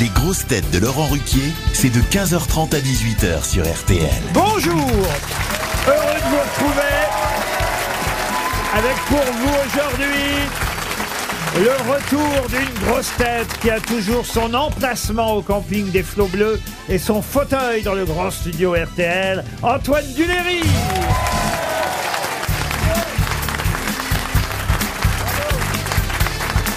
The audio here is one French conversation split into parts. Les grosses têtes de Laurent Ruquier, c'est de 15h30 à 18h sur RTL. Bonjour Heureux de vous retrouver avec pour vous aujourd'hui le retour d'une grosse tête qui a toujours son emplacement au camping des Flots Bleus et son fauteuil dans le grand studio RTL, Antoine Duléry.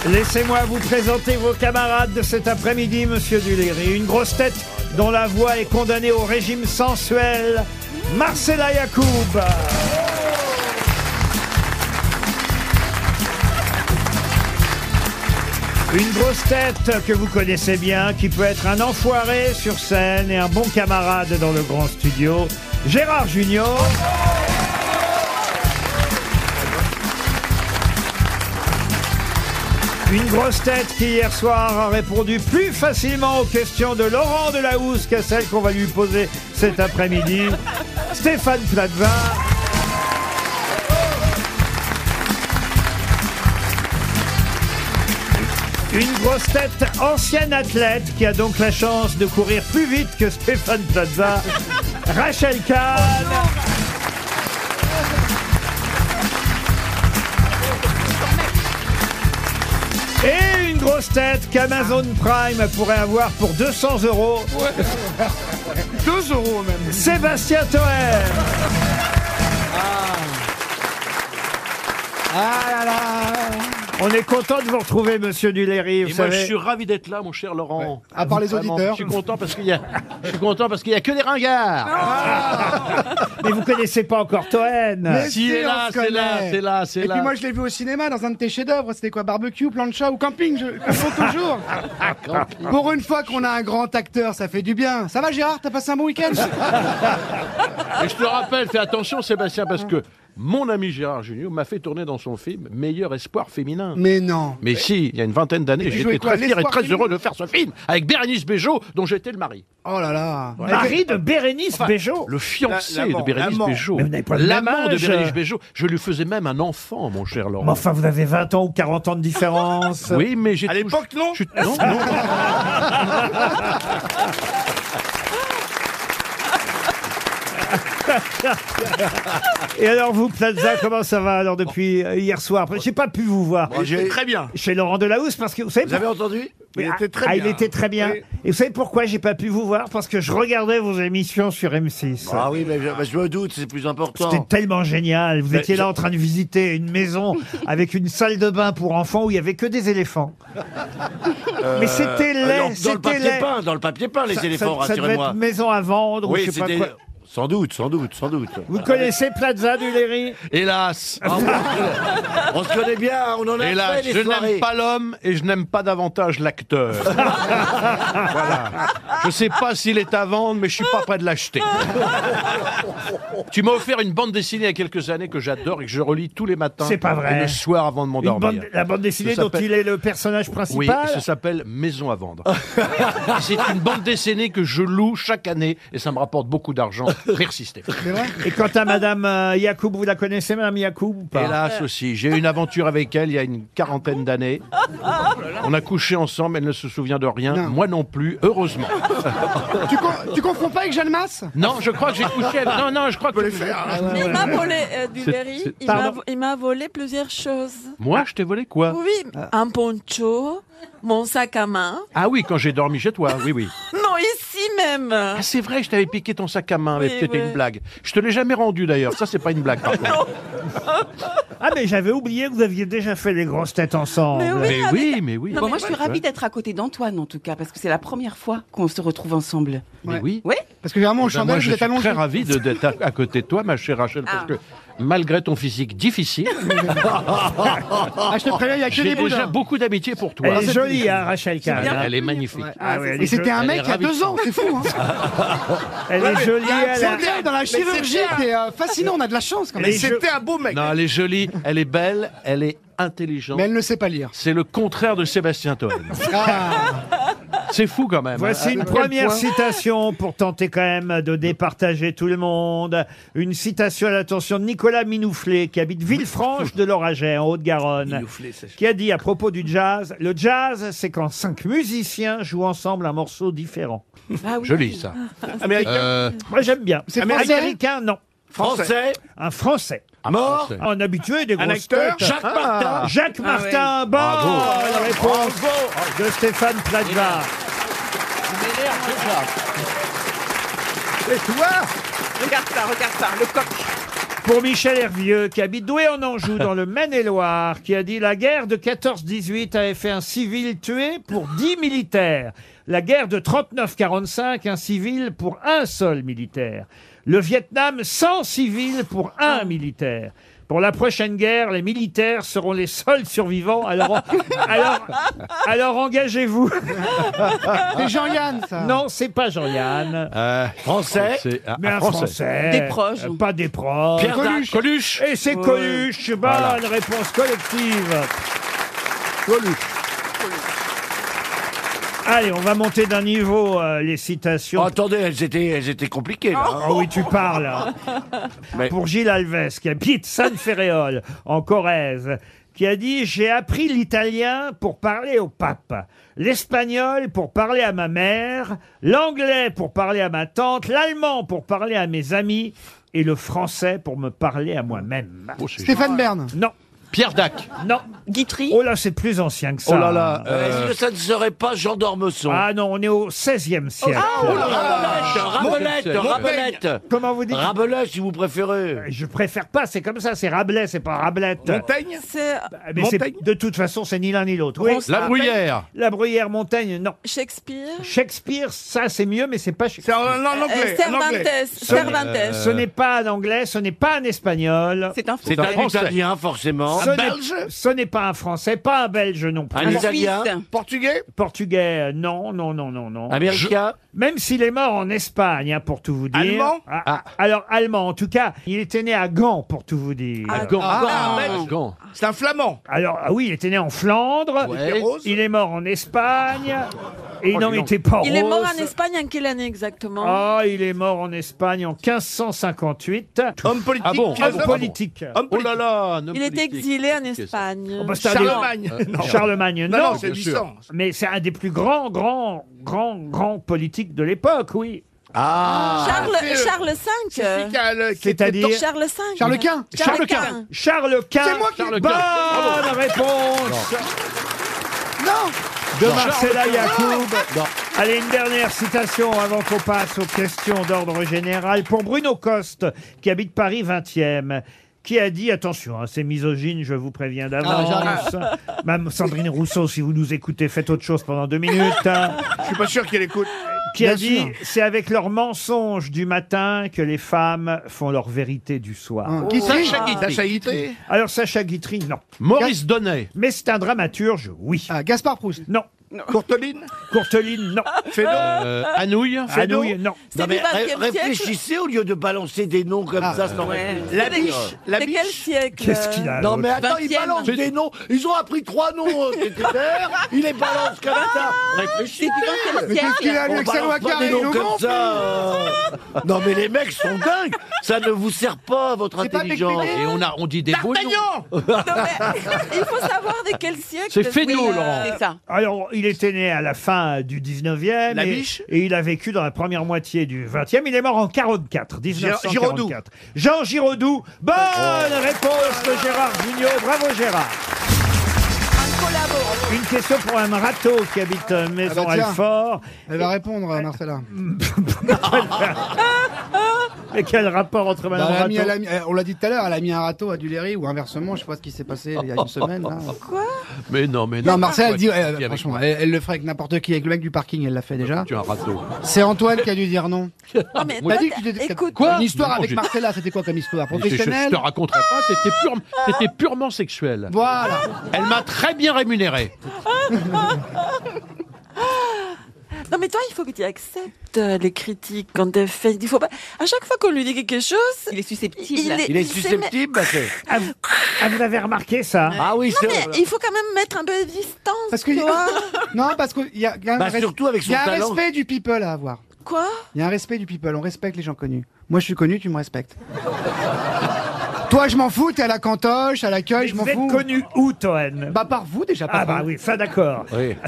Laissez-moi vous présenter vos camarades de cet après-midi, Monsieur Duléry. Une grosse tête dont la voix est condamnée au régime sensuel, Marcella Yacoub. Une grosse tête que vous connaissez bien, qui peut être un enfoiré sur scène et un bon camarade dans le grand studio, Gérard Junior. Une grosse tête qui hier soir a répondu plus facilement aux questions de Laurent Delahousse qu'à celles qu'on va lui poser cet après-midi. Stéphane Platvin. Une grosse tête ancienne athlète qui a donc la chance de courir plus vite que Stéphane Plaza. Rachel Kahn. Et une grosse tête qu'Amazon Prime pourrait avoir pour 200 euros. 2 euros même. Sébastien Toer. Ah. On est content de vous retrouver, monsieur Duléry. Vous Et moi, je savez. suis ravi d'être là, mon cher Laurent. À part les Vraiment, auditeurs. Je suis content parce qu'il y a, je suis content parce qu'il y a que des ringards. Mais vous connaissez pas encore Toen. Mais Si, elle est on là, se c'est là, connaît. c'est là, c'est Et là. puis moi, je l'ai vu au cinéma dans un de tes chefs-d'œuvre. C'était quoi Barbecue, plancha ou camping Je comprends toujours. Pour une fois qu'on a un grand acteur, ça fait du bien. Ça va, Gérard T'as passé un bon week-end Et je te rappelle, fais attention, Sébastien, parce que mon ami Gérard Junior m'a fait tourner dans son film Meilleur espoir féminin. Mais non. Mais si, il y a une vingtaine d'années, jouais j'étais quoi, très fier et l'espoir très féminin heureux de faire ce film avec Bérénice Bejo, dont j'étais le mari. Oh là là. Marie de Bérénice Béjot. Le fiancé l'amant, de Bérénice l'amant. Bejo. Mais vous n'avez pas le même L'amant de âge. Bérénice Bejo. Je lui faisais même un enfant, mon cher Mais Laurent. enfin, vous avez 20 ans ou 40 ans de différence. Oui, mais j'ai À tou- l'époque, non je suis- non, non. Et alors, vous, Plaza, comment ça va alors depuis euh, hier soir J'ai pas pu vous voir J'étais très bien. chez Laurent Delahousse parce que vous savez. Vous avez entendu Il Ah, était très ah, bien. il était très bien. Oui. Et vous savez pourquoi j'ai pas pu vous voir Parce que je regardais vos émissions sur M6. Ah oui, mais je, mais je me doute, c'est plus important. C'était tellement génial. Vous Mais étiez là je- en train de visiter une maison avec une salle de bain pour enfants où il y avait que des éléphants. Mais c'était Euh, dans- laid, dans, le c'était papier laid. peint, dans le papier peint, les Ça- éléphants, ça, ça devait être rassurez-moi. maison à vendre ou Oui, je sais pas c'était. quoi. Sans doute, sans doute, sans doute. Vous connaissez Plaza du Léry Ah, Hélas. On se connaît bien, hein, on en a Et là, fait je des n'aime soirées. pas l'homme et je n'aime pas davantage l'acteur. voilà. Je sais pas s'il est à vendre, mais je suis pas prêt de l'acheter. tu m'as offert une bande dessinée il y a quelques années que j'adore et que je relis tous les matins. C'est pas vrai. Et le soir avant de Une m'endormir. bande- La bande dessinée hein. Ça dont s'appelle- il est le personnage principal. Oui, ça s'appelle Maison à vendre. C'est une bande dessinée que je loue chaque année et ça me rapporte beaucoup d'argent. Rire système. Et quant à Madame euh, Yacoub, vous la connaissez, Madame Yacoub ou pas Hélas aussi, j'ai eu une aventure avec elle il y a une quarantaine d'années. On a couché ensemble, elle ne se souvient de rien, Non. moi non plus, heureusement. tu, con- tu confonds pas avec Jeanne Masse Non, je crois que j'ai couché avec... Non, non, je crois que... Mais il m'a volé, euh, du C'est- Berry, c'est- il m'a Pardon. il m'a volé plusieurs choses. Moi, je t'ai volé quoi Oui, un poncho, mon sac à main. Ah oui, quand j'ai dormi chez toi, oui, oui. Non, ici même. Ah, c'est vrai, je t'avais piqué ton sac à main, mais Oui, c'était ouais. une blague. Je te l'ai jamais rendu d'ailleurs, ça c'est pas une blague par contre. Ah, mais j'avais oublié que vous aviez déjà fait les grosses têtes ensemble. Mais oui. Oh, Ah, Mais avec- oui, mais oui. Bon, moi, je suis ravie d'être à côté d'Antoine, en tout cas, parce que c'est la première fois qu'on se retrouve ensemble. Mais oui. Oui Parce que généralement, au Ben, moi, chandail, vous je êtes suis allongé. très ravi de- d'être à, à côté de toi, ma chère Rachel, Ah. parce que malgré ton physique difficile, Ah, je te préviens, il y a que j'ai des déjà boudins. beaucoup d'amitié pour toi. Elle est jolie, hein, Rachel Kahn. hein. Elle est magnifique. Ah oui, elle Et est c'était jolie. un elle est mec il y a ravie de deux ans, c'est fou. Hein. Elle est jolie, elle a- C'est bien, dans la chirurgie, t'es euh, fascinant, on a de la chance quand même. Mais C'était un beau mec. Non, elle est jolie, elle est belle, elle est intelligente. Mais elle ne sait pas lire. C'est le contraire de Sébastien Toen. Ah, C'est fou quand même. Voici une première citation pour tenter quand même de départager tout le monde. Une citation à l'attention de Nicolas Minouflet, qui habite Villefranche de l'Oraget, en Haute-Garonne, qui a dit à propos du jazz, le jazz, c'est quand cinq musiciens jouent ensemble un morceau différent. Ah oui. Joli ça. Américain. Euh, Moi, j'aime bien. C'est français Américain, non. Français. Un Français. Mort. Un habitué des grosses acteur. têtes. Ah. Jacques Martin. Jacques Martin, bonne réponse de Stéphane Plaza. Regarde ça, regarde ça, le coq. Pour Michel Hervieux, qui habite Douai en Anjou, dans le Maine-et-Loire, qui a dit La guerre de 14-18 avait fait un civil tué pour 10 militaires. La guerre de 39-45, un civil pour un seul militaire. Le Vietnam, 100 civils pour un militaire. Pour la prochaine guerre, les militaires seront les seuls survivants. Alors, alors, alors engagez-vous. C'est Jean-Yann, ça. Non, c'est pas Jean-Yann, euh, Français. c'est- ah, mais ah, un Français. Des proches. Euh, Pas des proches. Pierre Dac. Coluche. Coluche. Et c'est Coluche. Bonne réponse collective. Allez, on va monter d'un niveau euh, les Oh, citations. attendez, elles étaient, elles étaient compliquées là. Ah oui, tu parles. hein. Mais- Pour Gilles Alves, qui habite San-Ferréol, en Corrèze, qui a dit « J'ai appris l'italien pour parler au pape, l'espagnol pour parler à ma mère, l'anglais pour parler à ma tante, l'allemand pour parler à mes amis et le français pour me parler à moi-même. Oh, c'est- Stéphane Bern. Non, Pierre Dac. non. Guitry. Oh là, c'est plus ancien que ça. Oh là là. Euh, euh, Est-ce que ça ne serait pas Jean d'Ormesson Ah non, on est au 16e siècle. Rabelais, Mon- Rabelais, Rabelais. Comment vous dites Euh, Rabelais, si vous préférez. Je préfère pas, c'est comme ça, c'est Rabelais, c'est pas Rabelais. Montaigne C'est euh, Mais c'est- de toute façon, c'est ni l'un ni l'autre. Oui. La Bruyère. La Bruyère Montaigne, non. Shakespeare. Shakespeare, ça c'est mieux, mais c'est pas Shakespeare. Euh, Cervantes. Cervantes. Ce n'est pas un anglais, ce n'est pas un espagnol. C'est un fou. C'est un Français. Italien, forcément. Ce n'est- Ce n'est pas un français, pas un belge non plus. Un Italien Un portugais, euh, non, non, non, non, non. Américain Même s'il est mort en Espagne, hein, pour tout vous dire. Allemand Ah, ah, Alors, allemand, en tout cas, il était né à Gand, pour tout vous dire. Gand. Ah, Gand. Gand. C'est un flamand. Alors, ah oui, il était né en Flandre. Ouais. Il est mort en Espagne. Et il Oh, n'en dis donc. était pas Il est mort en rose. Espagne en quelle année exactement Ah, il est mort en Espagne en 1558. Homme politique. Ah bon, ah Homme bon. politique. Homme Oh politique. là là. un homme Il était politique. exilé en Qu'est-ce que Espagne. Oh, bah, c'est un des- Charlemagne. Euh, Non. Charlemagne, non. Non, non, c'est bien sûr. 800. mais c'est un des plus grands, grands, grands, grands politiques de l'époque, oui. Ah Charles, c'est, euh, Charles V. Celui qui a le- qui était C'est-à-dire- temps- Charles V. Charles Quint. Charles Charles Quint. Quint. Charles Quint. C'est moi qui- Charles Bonne Bonne réponse Non. de Marcella Yacoub. Allez, une dernière citation avant qu'on passe aux questions d'ordre général. Pour Bruno Coste, qui habite Paris 20e, qui a dit, attention, hein, c'est misogyne, je vous préviens d'avance. Même Sandrine Rousseau, si vous nous écoutez, faites autre chose pendant deux minutes. hein. Je suis pas sûr qu'il écoute. qui Bien a dit sûr. c'est avec leurs mensonges du matin que les femmes font leur vérité du soir. Hein, Guitry. Sacha Guitry. Alors Sacha Guitry, non. Maurice Donnet. Mais c'est un dramaturge, oui. Ah, Gaspard Proust. Non. Courteline. Courteline, non. Euh, Anouilh. Anouilh, non. C'est du mais 20e ré- siècle. réfléchissez au lieu de balancer des noms comme ça. sans réfléchir. La biche. La C'est quel biche. siècle Qu'est-ce qu'il a Non l'autre mais attends, ils 20e. balancent des noms. Ils ont appris trois noms, euh, c'était clair. Ils les balancent comme Ah, ça. Réfléchissez. Mais qu'est-ce qu'il a, lui, On avec sa balance loi pas des carrée noms Il comme nous ça. euh. Non mais les mecs sont dingues. Ça ne vous sert pas à votre C'est pas intelligence. Pépé. Et on, a, on dit des beaux noms. D'Artagnan. Non, mais Il faut savoir de quel siècle. C'est Fesneau, Oui, euh, Laurent. C'est ça. Alors, il était né à la fin du 19e. La et, biche et il a vécu dans la première moitié du 20e. Il est mort en 44, 1944. Giraudoux. Oh. Jean Giraudoux. Bonne réponse de Gérard Junior. Bravo Gérard. Une question pour un râteau qui habite euh, Maison Ah bah tiens. Alfort. Elle va répondre, euh, Marcella. Mais quel rapport entre Bah, Madame elle a mis- Râteau elle a mis- euh, on l'a dit tout à l'heure, elle a mis un râteau à Duléry ou inversement, je sais pas ce qui s'est passé il y a une semaine. là. Mais non, mais Non, Marcel, elle dit, Ouais, ouais, avec franchement, moi. elle, elle le ferait avec n'importe qui, avec le mec du parking, elle l'a fait déjà. Tu es un râteau. C'est Antoine qui a dû dire non. Non, mais T'as toi, dit que t'as- tu t'étais- écoute, Quoi Une histoire Non, avec j'ai- Marcella, c'était quoi comme histoire Je, je- je Professionnelle te raconterai pas, c'était pure- c'était purement sexuel. Voilà. Elle m'a très bien rémunéré. non, mais toi, il faut que tu acceptes euh, les critiques quand t'es fait. Il faut pas. À chaque fois qu'on lui dit quelque chose, Il est susceptible. Il est sait susceptible, bah, c'est- Ah, vous- ah, vous avez remarqué ça Ah oui, c'est. mettre- Mais il faut quand même mettre un peu de distance. Parce que Quoi non, parce qu'il y a, il y a un, Bah, res- surtout avec il y a son un talent. respect du people à avoir. Quoi Il y a un respect du people. On respecte les gens connus. Moi, je suis connu, tu me respectes. Toi, je m'en fous. T'es à la cantoche, à l'accueil, je m'en Vous êtes fous. connu où, Toen Bah par vous déjà. Par Ah bah vous. oui, ça d'accord.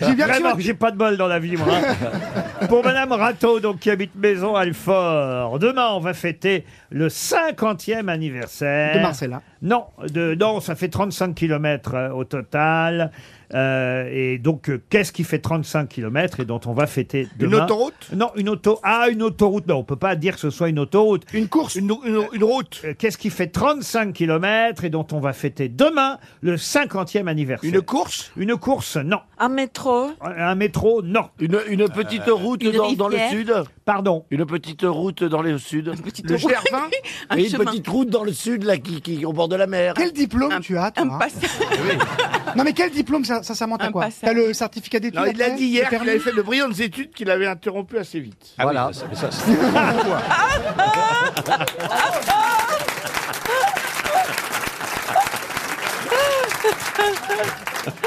J'ai bien reçu Vraiment, votre- j'ai pas de bol dans la vie, moi. hein. Pour Madame Rateau, donc, qui habite Maison Alfort, demain, on va fêter le 50e anniversaire. De Marcella. Non, de, non, ça fait 35 km au total. Euh, et donc, euh, qu'est-ce qui fait 35 km et dont on va fêter demain autoroute Non, une auto. Ah, une autoroute. Non, on peut pas dire que ce soit une autoroute. une course. Une, une- une route, Euh, Qu'est-ce qui fait 35 km et dont on va fêter demain le 50e anniversaire une course, Une course, non. Un métro Un métro, non. Une, une petite route Euh, Une dans, dans le rivière. sud. Pardon. Une petite route dans le sud. le GR20, un Et une chemin. petite route dans le sud, là, qui, qui au bord de la mer. Quel diplôme tu as toi, Un hein passage. Non mais quel diplôme ça, sincèrement t'as Un quoi passage. T'as le certificat d'études Non, il l'a après dit Le hier qu'il permis avait fait de brillantes études qu'il avait interrompues assez vite. voilà.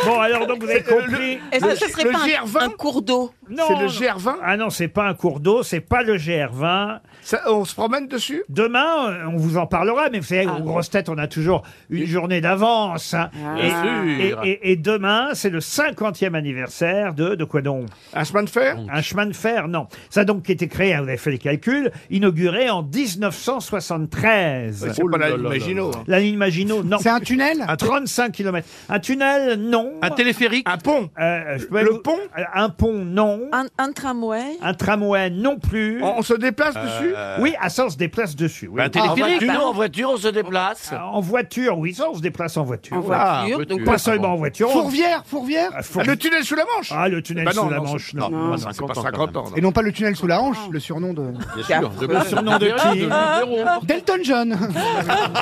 Bon, alors, donc, vous avez C'est, euh, compris. Est-ce Le- que ce serait le pas GR20? un, un cours d'eau Non, c'est le non. GR20 Ah non, c'est pas un cours d'eau, c'est pas le GR20. Ça, on se promène dessus Demain, euh, on vous en parlera, mais vous Ah savez, aux grosses têtes, on a toujours une journée d'avance. hein. Ah. Et, Bien sûr. et- et- et demain, c'est le 50e anniversaire de, de quoi donc Un chemin de fer Un chemin de fer, non. Ça a donc qui été créé, hein, vous avez fait les calculs, inauguré en 1973. C'est pas la Maginot. hein. La ligne Maginot, non. C'est un tunnel Un 35 km. Un tunnel, non. Un téléphérique Un pont Euh, je peux le vous- pont Un pont, non. un, un tramway Un tramway, non plus. on, on se déplace dessus Oui, à ça, on se déplace dessus. oui. Un En téléphérique voiture, en voiture, on se déplace. En voiture, oui, ça, on se déplace en voiture. en Ah, voiture donc- Pas seulement en voiture. on- Fourvière, Fourvière Ah, four- Le tunnel sous la Manche Ah, le tunnel Bah non, sous la non, Manche, non, non. non, C'est pas 50 ans, 50 ans. non. Et non pas le tunnel sous la hanche, le surnom de... Bien sûr. Le surnom de qui Ah. Ah, Delton John N'importe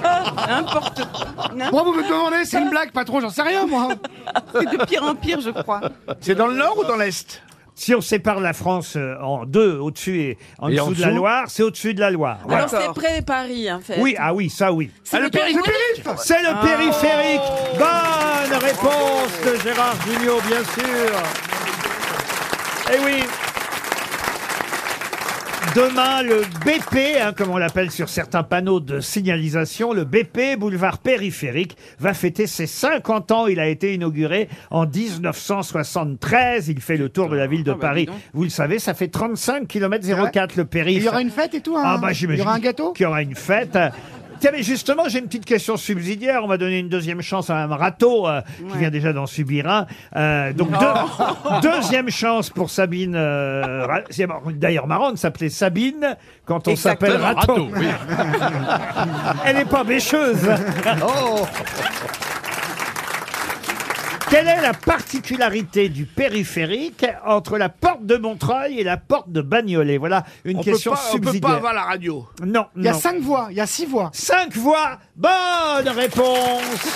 n'importe- Moi vous me demandez, c'est une blague patron, j'en sais rien moi C'est de pire en pire, je crois. C'est dans le nord ou dans l'est Si on sépare la France euh, en deux, au-dessus et en dessous de la Loire, c'est au-dessus de la Loire. Voilà. Alors c'est près de Paris en fait. Oui, ah oui, ça oui. C'est le périph'- C'est Ah. le périphérique. Bonne réponse de Gérard Junior, bien sûr. Eh oui. Demain, le BP, hein, comme on l'appelle sur certains panneaux de signalisation, le BP, boulevard périphérique, va fêter ses 50 ans. Il a été inauguré en 1973. Il fait le tour de la Ah ville de bah, Paris. dis donc. Vous le savez, ça fait 35 km 04 le périph'. Il y aura une fête et tout hein Ah bah Il j'imagine y aura un gâteau Qu'il y aura une fête. Tiens, mais justement, j'ai une petite question subsidiaire. On va donner une deuxième chance à Mme Rateau, euh, qui vient déjà d'en subir un. Euh, donc, deux- deuxième chance pour Sabine. euh, Ra- c'est D'ailleurs, marrant de s'appeler Sabine quand on s'appelle Rateau. Elle n'est pas bêcheuse. Oh. Quelle est la particularité du périphérique entre la porte de Montreuil et la porte de Bagnolet Voilà une on peut, question pas, on peut pas subsidiaire. avoir la radio. Non, Il y a non. cinq voix, il y a six voix Cinq voix. Bonne réponse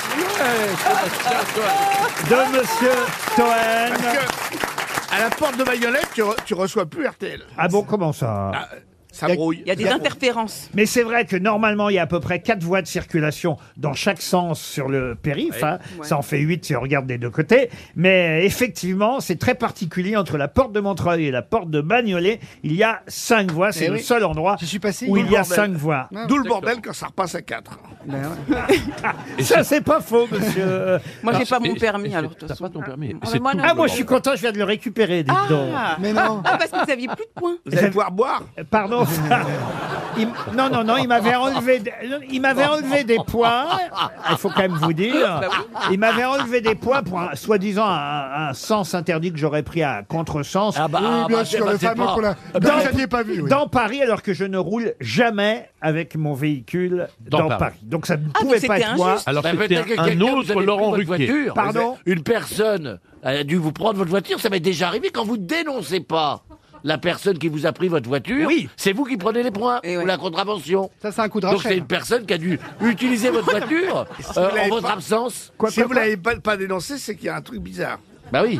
de Monsieur Parce Toen. que à la porte de Bayonnette, tu, re- tu reçois plus RTL. Ah bon, comment ça Ah, ça Y a- brouille. Il y a des interférences. Mais c'est vrai que normalement, il y a à peu près quatre voies de circulation dans chaque sens sur le périph. hein. Ouais. Ça en fait huit si on regarde des deux côtés. Mais effectivement, c'est très particulier entre la porte de Montreuil et la porte de Bagnolet. Il y a cinq voies. C'est Eh le oui. seul endroit J'y suis passé d'où où il le Ah. y a bordel. cinq voies. D'où le bordel quand ça repasse à 4. Ah, Ça, c'est pas faux, monsieur. Moi, j'ai pas mon permis, alors de toute T'as façon. pas ton permis. Ah, C'est moi, tout non. Ah, moi, le je suis bordel. content, je viens de le récupérer, dites donc. Ah, Mais non Ah, parce que vous aviez plus de points. Vous allez pouvoir boire Pardon. Il m- non, non, non, il m'avait enlevé, des- il m'avait enlevé des points. Il faut quand même vous dire. Il m'avait enlevé des points pour un- soi-disant un, un sens interdit que j'aurais pris à contresens. Ah bah, Oui, ah bien bah, sûr, c'est- le c'est fameux pas- qu'on a... que Dans- vous aviez pas vu oui. Dans Paris, alors que je ne roule jamais avec mon véhicule dans, Dans Paris. Paris. Donc ça ne Ah, pouvait donc pas c'était être moi. injuste. Alors Bah, c'était peut-être que un, quelqu'un, vous autre avez pris Laurent votre Ruquier. voiture. Pardon Une personne a dû vous prendre votre voiture, ça m'est déjà arrivé quand vous dénoncez pas la personne qui vous a pris votre voiture. Oui. C'est vous qui prenez les points Et ouais. ou la contravention. Ça c'est un coup de Donc c'est rachet une personne qui a dû utiliser votre voiture euh, vous l'avez en votre pas- absence. Quoi, si quoi, vous quoi l'avez pas, pas dénoncé, c'est qu'il y a un truc bizarre. Bah oui.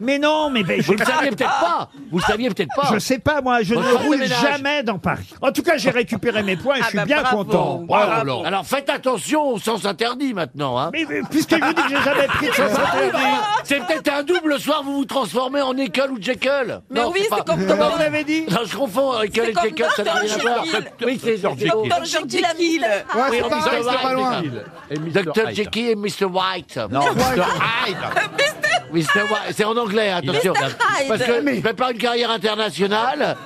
Mais non, mais ben, Vous je le saviez peut-être pas. Vous le saviez peut-être pas. Je sais pas, moi, je Bonne ne chance de roule ménage. jamais dans Paris. En tout cas, j'ai récupéré mes points et je Ah suis bah bien bravo. content. Oh, alors. Alors, faites attention au sens interdit maintenant. Hein. Mais, mais, puisque je vous dis que j'ai jamais pris de chance interdite. C'est peut-être un double le soir, vous vous transformez en Ekel ou Jekyll. Mais oui, pas- c'est comme Non, Comment dans- vous l'avez dit non, je confonds Ekel et C'est comme Jekyll, ça n'a Dr. rien à voir. Jekyll. Oui, c'est Dr. Jekyll. Jekyll. Comme Jekyll la ville. Ouais, Oui, c'est pareil, on dit c'est ça, pas c'est loin. ça. Et Mr. Dr. Hyde. Jekyll et Mr. White. Non, Mr. Hyde. Oui, c'est moi- c'est en anglais, attention. Hyde. Parce que je prépare une carrière internationale.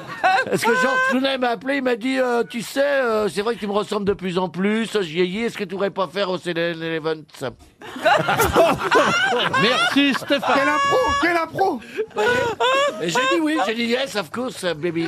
Est-ce que Georges Clooney m'a appelé, il m'a dit, euh, tu sais, euh, c'est vrai que tu me ressembles de plus en plus, je vieillis, est-ce que tu pourrais pas faire au CNN Eleven Merci Stéphane. Quelle impro Quelle impro Et j'ai dit oui, j'ai dit yes, of course, baby.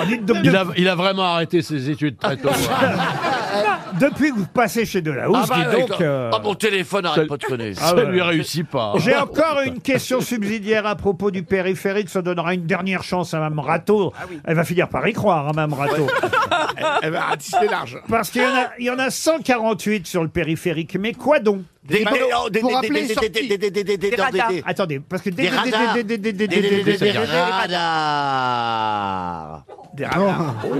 Oh, dites donc, Il a, il a vraiment arrêté ses études très tôt. de- depuis que vous passez chez Delahousse, Ah, bah, dis donc... ouais, euh, Ah ah, mon téléphone arrête pas de connaître. Ça ouais. lui réussit pas. J'ai encore une question subsidiaire à propos du périphérique. Ça donnera une dernière chance à Mme Rato. Ah Elle va finir par y croire, hein, Mme Rato. Elle va ratisser large. Parce qu'il y, en a- il y en a 148 sur le périphérique. Mais quoi donc Des panneaux oh, des- pour des- rappeler des- les des- sorties. des- des- des- des- des- radars. des- Attendez, parce que... Des radars. Des- des- des- des- des- des- des- des- des- des radars. Oh,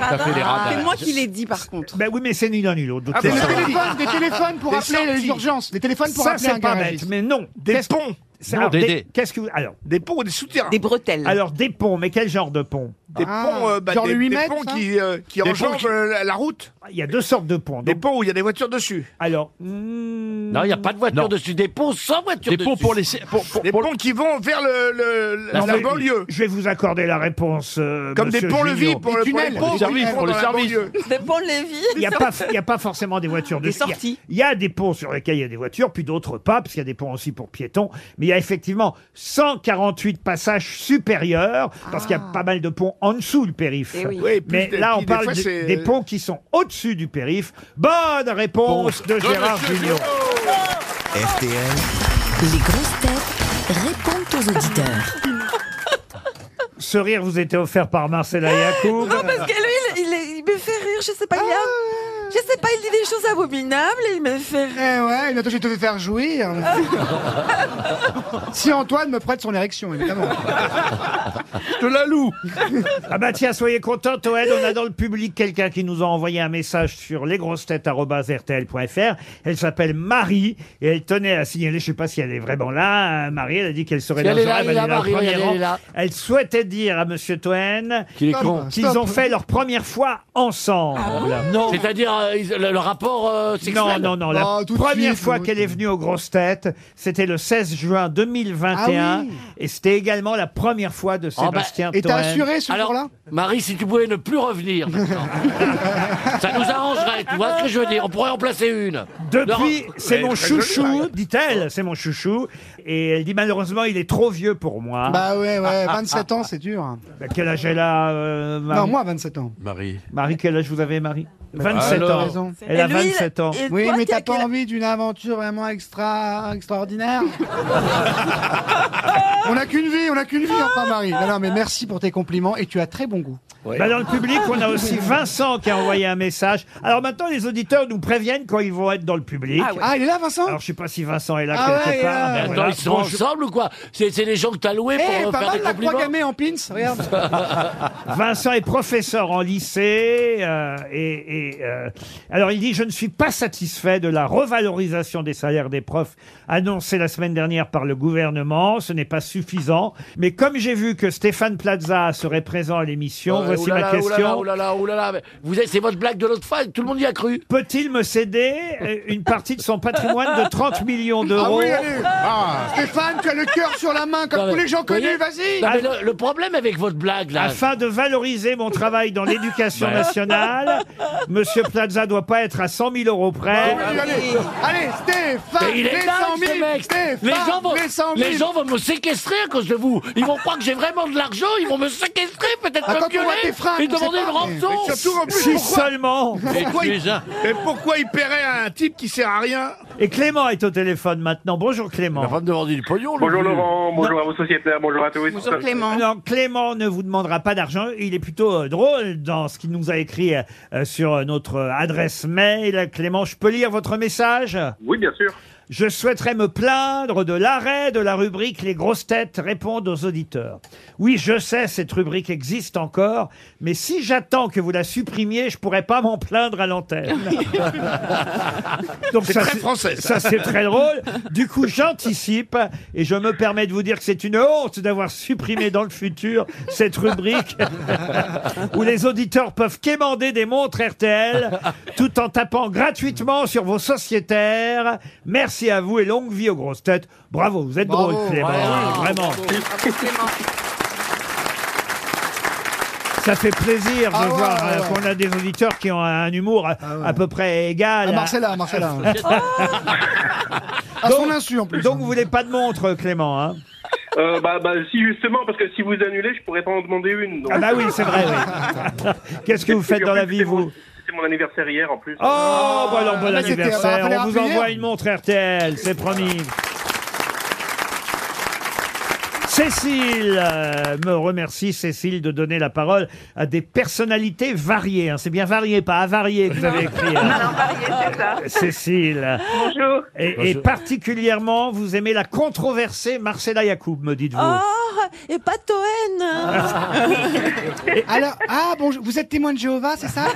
Ça fait des radars. C'est moi qui l'ai dit par contre. Ben oui, mais c'est ni l'un ni l'autre. de toute Ah, Des façon. téléphones, des téléphones pour Des appeler les sorties. urgences. Des téléphones pour Ça, appeler un c'est pas bête, garagiste. mais non. Des Qu'est-ce- ponts, c'est- Non, alors, des- des- des- Qu'est-ce que vous... Alors, des ponts ou des souterrains. Des Des, bretelles. alors, des ponts, mais quel genre de ponts Ah, ponts, euh, bah, genre des, le huit des mètres, ponts ça qui, euh, qui Des enjambent ponts qui- euh, la, la route. Il y a deux sortes de ponts. Des Donc, ponts où il y a des voitures dessus. alors... hmm, Non, il n'y a pas de voiture Non. dessus. Des ponts sans voiture Des dessus. ponts pour les pour, pour- Des ponts qui vont vers le, le- La la, rue. banlieue. Je vais vous accorder la réponse, euh, Comme des monsieur ponts-levis Gillot. pour, le- Des pour les tunnels. ponts Pour les qui services, vont pour les dans la services. banlieue. Des ponts de Lévis. Il n'y a, pas- il y a pas forcément des voitures dessus. Des sorties. Il y, a il y a des ponts sur lesquels il y a des voitures, puis d'autres pas, parce qu'il y a des ponts aussi pour piétons. Mais il y a effectivement 148 passages supérieurs, parce qu'il y a pas mal de ponts en dessous du périph. Ah. Eh oui. Oui, puis Mais des- là, on puis des parle fois, du- c'est- des ponts qui sont au-dessus du périph. Bonne Oh. réponse de Gérard Monsieur Junior. Giraud. RTL, Les grosses têtes répondent aux auditeurs. Ce rire vous était offert par Marcella Yacoub. Non, parce que lui, il, il est- il me fait rire, je sais pas, il Ah. a... Je sais pas, il dit des choses abominables et il me fait Eh rire. ouais, il a touché de te faire jouir. si Antoine me prête son érection, évidemment. Je te la loue. Ah bah tiens, soyez contents, Toen, on a dans le public quelqu'un qui nous a envoyé un message sur lesgrossetêtes.rtl.fr. Elle s'appelle Marie et elle tenait à signaler, je sais pas si elle est vraiment là, euh, Marie, elle a dit qu'elle serait Si dans elle est ce là, rêve, elle est là, au Marie, premier elle est rang. là. Elle souhaitait dire à Monsieur Toen Qu'il est Stop. con. qu'ils Stop. ont fait leur première fois ensemble. Non. C'est-à-dire euh, ils- le, le rapport euh, Non, sexuel. Bah, non, non. La Oh, tout de première suite, fois oui. qu'elle est venue aux grosses têtes, c'était le 16 juin 2021. Ah oui. Et c'était également la première fois de bah, Sébastien Ah Et t'as Toen. assuré ce Alors, jour-là Marie, si tu pouvais ne plus revenir maintenant, ça nous arrangerait, tu vois ce que je veux dire On pourrait en placer une. Depuis, Non. c'est mon très joli, chouchou, dit-elle, c'est mon chouchou. Et elle dit malheureusement, il est trop vieux pour moi. Bah ouais, Ah, ouais, 27 ans, c'est dur. Bah, Quel âge elle a, euh, Marie Non, moi, 27 ans. Marie. Marie, quel âge vous avez, Marie 27 alors. ans. Raison. Elle a Et lui, il- 27 ans. et Oui, toi, mais t'es à t'as pas quel- envie d'une aventure vraiment extra extraordinaire On n'a qu'une vie, on n'a qu'une vie, enfin Marie. Non, non, mais merci pour tes compliments et tu as très bon goût. Bah, dans le public, on a aussi Vincent qui a envoyé un message. Alors maintenant, les auditeurs nous préviennent quand ils vont être dans le public. Ah ouais. Ah, il est là, Vincent Alors je sais pas si Vincent est là Ah quelque ouais, part. euh, mais Attends, voilà. ils sont Bon, je- ensemble ou quoi C'est c'est les gens que t'as loués Eh, pour euh, pas faire mal des la croix compliments gammée en pins, regarde. Vincent est professeur en lycée euh, et, et, euh, alors il dit je ne suis pas satisfait de la revalorisation des salaires des profs annoncée la semaine dernière par le gouvernement. Ce n'est pas suffisant. Mais comme j'ai vu que Stéphane Plaza serait présent à l'émission, Euh, voici oulala, ma oulala, question. oulala, oulala, mais Vous êtes, c'est votre blague de l'autre fois, tout le monde y a cru. Peut-il me céder euh, une partie de son patrimoine de 30 millions Ah d'euros oui, allez. Stéphane, tu as le cœur sur la main comme Non, tous mais- les gens connus, voyez- vas-y. Non, mais le, le problème avec votre blague là, Afin de valoriser mon travail dans l'éducation nationale, Monsieur Plaza doit pas être à 100 000 euros près. Allez, allez. Allez, Stéphane, Mais il est les dingue, 100 000, ce mec Stéphane, les gens, vont, les 100 000. les gens vont me séquestrer à cause de vous Ils vont croire que j'ai vraiment de l'argent, ils vont me séquestrer, peut-être Ah, quand me on voit tes violer fringues, et on sait demander une pas, mais- rançon Et surtout, en plus, Si pourquoi, seulement Et Pourquoi tu il- es un. et pourquoi il paierait à un type qui sert à rien Et Clément est au téléphone maintenant. Bonjour Clément. va me demander du pognon. le Bonjour vieux. Laurent, bonjour à vos sociétaires, bonjour à tous. Bonjour Clément. Non, Clément ne vous demandera pas d'argent. Il est plutôt euh, drôle dans ce qu'il nous a écrit euh, euh, sur euh, notre euh, adresse mail. Clément, je peux lire votre message Oui, bien sûr. Je souhaiterais me plaindre de l'arrêt de la rubrique Les grosses têtes répondent aux auditeurs. Oui, je sais, cette rubrique existe encore, mais si j'attends que vous la supprimiez, je pourrais pas m'en plaindre à l'antenne. C'est ça, très français, ça. Ça, c'est très drôle. Du coup, j'anticipe et je me permets de vous dire que c'est une honte d'avoir supprimé dans le futur cette rubrique où les auditeurs peuvent quémander des montres RTL tout en tapant gratuitement sur vos sociétaires. Merci à vous et longue vie aux grosses têtes. Bravo, vous êtes Bravo, drôle, Clément. hein, Hein, bravo. Vraiment. Ça fait plaisir de Ah ouais, ouais, voir euh, ouais. Ah qu'on a des auditeurs qui ont un humour à- à peu près égal. Ah, à- Marcella, Marcella. Ah, donc, hein. Donc vous voulez pas de montre, Clément hein Euh, bah, bah, si, justement, parce que si vous annulez, je pourrais pas en demander une. donc. Ah bah oui, c'est vrai. oui. Qu'est-ce que vous faites dans la vie, vous C'est mon anniversaire hier, en plus. Oh, bah alors bon Ah, bah, c'était- bah, anniversaire. fallait On vous rappeler. envoie une montre RTL, c'est promis. Cécile euh, me remercie, Cécile, de donner la parole à des personnalités variées. hein. C'est bien varié, pas avarié que vous avez écrit. hein. Cécile. Bonjour. Et, et Bonjour. particulièrement, vous aimez la controversée Marcella Yacoub, me dites-vous. Oh, et pas Toen Alors, ah bonjour, vous êtes témoin de Jéhovah, c'est ça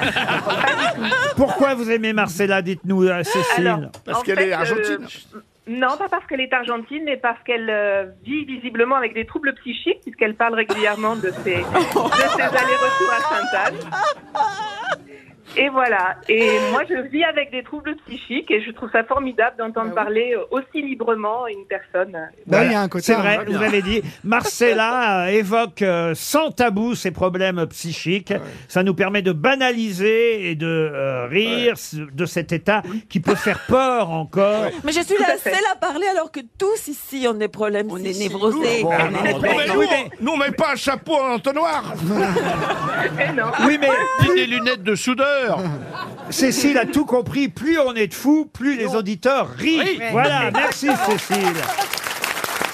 Pourquoi vous aimez Marcella, dites-nous, euh, Cécile Alors, en fait, euh, non, pas parce qu'elle est argentine, mais parce qu'elle euh, vit visiblement avec des troubles psychiques, puisqu'elle parle régulièrement de ses, de ses allers-retours à Sainte-Anne. Et voilà. Et moi, je vis avec des troubles psychiques et je trouve ça formidable d'entendre parler euh, aussi librement à une personne. Voilà, Ah Bah, il y a un hein. côté, C'est on vrai, voit vous bien. avez dit. Marcella euh, évoque euh, sans tabou ses problèmes psychiques. Ah Ça nous permet de banaliser et de euh, rire s- de cet état qui peut faire peur encore. Mais je suis la seule à parler alors que tous ici ont des problèmes. On est névrosés. Ah, non, non, non, non. Nous, on met pas un chapeau en entonnoir. Oui, mais. Ni des lunettes de soudeur. Cécile a tout compris. Plus on est de fous, plus les auditeurs rient. Oui. Voilà, merci Cécile.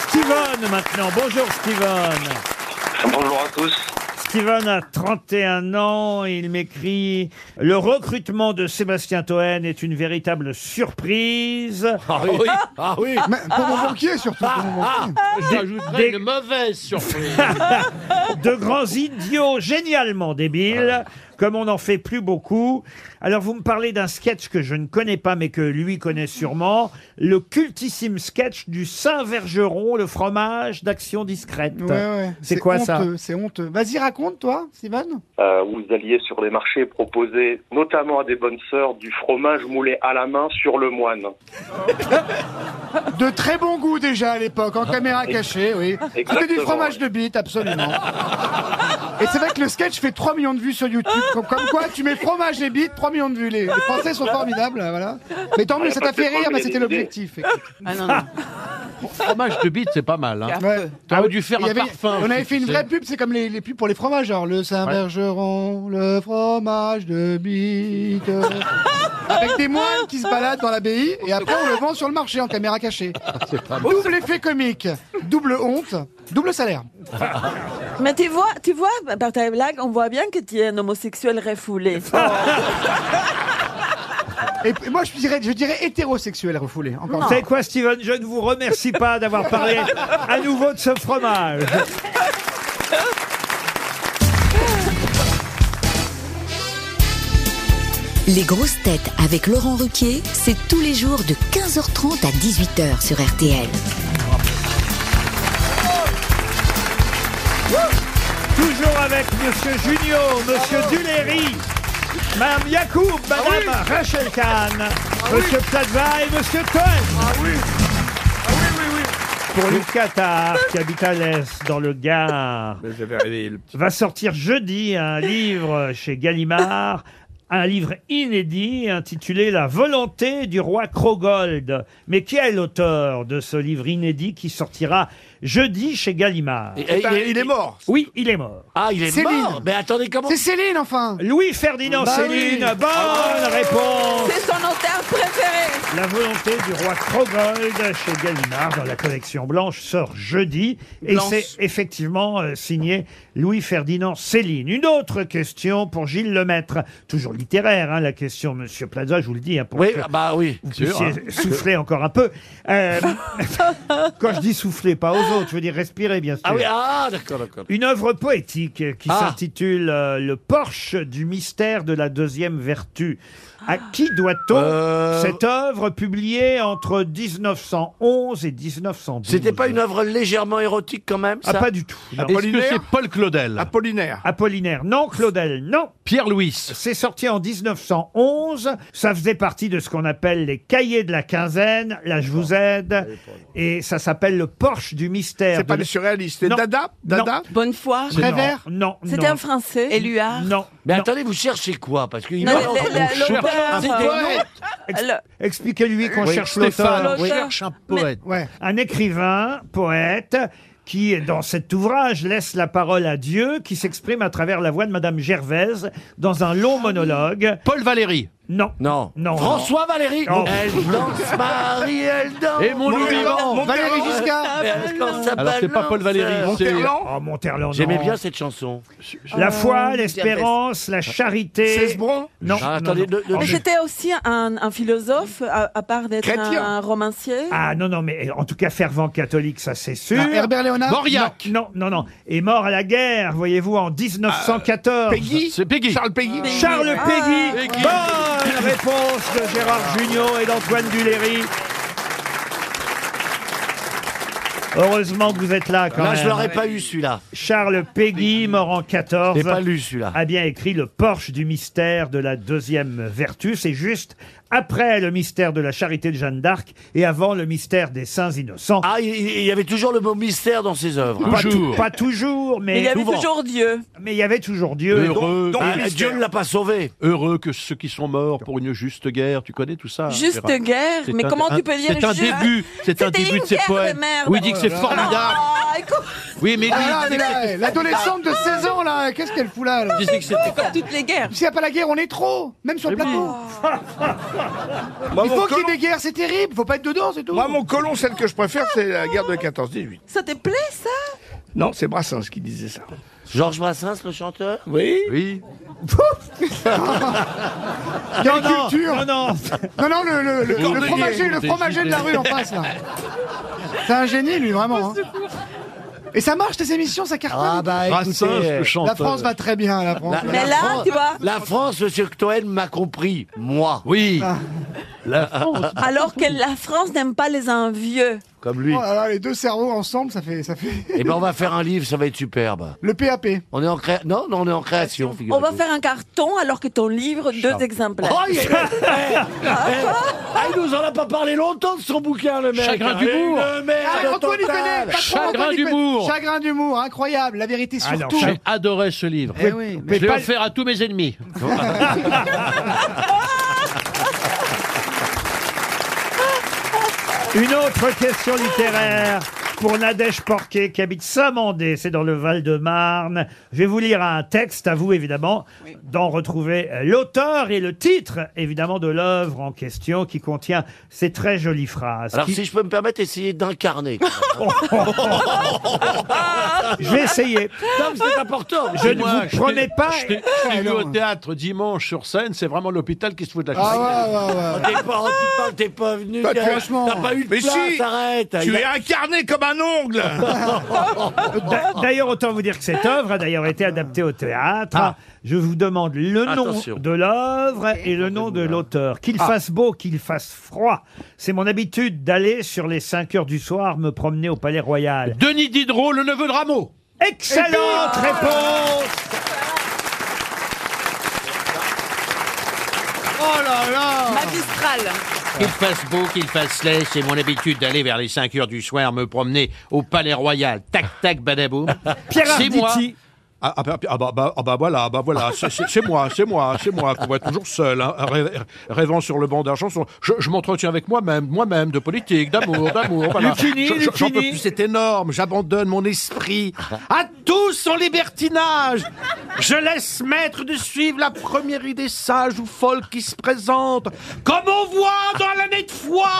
Steven maintenant. Bonjour Steven. Bonjour à tous. Steven a 31 ans, et il m'écrit Le recrutement de Sébastien Toen est une véritable surprise. Ah oui, ah oui. Mais pour mon banquier, surtout. Ah, J'ajouterais une mauvaise surprise. de grands idiots génialement débiles, comme on n'en fait plus beaucoup. Alors vous me parlez d'un sketch que je ne connais pas, mais que lui connaît sûrement, le cultissime sketch du Saint-Vergeron, le fromage d'action discrète. Ouais, ouais. C'est quoi ça honteux, C'est honteux. Vas-y, raconte, toi, Steven. Euh, vous alliez sur les marchés proposer, notamment à des bonnes sœurs, du fromage moulé à la main sur le moine. De très bon goût déjà à l'époque, en caméra cachée, oui. C'était du Exactement, fromage de bite, absolument. Et c'est vrai que le sketch fait 3 millions de vues sur YouTube. Comme, comme quoi, tu mets fromage et bite, 3 millions de vues. Les, les Français sont formidables, voilà. Mais tant mieux, ça t'a fait rire, mais c'était l'objectif. Ah non, non. Fromage de bite, c'est pas mal. Hein. Ouais. T'aurais dû faire Ah Il y un avait- parfum. On avait tu fait une sais. vraie pub, c'est comme les, les pubs pour les fromages, genre le Saint-Bergeron, le fromage de bite. Avec des moines qui se baladent dans l'abbaye et après on le vend sur le marché en caméra cachée. Ah, Double effet comique, double honte, double salaire. Mais tu vois, tu vois, bah, par ta blague, on voit bien que tu es un homosexuel refoulé. Et et moi je dirais, je dirais hétérosexuel refoulé. Encore Vous savez quoi, Steven Je ne vous remercie pas d'avoir parlé à nouveau de ce fromage. Les grosses têtes avec Laurent Ruquier, c'est tous les jours de 15h30 à 18h sur RTL. Toujours avec Monsieur Junio, Monsieur Duléry, Madame Yacoub, Madame Rachel Kahn, Monsieur Plaza et Monsieur Cohen. Ah oui Pour Lucas Tahar, qui habite à l'Est, dans le Gard, va sortir jeudi un livre chez Gallimard, un livre inédit intitulé La volonté du roi Krogold. Mais qui est l'auteur de ce livre inédit qui sortira jeudi chez Gallimard et- Ben, il est mort. Oui, il est mort. Ah, il est Céline. mort Mais attendez, comment... C'est Céline enfin Louis Ferdinand Bah Céline, oui. Ah. bonne réponse C'est son auteur préféré. La volonté du roi Krogold chez Gallimard dans la collection blanche sort jeudi et Blanche. c'est effectivement euh, signé Louis Ferdinand Céline. Une autre question pour Gilles Lemaître, toujours littéraire, hein, la question, Monsieur Plaza, je vous le dis, hein, pour Oui, que ah bah oui, vous sûr, puissiez hein. souffler encore un peu. Euh, quand je dis souffler, pas aux autres, je veux dire respirer, bien sûr. Ah oui, ah d'accord, d'accord. Une œuvre poétique qui Ah. s'intitule euh, Le Porche du mystère de la deuxième vertu. À qui doit-on Euh. cette œuvre publiée entre 1911 et 1912 C'était pas une œuvre légèrement érotique quand même Ah, ça pas du tout. non. Paul Claudel Ah, Apollinaire. Apollinaire. Non, Claudel, non. Pierre-Louis. C'est sorti en 1911. Ça faisait partie de ce qu'on appelle les cahiers de la quinzaine. Là, je vous Ah aide. Et ça s'appelle le Porsche du mystère. C'est pas de- les surréalistes, c'est Non, Dada Dada non. Prévert Non. non, C'était non. un Français. Éluard Non. Mais attendez, vous cherchez quoi Parce qu'il Non, m'a- mais la- la- on cherche l'auteur, un c'est poète. quoi Ex- Le- Expliquez-lui qu'on Oui, cherche Stéphane, l'auteur. on Oui. cherche un poète. Mais- Un écrivain, poète, qui, dans cet ouvrage, laisse la parole à Dieu, qui s'exprime à travers la voix de Madame Gervaise dans un long monologue. Paul Valéry. Non. Non. Non. François Valéry Oh. Elle danse Marie, elle danse Et mon Valéry Louis-Van. danse. Valéry Giscard. Mais elle danse, ça Alors, c'est pas balance. euh, Paul Valéry, c'est- Monterland Oh, Monterland. non. J'aimais bien cette chanson. La foi, l'espérance, la charité. Cesbron Non. non, Ah, attendez, non. de- de- Oh, Mais je- c'était aussi un, un philosophe, à, à part d'être un, Chrétien. un romancier. Ah non, non, mais en tout cas, fervent catholique, ça c'est sûr. Ah, Herbert Léonard Mauriac. Non, non, non. Et mort à la guerre, voyez-vous, en 1914. Peggy C'est Peggy. Ah. Charles Peggy Charles Ah. Péguy. Péguy. Bonne réponse de Gérard Junior et d'Antoine Duléry. Heureusement que vous êtes là quand Là, même. je l'aurais pas eu celui-là. Charles Péguy, mort en 14, J'ai pas lu celui-là. a bien écrit le Porsche du mystère de la deuxième vertu. C'est juste après le mystère de la charité de Jeanne d'Arc et avant le mystère des saints Oh. innocents. Ah, il- il il y avait toujours le mot mystère dans ses œuvres. hein. pas, tou- toujours. pas toujours, Mais il y mais avait souvent. toujours Dieu. mais il y avait toujours Dieu. Heureux, Ah, Dieu ne l'a pas sauvé. heureux que ceux qui sont morts pour une juste guerre. Tu connais tout ça hein, Juste Gérard guerre. C'est Mais un- comment un- tu peux dire C'est un juste début. C'est un C'était début une de ses guerre de poèmes. merde. Oui, il dit Oh que c'est formidable. Ah, écoute, Oui, mais lui, Ah, là, il mais disait- là, L'adolescente de 16 ans, là, qu'est-ce qu'elle fout là, là il disait que c'était- toutes les guerres. S'il n'y a pas la guerre, on est trop, même sur le Mais oui. Bah, plateau. Moi, Il mon faut qu'il y ait colon- des guerres, c'est terrible, faut pas être dedans, c'est tout. Moi, mon colon, celle que je préfère, c'est la guerre de 14-18. Ça te plaît, ça Non, c'est Brassens qui disait ça. Georges Brassens, le chanteur Oui Oui. Non, non, culture. Ah, non, non. Non, non, le, le, le- le Ouvrier, fromager, le ouvrier. fromager de la rue en face, là. C'est un génie, lui, vraiment. hein. Et ça marche, tes émissions, ça Ah cartonne. bah Brassens, écoutez, le la chanteur. France va très bien, la France. là. la- la Mais là, Fran- tu vois. La France, monsieur Toen m'a compris, moi. Oui. Ah, Alors que la France n'aime pas les envieux. Comme lui. Oh là là, les deux cerveaux ensemble, ça fait, ça fait Eh ben, on va faire un livre, ça va être superbe. le PAP. On est en créa... Non, non, on est en création, On figurez-vous. va faire un carton alors que ton livre, deux exemplaires. Oh, il... eh, eh, ah, il nous en a pas parlé longtemps de son bouquin, le mec. Chagrin Ah, d'humour. une merde Avec Antoine, il connaît, totale. patron, Chagrin Antoine, il connaît. d'humour. Chagrin d'humour, incroyable, la vérité sur Ah non, tout. chagrin- J'ai adoré ce livre. Eh oui, Je l'ai pas- offert à tous mes ennemis. Une autre question littéraire pour Nadège Porquet qui habite Saint-Mandé, c'est dans le Val-de-Marne. Je vais vous lire un texte, à vous évidemment, d'en retrouver euh, l'auteur et le titre évidemment de l'œuvre en question qui contient ces très jolies phrases. Alors, qui- si je peux me permettre, essayer d'incarner. Je vais essayer. Non, mais c'est important. Je ne Moi, vous je promets t'ai- pas. Je t'ai- je t'ai vu au théâtre dimanche sur scène, c'est vraiment l'hôpital qui se fout de la Ah charité. ouais, ouais, ouais. T'es pas, t'es pas, t'es pas venu. Bah, t'as- franchement. T'as pas eu de Mais place, si, arrête. Tu Il a- es incarné comme un ongle D'a- D'ailleurs, autant vous dire que cette œuvre a d'ailleurs été adaptée au théâtre. Je vous demande le nom Attention. de l'œuvre et le nom de l'auteur. Qu'il fasse beau, qu'il fasse froid. C'est mon habitude d'aller sur les 5 heures du soir me promener au Palais Royal. Denis Diderot, le neveu de Rameau. Excellente réponse Magistral. Qu'il fasse beau, qu'il fasse laid, c'est mon habitude d'aller vers les 5 heures du soir me promener au Palais Royal. Tac, tac, badaboum. Pierre C'est moi. Arditi. Ah, ah, bah, ah, bah, bah, ah, bah, voilà, ah, bah voilà, c'est- c'est c'est moi, c'est moi, c'est moi, qu'on voit toujours seul, hein, rêve- rêvant sur le banc d'argent. sur- Je, je m'entretiens avec moi-même, moi-même, de politique, d'amour, d'amour. Voilà. Lucchini, Je- je- J'en peux Lucchini. plus, c'est énorme, j'abandonne mon esprit à tout son libertinage. Je laisse maître de suivre la première idée sage ou folle qui se présente, comme on voit dans l'année de foi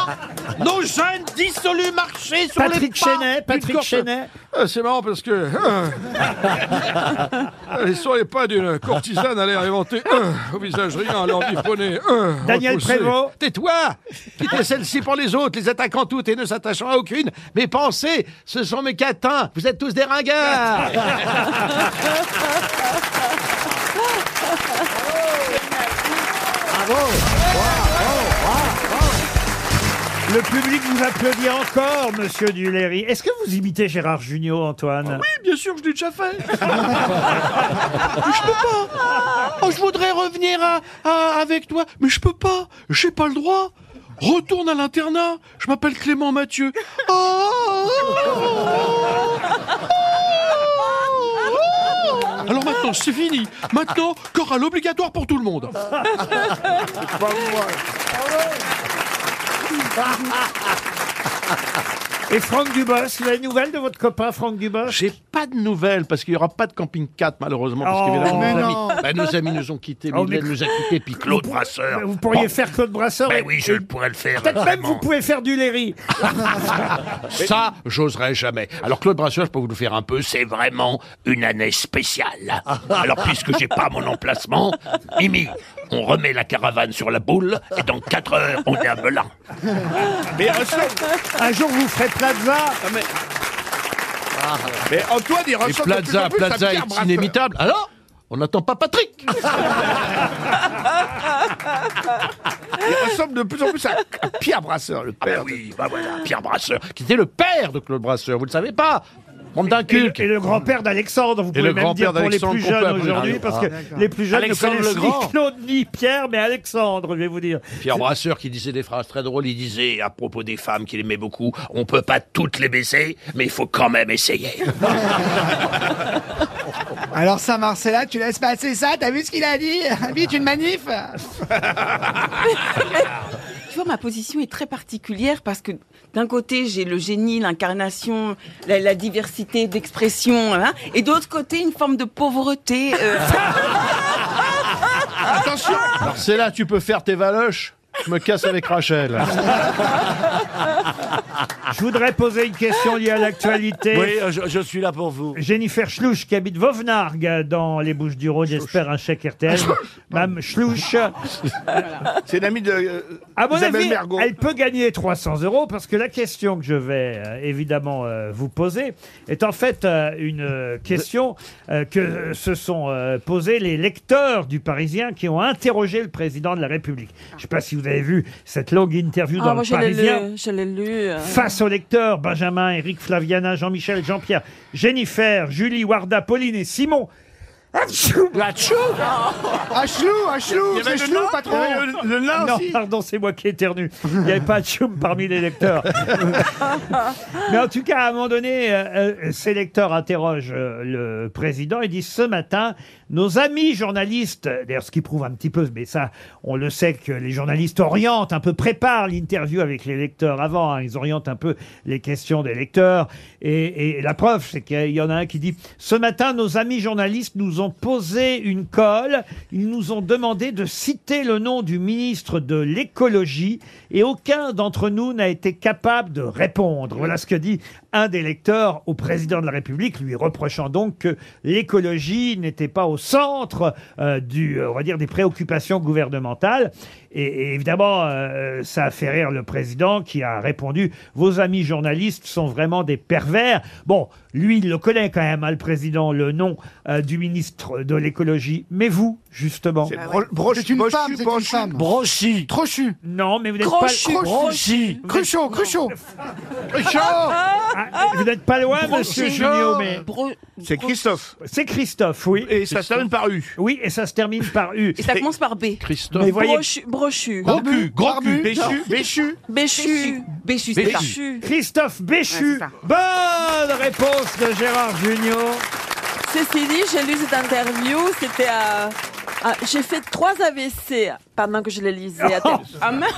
nos jeunes dissolus marcher sur les Patrick pas Chenet, d'une Patrick corde- Chenet. Ah, Euh, C'est marrant parce que hein. euh, l'histoire n'est pas d'une courtisane à l'air inventé hein, euh, au visage rien, à l'ordiphonné. euh, Daniel repoussé. Prévost. hein, Tais-toi Quittez celle-ci pour les autres, les attaquant toutes et ne s'attachant à aucune. Mes pensées, ce sont mes catins. Vous êtes tous des ringards Bravo Le public vous applaudit encore, monsieur Duléry. Est-ce que vous imitez Gérard Junior, Ah Antoine Oui, bien sûr, je l'ai déjà fait. Je peux pas. Oh, je voudrais revenir à- à- avec toi, mais je peux pas. J'ai pas le droit. Retourne à l'internat. Je m'appelle Clément Mathieu. Alors maintenant, c'est fini. Maintenant, chorale obligatoire pour tout le monde. Et Franck Dubos, vous avez des nouvelles de votre copain Franck Dubos J'ai pas de nouvelles parce qu'il n'y aura pas de camping 4 malheureusement parce Oh, qu'évidemment, mais nos, amis, non. bah, nos amis nous ont quittés, Oh, Mylène mais- nous a quittés, puis Claude Brasseur. Vous pourriez faire Claude Brasseur Ben et- oui, je le pourrais le faire. Peut-être même vraiment. vous pouvez faire Duléry. Ça, j'oserais jamais. Alors Claude Brasseur, je peux vous le faire un peu, c'est vraiment une année spéciale. Ah. Alors puisque j'ai pas mon emplacement, Mimi, on remet la caravane sur la boule et dans 4 heures, on est à Melun. Mais un jour, un jour vous ferez Plaza. Mais, mais Antoine, il Et ressemble de plus Plaza, en plus à Plaza Pierre est Brasseur. inimitable. Alors, on n'attend pas Patrick. Ah, Il ressemble de plus en plus à à Pierre Brasseur, Ah, le père. oui, bah voilà, Pierre Brasseur, qui était le père de Claude Brasseur, vous le savez pas Bande d'un Et, le- et le grand-père d'Alexandre, vous Et pouvez le même dire pour grand-père les d'Alexandre plus qu'on peut jeunes appeler. aujourd'hui, Ah, parce que d'accord. les plus jeunes Alexandre ne le connaissent Grand. ni Claude ni Pierre, mais Alexandre, je vais vous dire. Pierre Brasseur qui disait des phrases très drôles, il disait à propos des femmes qu'il aimait beaucoup, on peut pas toutes les baiser, mais il faut quand même essayer. Alors ça, Marcella, tu laisses passer ça T'as vu ce qu'il a dit Vite, une manif Tu vois, ma position est très particulière parce que d'un côté, j'ai le génie, l'incarnation, la, la diversité d'expression, hein, et de l'autre côté, une forme de pauvreté. euh. Attention Marcella, tu peux faire tes valoches Je me casse avec Rachel. Je voudrais poser une question liée à l'actualité. Oui, euh, je, je suis là pour vous. Jennifer Schlouch, qui habite Vauvenargues, dans les Bouches-du-Rhône, j'espère un chèque RTL. Madame Schlouch. Ah. C'est une amie de euh, À mon Isabelle avis, Mergo. elle peut gagner 300 euros parce que la question que je vais euh, évidemment euh, vous poser est en fait euh, une euh, question euh, que euh, se sont euh, posées les lecteurs du Parisien qui ont interrogé le président de la République. Je ne sais pas si vous avez vu cette longue interview dans Ah, moi, le je l'ai Parisien. lu. Je l'ai lu. euh. Face aux lecteurs, Benjamin, Eric, Flaviana, Jean-Michel, Jean-Pierre, Jennifer, Julie, Warda, Pauline et Simon. Achou Achou Achelou, achelou, c'est chelou, patron Ah Non, pardon, c'est moi qui éternue. Il n'y avait pas de choum parmi les lecteurs. Mais en tout cas, à un moment donné, euh, euh, ces lecteurs interrogent euh, le président et disent ce matin, nos amis journalistes, d'ailleurs ce qui prouve un petit peu, mais ça, on le sait que les journalistes orientent, un peu préparent l'interview avec les lecteurs avant, hein, ils orientent un peu les questions des lecteurs. Et, et la preuve, c'est qu'il y en a un qui dit, ce matin, nos amis journalistes nous ont posé une colle, ils nous ont demandé de citer le nom du ministre de l'écologie et aucun d'entre nous n'a été capable de répondre. Voilà ce que dit un des lecteurs au président de la République, lui reprochant donc que l'écologie n'était pas au centre euh, du, euh, on va dire, des préoccupations gouvernementales. Et, et évidemment, euh, ça a fait rire le président qui a répondu Vos amis journalistes sont vraiment des pervers. Bon, lui, il le connaît quand même, hein, le président, le nom euh, du ministre de l'écologie. Mais vous, justement. C'est Bro- Ah Brochu, C'est une Brochu, femme, c'est une Brochu. femme. Brochi. Trochu. Non, mais vous n'êtes pas. Crochu. Brochi. Cruchot, Cruchot. Ah, vous n'êtes pas loin, monsieur Junio, mais. C'est Christophe. C'est Christophe, oui. Et ça se termine par U. Oui, et ça se termine par U. Et ça commence par B. Christophe. Mais voyez, Brochu. Brochu. Gros cul, gros cul. Béchu, Béchu. Béchu. Béchu, c'est ça. Béchu. Christophe Béchu. Ouais, Bonne réponse de Gérard Junior. Ceci dit, j'ai lu cette interview, c'était à Ah, J'ai fait trois AVC pendant que je les lisais. Oh. Attends. Ah, mince.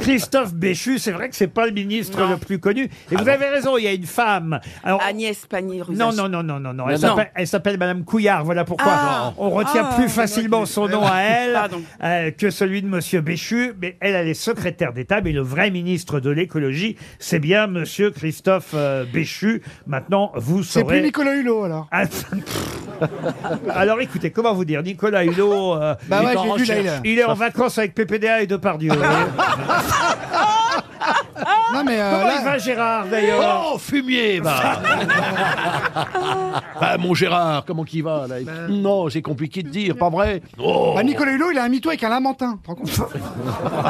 Christophe Béchu, c'est vrai que c'est pas le ministre le plus connu. Et Ah vous avez raison, il y a une femme. Alors, Agnès Pannier-Runacher. non, non, non, non, non, non. Elle Non. s'appelle- elle s'appelle Madame Couillard. Voilà pourquoi Ah. on retient Ah, plus c'est vrai facilement que- son nom à elle Pardon. euh, que celui de Monsieur Béchu. Mais elle, elle est secrétaire d'État, mais le vrai ministre de l'écologie, c'est bien Monsieur Christophe euh, Béchu. Maintenant, vous C'est plus saurez. Nicolas Hulot alors. Ah, Alors écoutez, comment vous dire, Nicolas Hulot, euh, Bah il, ouais, est en j'ai vu, là, recherche. il est- Il est en vacances avec PPDA et Depardieu. vous voyez. Non mais euh, Comment là- il va Gérard d'ailleurs Oh, fumier, bah Bah, mon Gérard, comment qu'il va là Ben. Non, c'est compliqué de dire, pas vrai Oh. Bah, Nicolas Hulot, il a un mytho avec un lamentin. tu te rends compte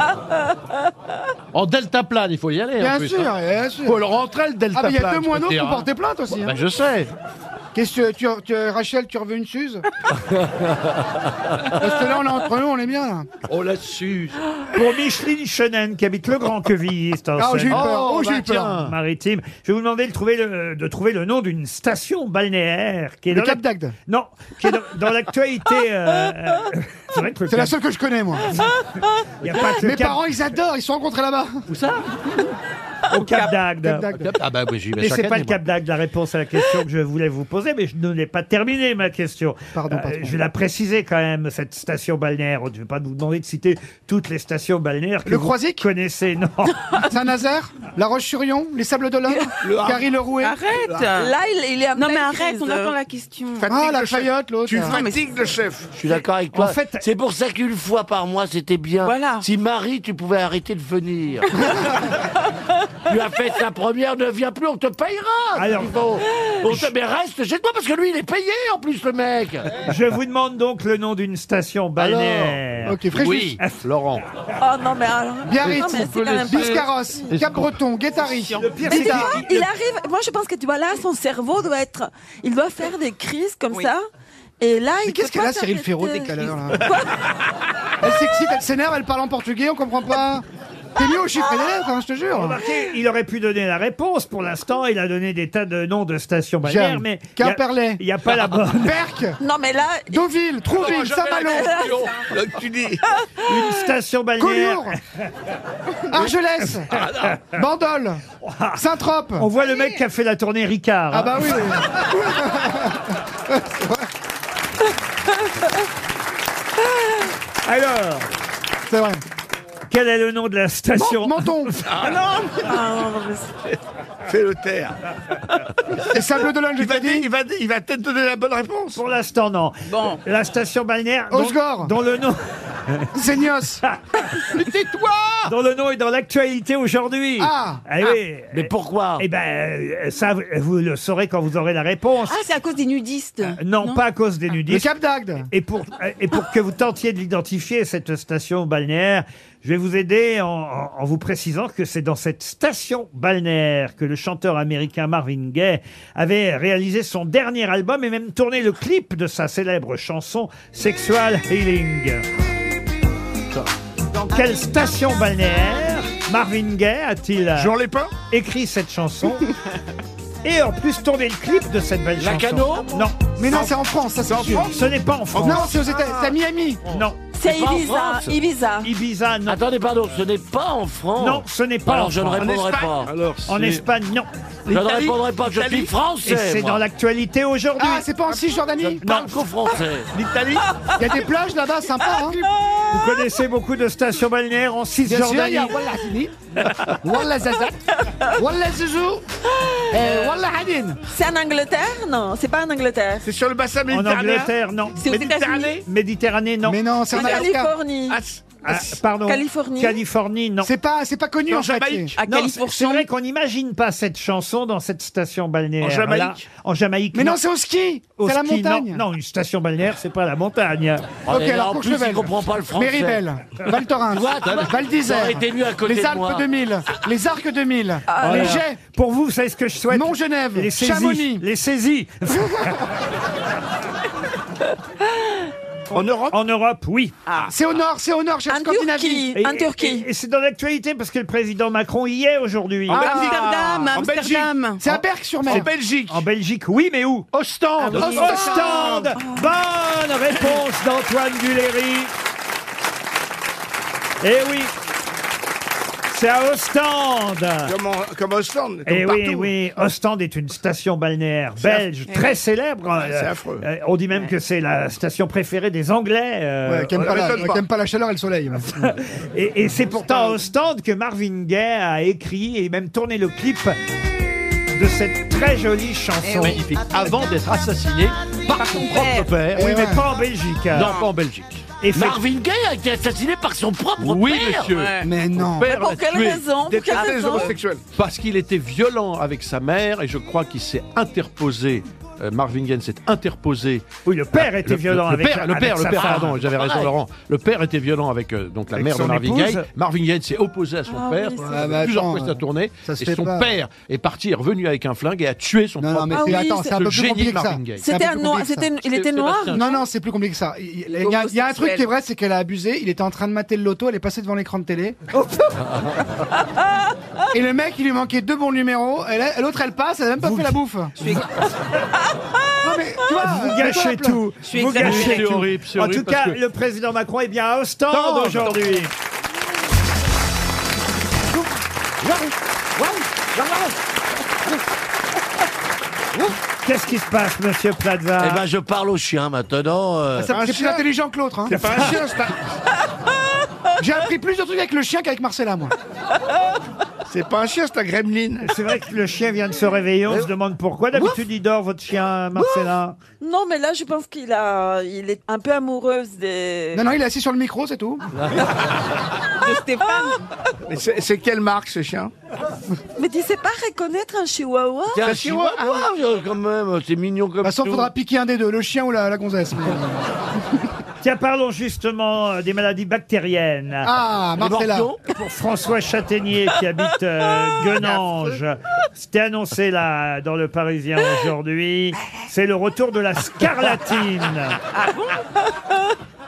En delta plane, il faut y aller. Bien en plus, sûr, hein. bien sûr. Faut le rentrer, le delta Ah, mais il y a plane, deux je peux moineaux te qui dire, ont hein. porté plainte aussi. Bah, hein. je sais. Qu'est-ce que tu, tu- Rachel, tu reveux une suze Parce que là, on est entre nous, on est bien là. Oh là-dessus. Pour Micheline Chenen, qui habite le Grand Queville, c'est en Ah, j'ai eu Seine- peur. Oh, Oh, j'ai eu bah, peur. tiens. Maritime. Je vais vous demander de trouver le, de trouver le nom d'une station balnéaire qui est Le dans la- Cap d'Agde. Non, qui est dans, dans l'actualité. euh, euh, c'est vrai que le C'est la Cap- seule que je connais, moi. Y a pas que le Mes Cap- parents, ils adorent, ils se sont rencontrés là-bas. Où ça au Cap d'Agde. Ah bah oui, j'y vais Mais chaque c'est pas année, le moi. Cap d'Agde la réponse à la question que je voulais vous poser, mais je ne l'ai pas terminée ma question. Euh, je vais la préciser quand même cette station balnéaire. Je ne vais pas vous demander de citer toutes les stations balnéaires que Le vous Croisic connaissez. Non. Saint-Nazaire, La Roche-sur-Yon, les Sables d'Olonne, Har- Carrie le Rouet. Arrête Là, il, est Non, mais arrête, on attend la question. Ah, la Chayotte, l'autre. Tu là. fatigues le chef. Je suis d'accord avec toi. En fait- c'est pour ça qu'une fois par mois, c'était bien. Si Marie, tu pouvais arrêter de venir. tu as fait ta première, ne viens plus, on te payera. Alors- dis donc. on te, mais reste chez toi parce que lui, il est payé en plus, le mec. Je vous demande donc le nom d'une station balnéaire. Ok, Fréjus. Oui, Laurent. Oh non, mais alors. Biarritz, Non, mais c'est quand même pas- Biscarrosse, Cap-Breton, Guétari. Mais tu vois, il arrive. Moi, je pense que tu vois là, son cerveau doit être. Il doit faire des crises comme ça. Et là, il. Qu'est-ce peut qu'elle pas a, Cyril s'arrêter. Ferraud, dès qu'elle est là Elle s'excite, elle s'énerve, elle parle en portugais, on comprend pas. T'es mieux au chiffre des lettres, hein, je te jure. Remarquez, il aurait pu donner la réponse. Pour l'instant, il a donné des tas de noms de stations balnéaires, Jeanne, mais Quimperlé. il n'y a, pas la bonne. Berck, Non, mais là. Deauville, Trouville, Saint-Malo, tu dis. Une station balnéaire. Collioure, Argelès, Ah, Bandol, Saint-Trope. On voit le mec qui a fait la tournée Ricard. Ah hein. bah oui. Alors. C'est vrai. Quel est le nom de la station Menton. Ah Fais le terre. Et Sables d'Olonne, je il va, dire- il va, dire- il va peut-être donner la bonne réponse. Pour l'instant, non. Bon. La station balnéaire. dont- Osgore. Dont le nom. Zénios. Tais-toi Dont le nom est dans l'actualité aujourd'hui. Ah. Eh oui. Mais pourquoi Eh ben, euh, ça, vous- vous le saurez quand vous aurez la réponse. Ah, c'est à cause des nudistes. Euh, Non, pas à cause des Ah. Le nudistes. Cap d'Agde. Et pour, et pour que vous tentiez de l'identifier, cette station balnéaire, je vais vous aider en, en- en vous précisant que c'est dans cette station balnéaire que le chanteur américain Marvin Gaye avait réalisé son dernier album et même tourné le clip de sa célèbre chanson Sexual Healing. Dans quelle station balnéaire Marvin Gaye a-t-il euh, Jean Lépin écrit cette chanson et en plus tourné le clip de cette belle chanson Lacano Non. Mais non, c'est en France, ça c'est sûr. Ce n'est pas en France. Non, c'est aux États, c'est à Miami. Non. C'est pas en Ibiza. France. Ibiza. Ibiza, non. Attendez, pardon, ce n'est pas en France. Non, ce n'est pas Alors, en je ne France. répondrai En pas. Espagne Alors, En c'est- Espagne, non. Je ne L'Italie répondrai pas, je L'Italie suis Et français. c'est moi. dans l'actualité aujourd'hui. Ah, c'est pas en Cisjordanie Je parle qu'aux français. L'Italie Il y a des plages là-bas sympas, Ah, hein Vous connaissez beaucoup de stations balnéaires en Bien sûr, il Cisjordanie. y a Wallah Sini, Wallah Zazat, Wallah Zouzou, Eh, et Wallah Hadin. C'est en Angleterre Non, c'est pas en Angleterre. C'est sur le bassin En méditerranéen Angleterre, non. C'est aux Méditerranée États-Unis. Méditerranée, non. Mais non, c'est En en Alaska. Californie. Ah, c'est- Ah, pardon. Californie. Californie, non. C'est pas, c'est pas connu En en fait. Jamaïque À Non, Californie. c'est c'est vrai qu'on n'imagine pas cette chanson dans cette station balnéaire. En Jamaïque Voilà. En Jamaïque. Mais non, c'est au ski, Au c'est à la ski, non. montagne. Non, une station balnéaire, c'est pas la montagne. Oh, Ok, mais là, alors en plus, Courchevel. il comprend pas le français. Méribel, Val Thorens, What Val d'Isère, Ça aurait été mieux à côté les de Alpes moi. 2000, les Arcs 2000, Ah, les Ah, Ah, Voilà. Jets, Pour vous, c'est ce que je souhaite. Mont-Genève, Les saisies. Chamonix. Les saisies. En Europe En Europe, oui. Ah. C'est au nord, c'est au nord, chez la En Scandinavie. Turquie. En Turquie. Et, et c'est dans l'actualité parce que le président Macron y est aujourd'hui. Ah. Amsterdam, En Belgique. Amsterdam. C'est à Berck-sur-Mer. En Belgique En Belgique, Ah oui, mais où Ostende Ostende Bonne Ah. Bonne réponse d'Antoine Duléry. Eh oui. C'est à Ostende. Comme, en- comme au stand, comme Et Eh oui, partout. oui, Ostende est une station balnéaire C'est belge Eh affreux. très Ouais. célèbre. Ouais, c'est Euh, affreux. euh, on dit même que c'est la station préférée des Anglais. euh, Ouais, qui aime euh, pas, la- m'étonne pas. qui aime pas la chaleur et le soleil. Et, et c'est pourtant à Ostende que Marvin Gaye a écrit et même tourné le clip de cette très jolie chanson. Eh oui. Magnifique. Avant d'être assassiné par son propre père. Oui, Eh mais ouais. pas en Belgique. Non, pas en Belgique. Marvin Gaye a été assassiné par son propre Oui, père. monsieur. Mais non. Père Mais pour l'a quelle tué. raison Pour Détestait quelle les raison homosexuels. Parce qu'il était violent avec sa mère et je crois qu'il s'est interposé. euh, Marvin Gaye s'est interposé. Oui, le père était violent le avec- père, le avec père, le sa père, femme. pardon, j'avais raison, Ouais. Laurent. Le père était violent avec euh, donc la Avec mère de son Marvin épouse. Gaye. Marvin Gaye s'est opposé à son Ah père. oui, c'est euh, vrai. plusieurs Ah bah fois, ça a tourné. ça se Et fait son pas. père est parti, est revenu avec un flingue et a tué son propre mais père. c'est- attends, c'est un peu le plus compliqué génie que ça. Marvin Gaye. C'est un peu plus compliqué que ça. il était noir Sébastien. Non, non, c'est plus compliqué que ça. Il, il- il y a, il y a un truc qui est vrai, c'est qu'elle a abusé. Il était en train de mater le loto, elle est passée devant l'écran de télé. Et le mec, il lui manquait deux bons numéros. Et là, l'autre, elle passe, elle a même pas fait la bouffe. Non, mais, tu Ah, vois, Vous c'est toi gâchez la tout. plainte. Vous gâchez C'est tout. horrible, c'est en tout horrible, cas, parce que- le président Macron est bien à Pardon, Ostende aujourd'hui. Qu'est-ce qui se passe, monsieur Plaza Ah, Eh ben, je parle au chien maintenant. euh. Ah, Ça, c'est plus intelligent que l'autre. hein. C'est pas un chien, J'ai appris plus de trucs avec le chien qu'avec Marcella, moi. C'est pas un chien, c'est un gremlin. C'est vrai que le chien vient de se réveiller. Euh, On se demande pourquoi. D'habitude, il dort, votre chien, Marcella. Non, mais là, je pense qu'il a, il est un peu amoureuse des. Non, non, il est assis sur le micro, c'est tout. de Stéphane. Mais c'est c'est quelle marque ce chien Mais tu sais pas reconnaître un chihuahua C'est un chihuahua, hein. euh, quand même, c'est mignon comme De toute façon, tout. Bah, faudra piquer un des deux, le chien ou la, la gonzesse. mais- Tiens, parlons justement euh, des maladies bactériennes. Ah, Marcella. Les morpions Pour François Châtaignier qui habite euh, Guenange. C'était annoncé là, dans le Parisien aujourd'hui. C'est le retour de la scarlatine. Ah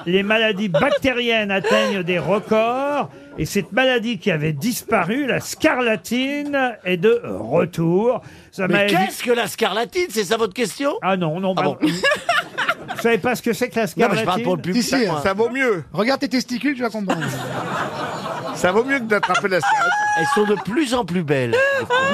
Les maladies bactériennes atteignent des records. Et cette maladie qui avait disparu, la scarlatine, est de retour. Ça m'a Mais évi- qu'est-ce que la scarlatine C'est ça votre question Ah non, non, pardon. Vous savez pas ce que c'est que la Non, mais scarlatine je parle pour le public. Si, si, moi. ça vaut mieux. Regarde tes testicules, tu vas comprendre. Ça vaut mieux que d'attraper la scarlatine. Elles sont de plus en plus belles.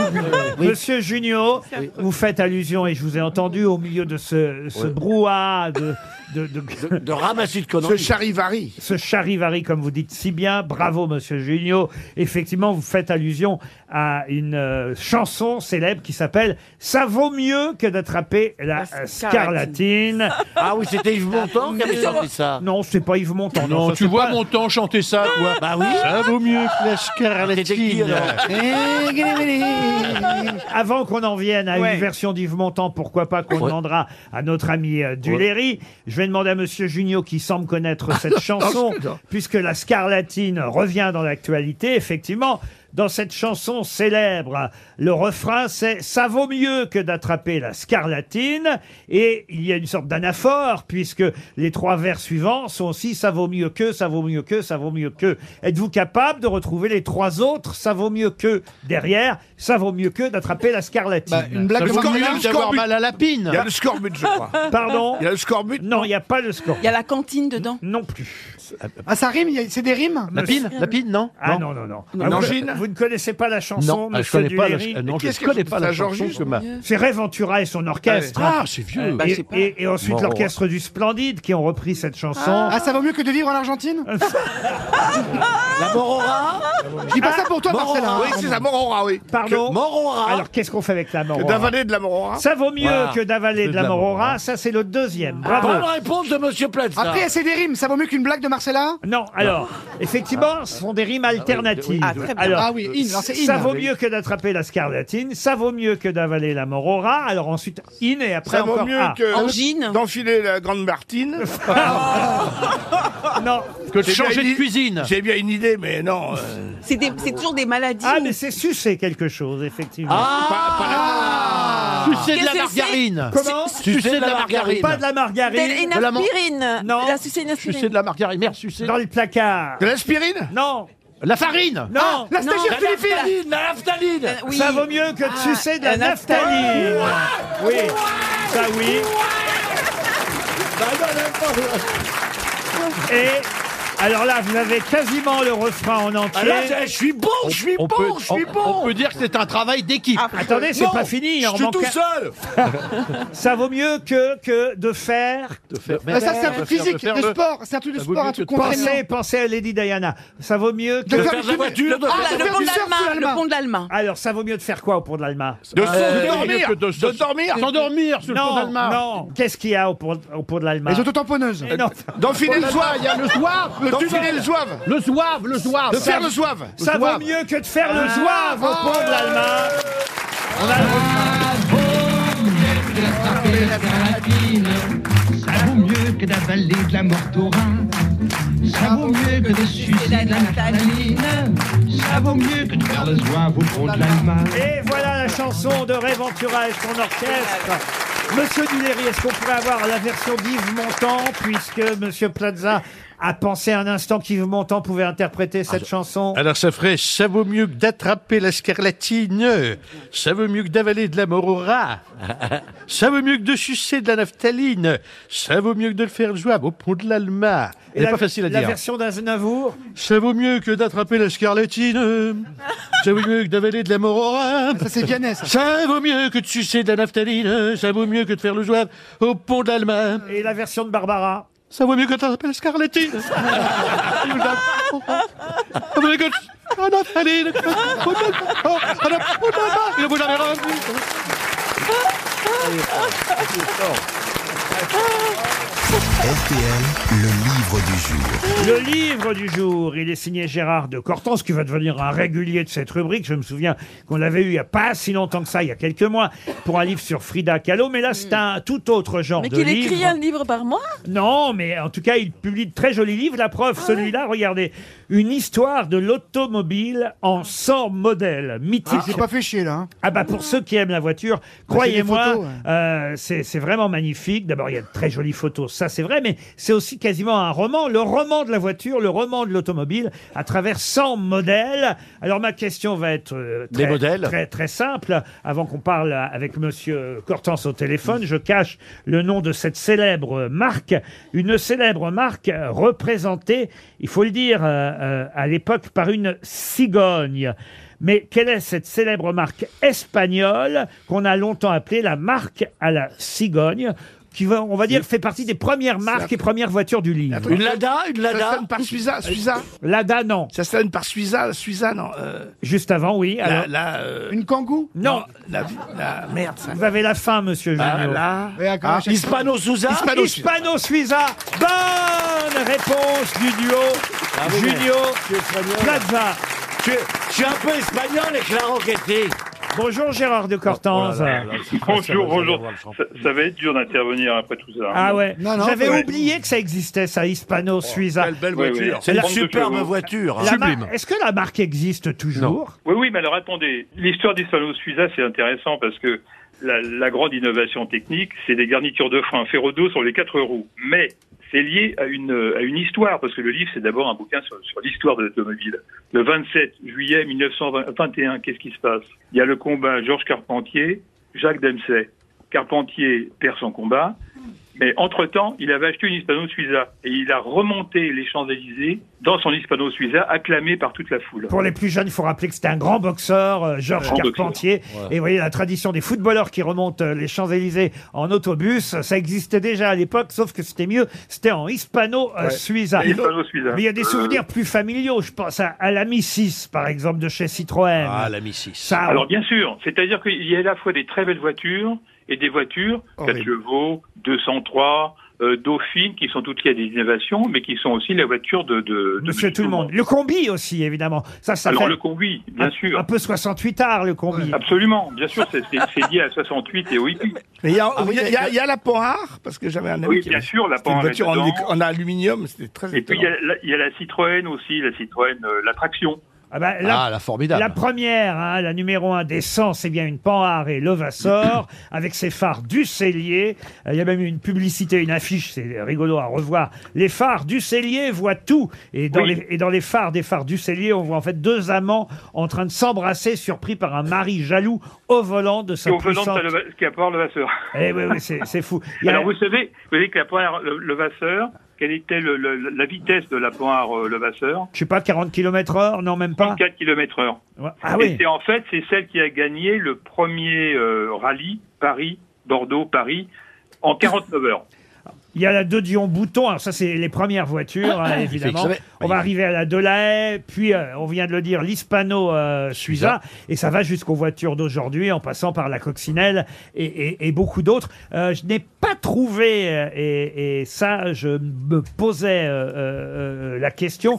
Monsieur Junio, vous faites allusion, et je vous ai entendu au milieu de ce, ce Ouais. brouhaha de... De, ramassis de conneries. Ce charivari. Ce charivari, comme vous dites si bien. Bravo, monsieur Junio. Effectivement, vous faites allusion à une euh, chanson célèbre qui s'appelle « Ça vaut mieux que d'attraper la, euh, scarlatine ». Ah oui, c'était Yves Montand qui avait chanté ça. Non, c'est pas Yves Montand. Non, ça, tu c'est vois pas- mon temps chanter ça, toi. Bah oui. Ça vaut mieux que la C'était qui, scarlatine. alors Avant qu'on en vienne à Ouais. une version d'Yves Montand, pourquoi pas qu'on demandera à notre ami euh, Duléry, je vais demander à Monsieur Junio qui semble connaître cette chanson, puisque la scarlatine revient dans l'actualité, effectivement. Dans cette chanson célèbre, le refrain c'est ⁇ ça vaut mieux que d'attraper la scarlatine ⁇ et il y a une sorte d'anaphore, puisque les trois vers suivants sont aussi ⁇ ça vaut mieux que ⁇ ça vaut mieux que ⁇ ça vaut mieux que ⁇ Êtes-vous capable de retrouver les trois autres ⁇ ça vaut mieux que ⁇ derrière ⁇ ça vaut mieux que ⁇ d'attraper la scarlatine Bah, une blague de Marcella d'avoir mal à la pine. Il y a le scorbut, je crois. Pardon Il y a le scorbut Non, il n'y a pas le scorbut. Il y a la cantine dedans Non plus. Ah, ça rime il y a- C'est des rimes La pine La pine, non Ah non, non, non. Non. Ah, vous- Angine vous, ne connaissez pas la chanson, Non, ah, je monsieur connais pas la- Duléry euh, non, je Qu'est-ce que connais c'est pas la ça, chanson Georgie que ma- C'est Ray Ventura et son orchestre. Ah, c'est vieux. Et- Bah, c'est pas- et, et ensuite Bon. l'orchestre du Splendide qui ont repris cette chanson. Ah, ça vaut mieux que de vivre en Argentine La Morora Je dis pas ça pour toi, Morora. Marcella. Oui, c'est ça, Morora, oui. Pardon Que- Morora. Alors qu'est-ce qu'on fait avec la Que Morora d'avaler de la Morora. Ça vaut mieux Voilà. que d'avaler de la Morora, ça c'est le deuxième. Bravo. Bonne réponse de Monsieur Plaza. Après, c'est des rimes. Ça vaut mieux qu'une blague de Marcella Non, alors, effectivement, ce sont des rimes alternatives. Ah, très bien. Alors, Ah oui, in, alors c'est in. Ça vaut Oui. mieux que d'attraper la scarlatine, ça vaut mieux que d'avaler la morora, alors ensuite in et après Ça encore vaut mieux A. que d'enfiler la grande Martine. Ah. Non. Que de changer de cuisine. J'ai bien une idée, mais non. euh, C'est des- c'est toujours des maladies. Ah, Ah, mais c'est sucer quelque chose, effectivement. Sucer de Qu'est-ce que la c'est margarine. Comment Sucer de la margarine. Pas de la De- margarine. une De la man- aspirine. Non. Il a sucé une aspirine. Sucer de la margarine. Merde, sucer. Dans le placard. De l'aspirine Non. La farine. Non. La stagiaire Philippine La naphtaline Euh, Euh, Ça vaut mieux que de sucer de la naphtaline. Oui. Ça oui. Bah non, la naphtaline, Et alors là, vous avez quasiment le refrain en entier. Ah là, je- je suis bon, je suis bon, je suis bon. On peut dire que c'est un travail d'équipe. Ah, Ah, attendez, c'est Non, pas fini. je il en suis manque tout un. seul. Ça vaut mieux que, que de faire. De faire Mais Euh, ça, c'est un truc physique, de sport. C'est un truc de sport, un truc contraignant. Pensez, pensez à Lady Diana. Ça vaut mieux que De faire faire du la voiture, de Ah, faire le du pont de surf sous l'Allemagne, l'Allemagne. le pont de l'Allemagne. Alors, ça vaut mieux de faire quoi au pont de l'Allemagne Euh, De s'endormir. De s'endormir. S'endormir sur le Non, pont de l'Allemagne. Non, qu'est-ce qu'il y a au pont, au pont de l'Allemagne Les Eh autotamponneuses. Non. D'enfiler le zouave, il y a le zouave, le tufiler le zouave. Le zouave, le zouave. De faire le zouave. Ça Le vaut zouave. mieux que de faire le Ah. zouave au pont de l'Allemagne. On a le Ça vaut mieux que d'avaler de la mortorin. Ça Ah, vaut mieux que de sucer de la naphtaline. Ça vaut mieux que de faire le zouave au pont de l'Allemagne. Et voilà la chanson de Ray Ventura et son orchestre. Monsieur Duléry, est-ce qu'on pourrait avoir la version d'Yves Montand, puisque Monsieur Plaza a pensé un instant qu'Yves Montand pouvait interpréter Ah, cette chanson Alors ça ferait ça vaut mieux que d'attraper la scarlatine, ça vaut mieux que d'avaler de la morora, ça vaut mieux que de sucer de la naphtaline, ça vaut mieux que de le faire jouable au pont de l'Alma. Et Elle est la- pas facile à la dire. version d'Aznavour Ça vaut mieux que d'attraper la scarlatine, ça vaut mieux que d'avaler de la Ah, morora. Ça, c'est Vianney, ça. vaut mieux que de sucer de la naphtaline, ça vaut mieux que de faire le jouable au pont de l'Alma. Et la version de Barbara Ça vaut mieux que d'attraper la scarlatine. Ça vaut mieux que de- Ah, Nathalie, le- Oh, ah, non, oh, non, non, il vous l'avez rendu. Ah, RTL, le livre du jour. Le livre du jour, il est signé Gérard de Cortance, qui va devenir un régulier de cette rubrique. Je me souviens qu'on l'avait eu il n'y a pas si longtemps que ça, il y a quelques mois, pour un livre sur Frida Kahlo. Mais là, c'est un tout autre genre Hmm. Mais de qu'il livre. écrit un livre par mois Non, mais en tout cas, il publie de très jolis livres. La preuve, Ah celui-là, regardez. Une histoire de l'automobile en 100 modèles. Mythique. Ah, c'est pas fait chier, là. hein. Ah bah pour ceux qui aiment la voiture, Bah, c'est des croyez-moi, photos, ouais. euh, c'est c'est vraiment magnifique. D'abord, il y a de très jolies photos, ça c'est vrai, mais c'est aussi quasiment un roman, le roman de la voiture, le roman de l'automobile, à travers 100 modèles. Alors ma question va être euh, Des très, modèles très très simple. Avant qu'on parle avec Monsieur Cortance au téléphone, je cache le nom de cette célèbre marque, une célèbre marque euh, représentée, il faut le dire, euh, euh, à l'époque par une cigogne. Mais quelle est cette célèbre marque espagnole qu'on a longtemps appelée la marque à la cigogne qui, va, on va dire, fait partie des premières marques et premières voitures du livre. Une Lada, Une Lada Ça sonne par Suiza, Suiza. Lada, non. Ça sonne par Suiza, Suiza, non. euh, Juste avant, oui. la- alors. la, euh, Une kangou non. la, Ah, la- merde, ça. Vous avez la fin, monsieur Bah, Ah, Junio. là. Ouais, à quoi, à chaque fois Hispano-Suiza. Hispano- Hispano-Suiza. Bonne réponse du duo Ah, oui, mais Junio tu es espagnol. Plaza. Je, je suis un peu espagnol et Clara Roquetti. Bonjour Gérard Oh, de Cortance. Bonjour, bonjour. Ça, ça va être dur d'intervenir après tout ça. Ah ouais. J'avais Ouais. oublié que ça existait, ça, Oh, Hispano-Suiza. belle Oui, voiture. oui. La- hein. Trente-deux chevaux. La Sublime. marque- Est-ce que la marque existe toujours Oui, oui, mais alors attendez. L'histoire d'Hispano Suiza, c'est intéressant parce que la, la grande innovation technique, c'est des garnitures de frein ferrodo sur les quatre roues. Mais c'est lié à une, euh, à une histoire, parce que le livre, c'est d'abord un bouquin sur, sur l'histoire de l'automobile. Le 27 juillet 1921, qu'est-ce qui se passe Il y a le combat Georges Carpentier, Jacques Dempsey. Carpentier perd son combat, mais entre-temps, il avait acheté une Hispano Suiza et il a remonté les Champs-Élysées dans son Hispano Suiza, acclamé par toute la foule. Pour les plus jeunes, il faut rappeler que c'était un grand boxeur, euh, Georges Grand boxeur. Carpentier. Ouais. Et vous voyez, la tradition des footballeurs qui remontent euh, les Champs-Élysées en autobus, ça existait déjà à l'époque, sauf que c'était mieux, c'était en hispano-suiza. Ouais. Hispano-Suiza. Mais il y a des Euh. souvenirs plus familiaux, je pense à, à l'ami 6, par exemple, de chez Citroën. Ah, l'ami 6. Alors bien sûr, c'est-à-dire qu'il y a à la fois des très belles voitures et des voitures, Oh 4 chevaux, 203, euh, Dauphine, qui sont toutes liées à des innovations, mais qui sont aussi la voiture de... de, de Monsieur tout le monde. Le combi aussi, évidemment. Ça, ça Alors fait Ah. le combi, bien un, sûr. un peu 68 art, le combi. Absolument, bien sûr, c'est- c'est c'est lié à 68 et au hippie. Mais il y, a- Ah oui, il y a- il y a- il y a la Panhard, parce que j'avais un ami Oui, qui bien avait- sûr, la c'était une Panhard est voiture en, dedans. en aluminium, c'était très Et puis il étonnant. y, a la- il y a la Citroën aussi, la Citroën, euh, la traction. Ah, bah, la, Ah, la formidable. La première, hein, la numéro un des 100, c'est bien une Panhard et Levasseur, avec ses phares du Cellier. Euh, Il y a même eu une publicité, une affiche, c'est rigolo à revoir. Les phares du Cellier voient tout. Et dans, Oui. les, et dans les phares des phares du Cellier, on voit en fait deux amants en train de s'embrasser, surpris par un mari jaloux au volant de sa Et au venant de puissante... sa leva- qui apporte Levasseur. Eh oui, oui, c'est c'est fou. Il y a- Alors vous savez, vous savez que la Panhard le- Levasseur, quelle était le- le- la vitesse de la Panhard euh, Levasseur Je sais pas, 40 km heure, non, même pas. 4 km heure. Ah et oui. c'est en fait, c'est celle qui a gagné le premier euh, rallye Paris-Bordeaux-Paris en 49 heures. Il y a la de Dion Bouton, alors ça c'est les premières voitures hein, évidemment. Magnifique, ça On va arriver à la Delahaye, puis euh, on vient de le dire l'Hispano euh, Suiza, et ça va jusqu'aux voitures d'aujourd'hui en passant par la Coccinelle et, et- et beaucoup d'autres. Euh, je n'ai pas trouvé euh, et, et ça je me posais euh, euh, euh, la question.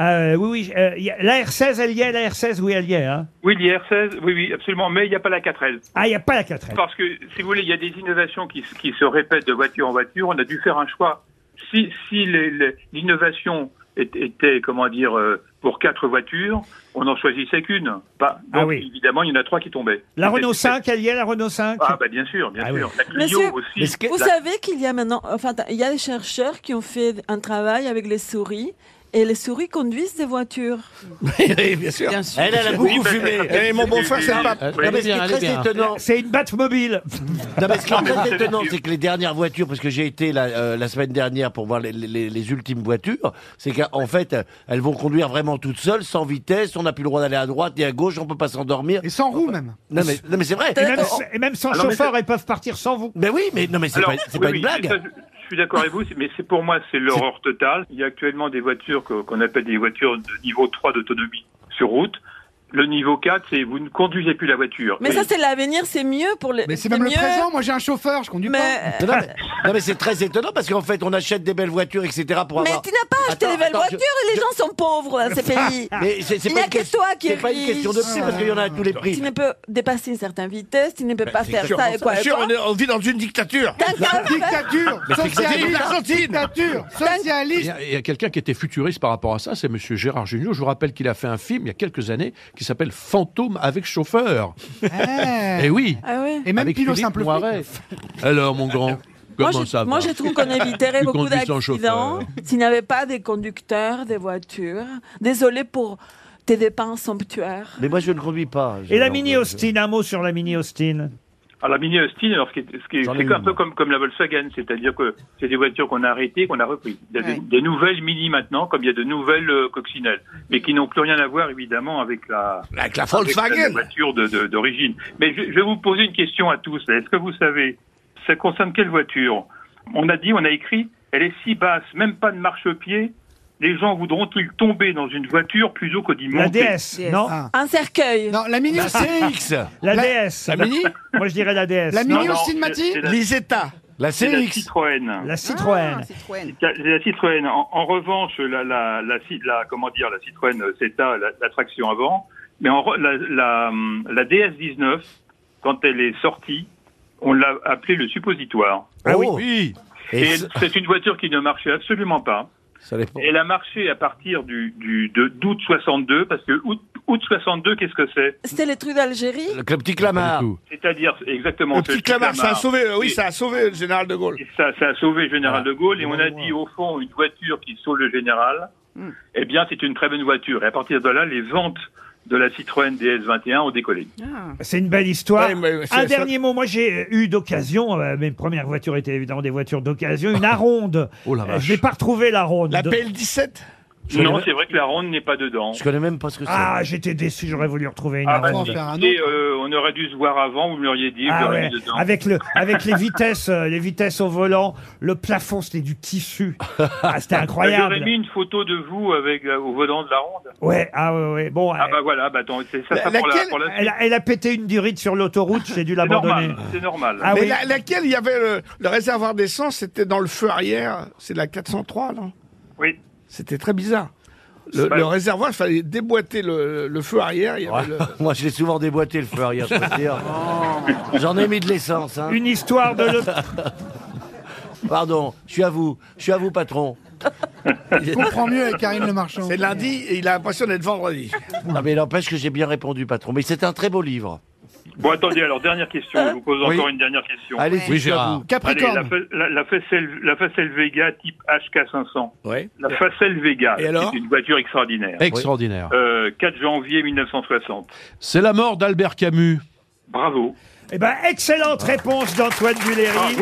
Euh, oui oui, euh, il y a- la R16 elle y est, la R16 oui elle y est. hein. Oui, l'IR-16, oui, oui, absolument, mais il n'y a pas la 4L. Ah il n'y a pas la 4 Parce que, si vous voulez, il y a des innovations qui, se- qui se répètent de voiture en voiture. On a dû faire un choix. Si, si les- les- l'innovation est- était, comment dire, euh, pour quatre voitures, on en choisissait qu'une. Pas. Donc, Ah oui. évidemment, il y en a trois qui tombaient. La Renault 5 elle y est, la Renault 5. Ah, bah, bien sûr, bien sûr. La Clio Monsieur, aussi. vous La- savez qu'il y a maintenant, enfin, il y a des chercheurs qui ont fait un travail avec les souris et les souris conduisent des voitures. bien sûr. Elle, elle a beaucoup fumé. Et mon beau-frère, c'est Euh, pas. Non, mais ce qui est très étonnant. C'est une batte mobile. Non, mais ce qui est très étonnant, c'est que les dernières voitures, parce que j'ai été la, euh, la semaine dernière pour voir les, les- les ultimes voitures, c'est qu'en fait, euh, elles vont conduire vraiment toutes seules, sans vitesse, on n'a plus le droit d'aller à droite et à gauche, on peut pas s'endormir. Et sans roue même. Non, mais, non, mais c'est vrai. Et même, et même sans chauffeur, elles peuvent partir sans vous. Mais oui, mais non, mais c'est Alors, pas, c'est oui, pas oui, une blague. ça, je- je suis d'accord avec vous, c'est- mais c'est pour moi, c'est l'horreur totale. Il y a actuellement des voitures que- qu'on appelle des voitures de niveau 3 d'autonomie sur route. Le niveau 4, c'est vous ne conduisez plus la voiture. Mais Et- ça, c'est l'avenir, c'est mieux pour les. Mais c'est même le mieux. euh, présent. Moi, j'ai un chauffeur, je conduis pas. Non, mais, non, mais c'est très étonnant parce qu'en fait, on achète des belles voitures, etc. pour Mais avoir. tu n'as pas acheté bah, Attends, les belles attends, voitures je- et les je- gens sont pauvres dans ces pays. Mais c'est- c'est Il pas n'y a une que question- toi qui c'est es pas une question de riche. prix, parce qu'il y en a à tous les prix. Tu ne peux dépasser une certaine vitesse, tu ne peux Bah, pas c'est faire sûr, ça et quoi. et Sûr, quoi. on, est- on vit dans une dictature. T'as qu'à faire- Dictature, Mais c'est socialiste, exactement- dictature, socialiste. Il y a, Eh il y a quelqu'un qui était futuriste par rapport à ça, c'est Monsieur Gérard Junior. Je vous rappelle qu'il a fait un film il y a quelques années qui s'appelle Fantôme avec chauffeur. Eh oui. Ah Et même Avec Pilo Philippe Simple Moiret. Alors mon grand, comment moi, je, ça va moi, je trouve qu'on éviterait Tu beaucoup conduis sans d'accidents chauffeur. s'il n'y avait pas des conducteurs, des voitures. Désolé pour tes dépenses somptuaires. Mais moi, je ne conduis pas. Et la Mini Austin, un mot sur la Mini Austin. Alors, la Mini Austin, alors, ce qui est- ce qui est- J'en ai c'est un une. peu comme, comme la Volkswagen, c'est-à-dire que c'est des voitures qu'on a arrêtées, qu'on a reprises. Il y a des, des nouvelles Mini maintenant, comme il y a de nouvelles euh, coccinelles, mais qui n'ont plus rien à voir, évidemment, avec la, Avec la Volkswagen. la voiture de- de- d'origine. Mais je, je vais vous poser une question à tous. là. Est-ce que vous savez, ça concerne quelle voiture On a dit, on a écrit, elle est si basse, même pas de marchepied, les gens voudront-ils tomber dans une voiture plutôt que d'y monter La DS, non Un cercueil. Non, la Mini La Austin. CX. Ah, La, DS. la Mini Moi, je dirais la DS. La Non, Mini non, Austin, c'est- Mati c'est la- Lisetta. La La CX. Citroën. La Citroën. La, la Citroën. En, en revanche, la, la, la, Ci- la- comment dire, la Citroën euh, Zeta, la, la traction avant. Mais en, re- la, la, hum, la DS19, quand elle est sortie, on l'a appelée le suppositoire. Ah Oh. oui. Et, Et ça- c'est une voiture qui ne marchait absolument pas. ça dépend. Elle a marché à partir du, du, de- d'août 62, parce que août, août 62, qu'est-ce que c'est C'était les trucs d'Algérie. Le petit clamart. C'est-à-dire, exactement. Le ce- petit ce clamart, ça a sauvé, euh, oui, Et- ça a sauvé le général de Gaulle. Ah, ça, ça a sauvé le général de Gaulle et on a dit au fond une voiture qui sauve le général, eh bien c'est une très bonne voiture. Et à partir de là, les ventes de la Citroën DS21 ont décollé. C'est une belle histoire. Ah. Ouais, mais c'est- un ça- dernier mot. Moi, j'ai eu d'occasion, euh, mes premières voitures étaient évidemment des voitures d'occasion, une Aronde. Oh la Euh, vache. Je n'ai pas retrouvé la Ronde. La PL17 Non, c'est vrai que la ronde n'est pas dedans. Je connais même pas ce que c'est. Ah, j'étais déçu, j'aurais voulu retrouver une Ah, bah, Aronde. si, écoutez, euh, on aurait dû se voir avant, vous me l'auriez dit, hein. Ah vous l'auriez ouais, mis dedans. avec le avec les vitesses euh, les vitesses au volant, le plafond c'était du tissu. Ah, c'était incroyable. J'aurais mis Bah, une photo de vous avec, euh, au volant de la ronde. Ouais, ah ouais, ouais. Bon, Ah bah voilà, bah, attends, c'est ça, ça pour la, pour la suite. elle, a, elle a pété une durite sur l'autoroute, j'ai dû C'est l'abandonner. normal, c'est normal. Ah mais oui. la- laquelle il y avait le, le réservoir d'essence, c'était dans le feu arrière, c'est la 403, non Oui. C'était très bizarre. Le, C'est pas- le réservoir, il fallait déboîter le, le feu arrière. il y avait le- Moi, je l'ai souvent déboîté le feu arrière, je peux te dire. J'en ai mis de l'essence. hein. Une histoire de le- Pardon, je suis à vous, je suis à vous, patron. Je comprends mieux avec Karine Le Marchand. C'est lundi et il a l'impression d'être vendredi. Non, mais n'empêche que j'ai bien répondu, patron. Mais c'est un très beau livre. Bon, attendez, alors, dernière question. Je vous pose Oui. encore une dernière question. Allez-y, Oui, Gérard. Gérard. Capricorne. Allez, la, fa- la- la facelle, la facelle Vega type HK500. La facelle Vega, Et alors c'est une voiture extraordinaire. Extraordinaire. Euh, 4 janvier 1960. C'est la mort d'Albert Camus. Bravo. Eh ben, excellente réponse d'Antoine Duléry.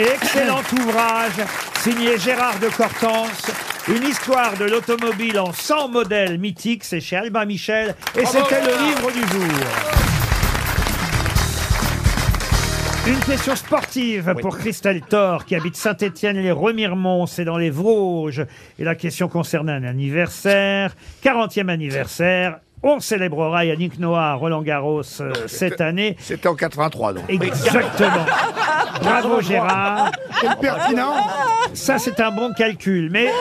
excellent ouvrage signé Gérard de Cortance. Une histoire de l'automobile en 100 modèles mythiques. C'est chez Albin Michel. Et Bravo, c'était le Gérard. livre du jour. Une question sportive pour Christelle Thor, qui habite Saint-Étienne-les-Remiremont, c'est dans les Vosges. Et la question concerne un anniversaire, 40e anniversaire. On célébrera Yannick Noah à Roland-Garros euh, cette année. C'était en 83, donc. Exactement. Bravo Gérard. Quelle pertinence. Ça, c'est un bon calcul, mais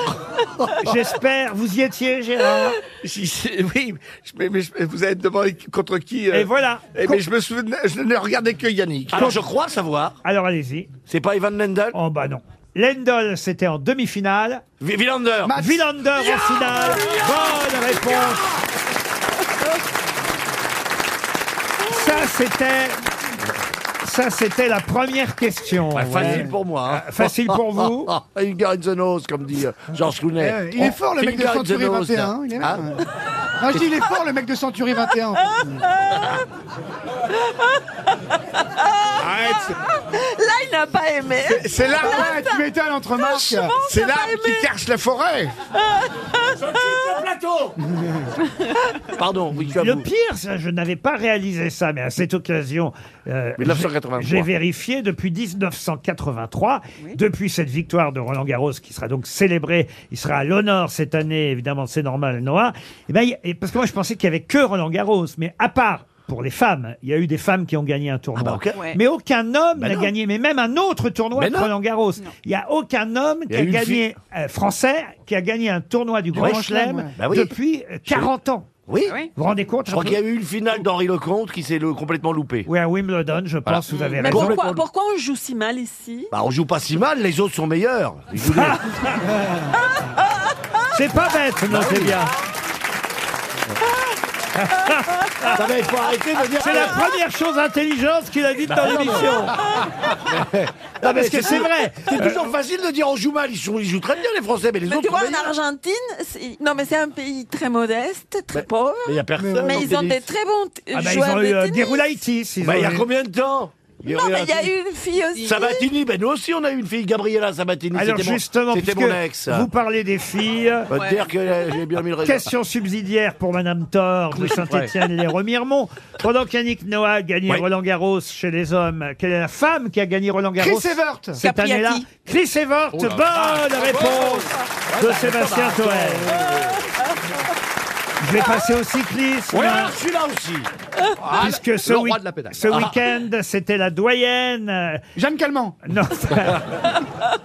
j'espère, vous y étiez, Gérard Ah. Si, si, oui, je- mais, mais je- vous avez demandé contre qui Et voilà. Eh, mais je me souvenais, je ne regardais que Yannick. Alors, je crois savoir. Alors allez-y. C'est pas Ivan Lendl Oh bah non. Lendl, c'était en demi-finale. Villander. Villander en finale. Bonne réponse. Ça, c'était. Ça, c'était la première question. Bah, facile Ouais. pour moi. hein. Ah, Ah, Facile pour vous. Une garde de nose, comme dit euh, Georges Clounet. Oh, Eh, il est fort, le Une mec de garde Century nose, 21, là. hein, il est Ah. Non, je dis, il est fort, le mec de Century 21. en fait. Là, il n'a pas aimé. C'est- c'est l'arbre, Là, ouais, t'as- tu m'étonnes, entre marques. franchement, C'est t'as pas l'arbre qui aimé. cache la forêt. Pardon, oui, tu as Le vous. pire, ça, je n'avais pas réalisé ça, mais à cette occasion, euh, 1983. j'ai vérifié depuis 1983, depuis cette victoire de Roland Garros qui sera donc célébrée, il sera à l'honneur cette année, évidemment, c'est normal, Noah. Et ben, il- et parce que moi, je pensais qu'il y avait que Roland Garros, mais à part. Pour les femmes, il y a eu des femmes qui ont gagné un tournoi. Ah bah, ok. Ouais. Mais aucun homme Bah n'a non. gagné, mais même un autre tournoi Mais que non. Roland Garros. Il n'y a aucun homme Il y qui a a, une gagné, fille. euh, français, qui a gagné un tournoi du Grand Grand Chelem, Chelem ouais. Bah oui. depuis euh, 40 ans. Oui. Vous vous rendez compte Je crois un peu qu'il y a eu une finale d'Henri Lecomte qui s'est le- complètement loupée. Oui, à Wimbledon, je pense, vous avez Mais raison. pourquoi, pourquoi on joue si mal ici Bah, on joue pas si mal, les autres sont meilleurs. Ils jouent bien. C'est pas bête, Bah non, c'est bien. Ah, Non, mais il faut arrêter de dire C'est que- la ah. première chose intelligente qu'il a dite Bah, dans l'émission. Non, parce que c'est vrai. Euh, C'est toujours facile de dire on joue mal. Ils jouent, ils jouent très bien, les Français, mais les Mais autres tu vois, sont en meilleurs. Argentine, c'est- non, mais c'est un pays très modeste, très pauvre. mais y a personne Mais au ils ont tennis. des très bons t- Ah bah, ils joueurs ont de eu, euh, tennis. Déroulaitis. ils Bah, ont il y a eu- combien de temps Non, mais il y a eu une fille aussi. Sabatini, ben nous aussi on a eu une fille, Gabriela Sabatini. Alors c'était mon- justement, c'était puisque mon ex. vous parlez des filles. Faut te dire que euh, j'ai bien mis le réseau. Question subsidiaire pour Madame Thor de Oui, Saint-Étienne les Remiremont. Pendant qu'Yannick Noah a gagné Ouais. Roland Garros chez les hommes, quelle est la femme qui a gagné Roland Garros Chris Evert. cette Capriati. année-là Chris Evert, Oh là bonne là. réponse de Ah, Sébastien bah, Toer. Je vais passer au cyclisme. Ouais, alors, je suis là aussi. Ah, Puisque ce, le roi week- de la pédale. ce Ah. week-end, c'était la doyenne. Jeanne Calment. Non.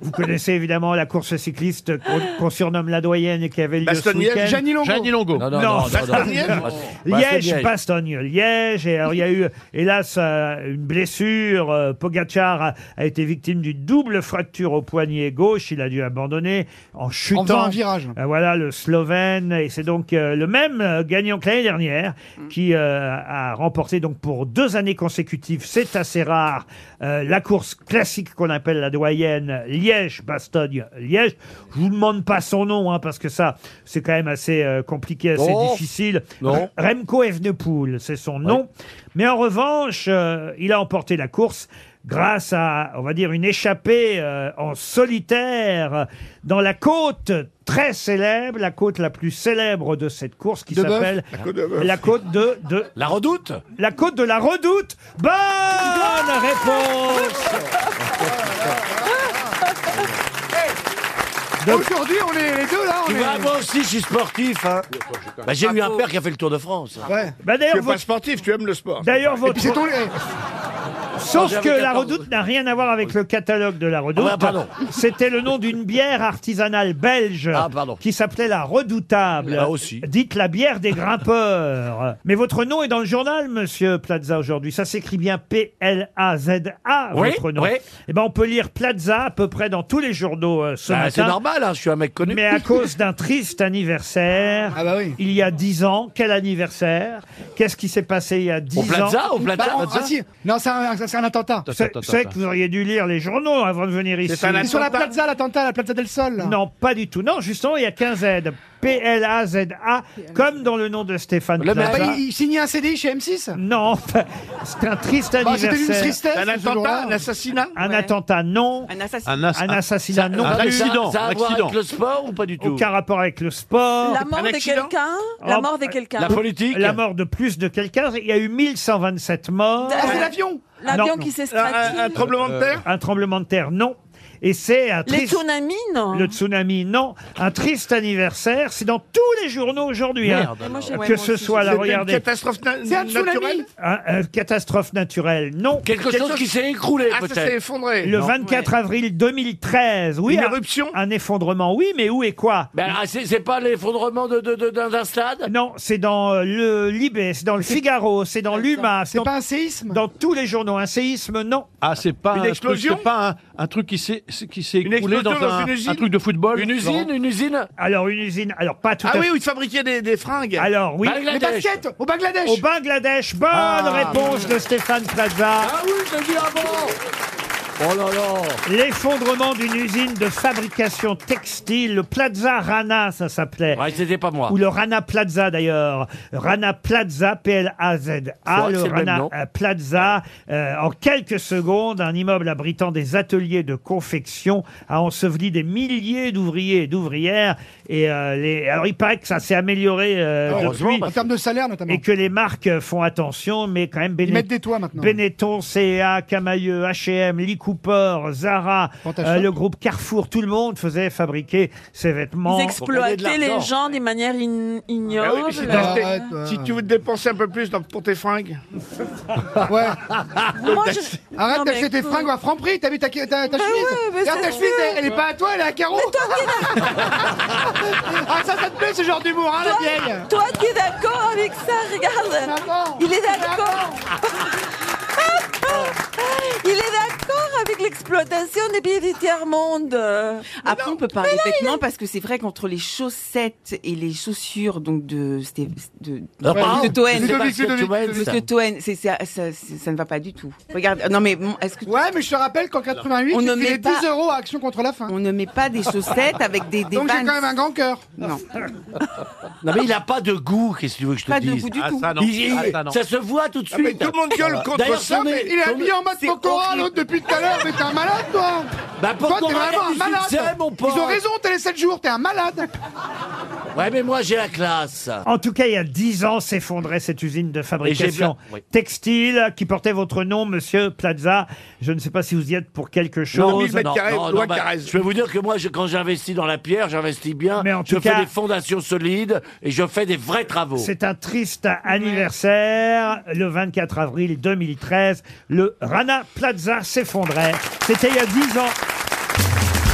Vous connaissez évidemment la course cycliste qu'on qu'on surnomme la doyenne et qui avait lieu ce Bastogne-Liège, week-end. Jeannie Longo. Jeannie Longo. Non, Non, non, non, non, non. Bastogne-Liège. Liège, Bah, Bastogne-Liège. Bastogne, Liège. Et alors, il y a eu, hélas, euh, une blessure. Euh, Pogacar a, a été victime d'une double fracture au poignet gauche. Il a dû abandonner en chutant. faisant un virage. Euh, voilà, le Slovène. Et c'est donc euh, le même euh, gagnant que l'année dernière Mm. qui euh, a remporté donc pour deux années consécutives, c'est assez rare, euh, la course classique qu'on appelle la doyenne Liège-Bastogne-Liège. Je vous demande pas son nom, hein, parce que ça, c'est quand même assez euh, compliqué, assez Non. difficile. Non. R- Remco Evenepoel, c'est son nom. Mais en revanche, euh, il a emporté la course grâce à, on va dire, une échappée euh, en solitaire euh, dans la côte très célèbre, la côte la plus célèbre de cette course qui De Boeuf. s'appelle La côte de Boeuf. la côte de, de... La Redoute La côte de la Redoute Bonne réponse Bah, Aujourd'hui, on est les deux, là. On Tu est... vois, moi aussi je suis sportif. Hein. Bah, j'ai eu un père qui a fait le Tour de France. Ouais. Bah, d'ailleurs, tu es pas votre- sportif, tu aimes le sport. D'ailleurs, Et puis votre- c'est ton- Sauf que J'avais la 14. redoute n'a rien à voir avec le catalogue de la redoute. ben, Ah bah, pardon. C'était le nom d'une bière artisanale belge Ah, qui s'appelait la redoutable. Là aussi. Dites la bière des grimpeurs. Mais votre nom est dans le journal, monsieur Plaza, aujourd'hui. Ça s'écrit bien P-L-A-Z-A, Oui, votre nom. oui. Eh ben, on peut lire Plaza à peu près dans tous les journaux euh, ce Bah, matin. c'est normal, hein, je suis un mec connu. Ah, bah Mais à cause d'un triste anniversaire, il y a dix ans, quel anniversaire Qu'est-ce qui s'est passé il y a dix ans Bah, en- ah, si. Non, c'est un, c'est un attentat. C'est c'est que vous auriez dû lire les journaux avant de venir ici. C'est sur la plaza, l'attentat, la plaza del Sol. là. Non, pas du tout. Non, justement, il y a 15 Z. P-L-A-Z-A, comme dans le nom de Stéphane Le mec, Plaza. bah, il, il signait un CD chez M6 Non, c'est un triste C'était une anniversaire. tristesse. Un ce jour-là. attentat, un assassinat Un attentat, non. Un Un, assassinat. assassinat, non. un plus. accident, Ça a à un voir accident. avec le sport ou pas du tout Aucun rapport avec le sport. La mort de quelqu'un La Oh, mort de quelqu'un La mort de plus de quelqu'un. Il y a eu 1127 morts. Ah, c'est l'avion L'avion qui s'est scratché. Un tremblement de terre, non. Et c'est un Les triste- tsunamis, non Le tsunami, non. Un triste anniversaire, c'est dans tous les journaux aujourd'hui. hein. Merde, Et moi, j'ai- ouais, que moi ce aussi, soit, j'ai- la C'était une regardez. catastrophe na- C'est un tsunami naturelle Un- un catastrophe naturelle, non. Quelque chose qui s'est écroulé, Ah, ça peut-être. s'est effondré. Le Non. 24 avril 2013, oui. Une éruption Un effondrement, oui, mais où et quoi Ben, ah, c'est c'est pas l'effondrement de- de- de- d'un d'un stade non, c'est dans euh, le Libé, c'est dans le Figaro, c'est dans l'UMA. C'est pas un séisme Dans tous les journaux, un séisme, non. Ah, c'est pas Une un truc- explosion c'est pas un, un truc qui s'est qui s'est Une écroulé dans explosion dans un, une usine un truc de football. Laurent une usine Alors, une usine, alors pas tout Ah à oui, fait. où ils fabriquaient des, fringues Alors, oui. Les baskets au Bangladesh. Au Bangladesh, bonne Ah. réponse de Stéphane Plaza. Ah oui, j'ai dit avant Oh là là L'effondrement d'une usine de fabrication textile, le Plaza Rana, ça s'appelait. Ouais, c'était pas moi. Ou le Rana Plaza d'ailleurs. Rana Plaza, P-L-A-Z-A. Ouais, Le c'est le même Rana nom. euh, Plaza. Euh, en quelques secondes, un immeuble abritant des ateliers de confection a enseveli des milliers d'ouvriers et d'ouvrières. Et euh, les... alors il paraît que ça s'est amélioré euh, depuis. En termes de salaire, notamment. Et que les marques euh, font attention, mais quand même Bene- Ils mettent des toits maintenant. Benetton, CA, Camailleux, H&M, Lee Cooper, Zara, Pantachon. euh, le groupe Carrefour, tout le monde faisait fabriquer ces vêtements. Ils exploitaient les gens d'une manière in- Ah oui, ignoble. mais si, Non. t'achetais- Arrête, ouais. euh. si tu veux te dépenser un peu plus dans- pour tes fringues. ouais. Moi, je- Arrête Non, mais d'acheter tes écoute. fringues à Franprix, t'as vu ta, ta, Bah ta Mais chemise ouais, mais Regarde c'est ta chemise, vrai. elle, elle est pas à toi, elle est à carreau Ah ça, ça te plaît ce genre d'humour, hein, la vieille Toi qui es d'accord avec ça, regarde. Il est d'accord. Ah, Il est d'accord avec l'exploitation des pays du tiers-monde. Après, on peut parler vêtements Ah, parce que c'est vrai qu'entre les chaussettes et les chaussures donc de Sté- de, Ah, pardon. Monsieur Toen, Ludovic, Monsieur Ludovic, Toen, Ludovic. Monsieur Toen, c'est- ça, ça- c'est- ça ne va pas du tout. Regarde, euh, non mais bon, est-ce que Ouais, mais je te rappelle qu'en 88, on j'ai ne filé met pas 10 euros à Action contre la faim. On ne met pas des chaussettes avec des, des Donc j'ai Vans. quand même un grand cœur. Non. Non mais il a pas de goût, qu'est-ce que tu veux que je te Pas de dise goût du Ah, tout. ça, non. Il- il- Ah, ça, non. ça se voit tout de Ah, suite. mais tout le monde gueule Voilà. contre D'ailleurs, ça, son mais nez- Eh, Il a son mis nez- en mode c'est Pokora horrible. l'autre depuis tout à l'heure, mais t'es un malade toi Bah, Toi t'es Pokora, vraiment il un est malade succès, mon pote. Ils ont raison, t'es les 7 jours, t'es un malade Ouais mais moi j'ai la classe. En tout cas, il y a dix ans s'effondrait cette usine de fabrication Et j'ai bien- oui. textile qui portait votre nom, Monsieur Plaza. Je ne sais pas si vous y êtes pour quelque chose. Non, non, non, bah, je peux vous dire que moi, je- quand j'investis dans la pierre, j'investis bien. Mais en je tout fais cas- des fondations solides et je fais des vrais travaux. C'est un triste anniversaire. Le 24 avril 2013, le Rana Plaza s'effondrait. C'était il y a 10 ans.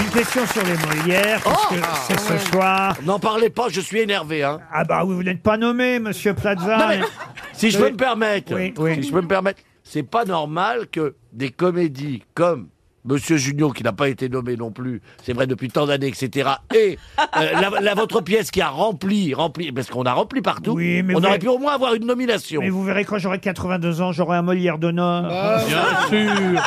Une question sur les Molières, puisque c'est ce soir. Oh Ah, N'en parlez pas, je suis énervé. Hein. Ah bah oui, vous n'êtes pas nommé, monsieur Plaza. Non, mais- si je Oui. peux me permettre, si je peux me permettre, c'est pas normal que des comédies comme Monsieur Junior, qui n'a pas été nommé non plus, c'est vrai depuis tant d'années, etc. Et euh, la, la- votre pièce qui a rempli, rempli, parce qu'on a rempli partout. mais on vous- aurait pu au moins avoir une nomination. Mais vous verrez, quand j'aurai 82 ans, j'aurai un Molière d'honneur. Ah, Ah. sûr.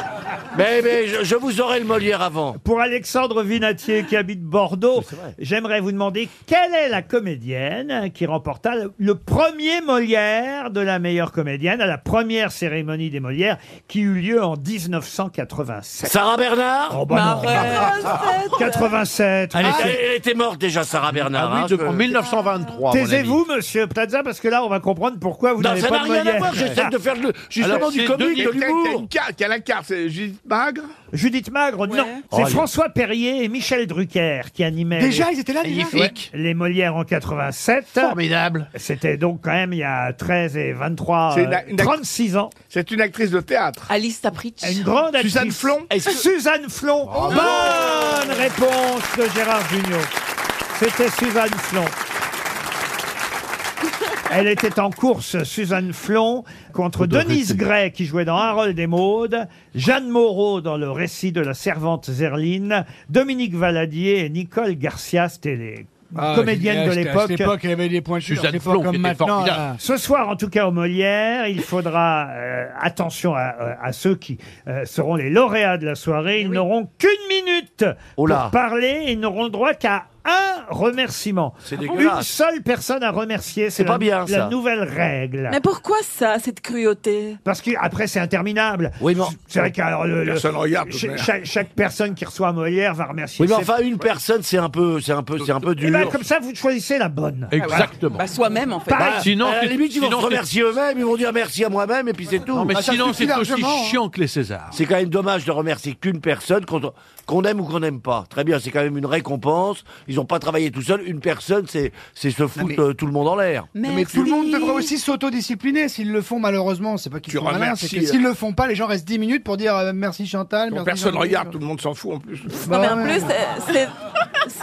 Mais, mais je, je vous aurai le Molière avant. Pour Alexandre Vinatier qui habite Bordeaux, j'aimerais vous demander quelle est la comédienne qui remporta le- le premier Molière de la meilleure comédienne à la première cérémonie des Molières qui eut lieu en 1987. Sarah Bernard Oh bah non. Arrête. 87. Elle, ah, était, c'est- elle était morte déjà, Sarah Bernard. hein, Ah oui, de- en 1923. Taisez-vous, monsieur Plaza, parce que là, on va comprendre pourquoi vous Non, n'avez ça pas n'a de rien à Molière. voir, j'essaie de faire le- justement du comique, de l'humour. Qui a la carte, c'est- j'ai- Magre Judith Magre, non. C'est Oh, il- François Perrier et Michel Drucker qui animaient. Déjà, les- ils étaient là, déjà Magnifique. Ouais, Les Molières en 87. Formidable. C'était donc quand même il y a 13 et 23, Ah, C'est euh, une a- une act- 36 ans. C'est une actrice de théâtre. Alice Tapritch. Une grande actrice. Suzanne Flon. Suzanne Flon. Bonne réponse de Gérard Junior. C'était Suzanne Flon. Elle était en course, Suzanne Flon, contre Denise Gray, qui jouait dans Harold et Maude, Jeanne Moreau dans le récit de la servante Zerline, Dominique Valadier et Nicole Garcia, c'était les Ah, comédiennes de c'était- à cette époque, l'époque. il y avait des pointures. Suzanne C'est pas Flon, comme qui était maintenant, formidable. là. Ce soir, en tout cas, au Molière, il faudra euh, attention à, euh, à ceux qui euh, seront les lauréats de la soirée. Ils n'auront qu'une minute pour parler. Ils n'auront le droit qu'à un remerciement. Une dégueulasse. seule personne à remercier. C'est C'est la- pas bien, la ça. nouvelle règle. Mais pourquoi ça, cette cruauté Parce qu'après, c'est interminable. Oui, C'est vrai que alors, le- le- Personne regarde, cha- mais- chaque, chaque personne qui reçoit un Molière va remercier. Oui, mais ses- enfin, une personne, c'est un peu, c'est un peu, c'est un peu Eh dur. ben, comme ça, vous choisissez la bonne. Ah Exactement. Bah, soi-même, en fait. Bah, sinon, à la c'est- limite, ils vont sinon, se c'est- remercier eux-mêmes, ils vont dire merci à moi-même, et puis c'est tout. Non, Ah, mais sinon, c'est aussi hein. chiant que les Césars. C'est quand même dommage de remercier qu'une personne qu'on qu'on aime ou qu'on n'aime pas. Très bien, c'est quand même une récompense. Ils n'ont pas travaillé tout seuls. Une personne, c'est c'est se foutre euh, tout le monde en l'air. Mais tout le monde devrait aussi s'autodiscipliner. S'ils le font, malheureusement, c'est pas qu'ils Tu sont malins, c'est que remercies, s'ils euh, le font pas, les gens restent 10 minutes pour dire euh, merci Chantal. merci personne Jean-Louis. regarde, tout le monde s'en fout en plus. Bah Non, mais en ouais. plus, euh, c'est.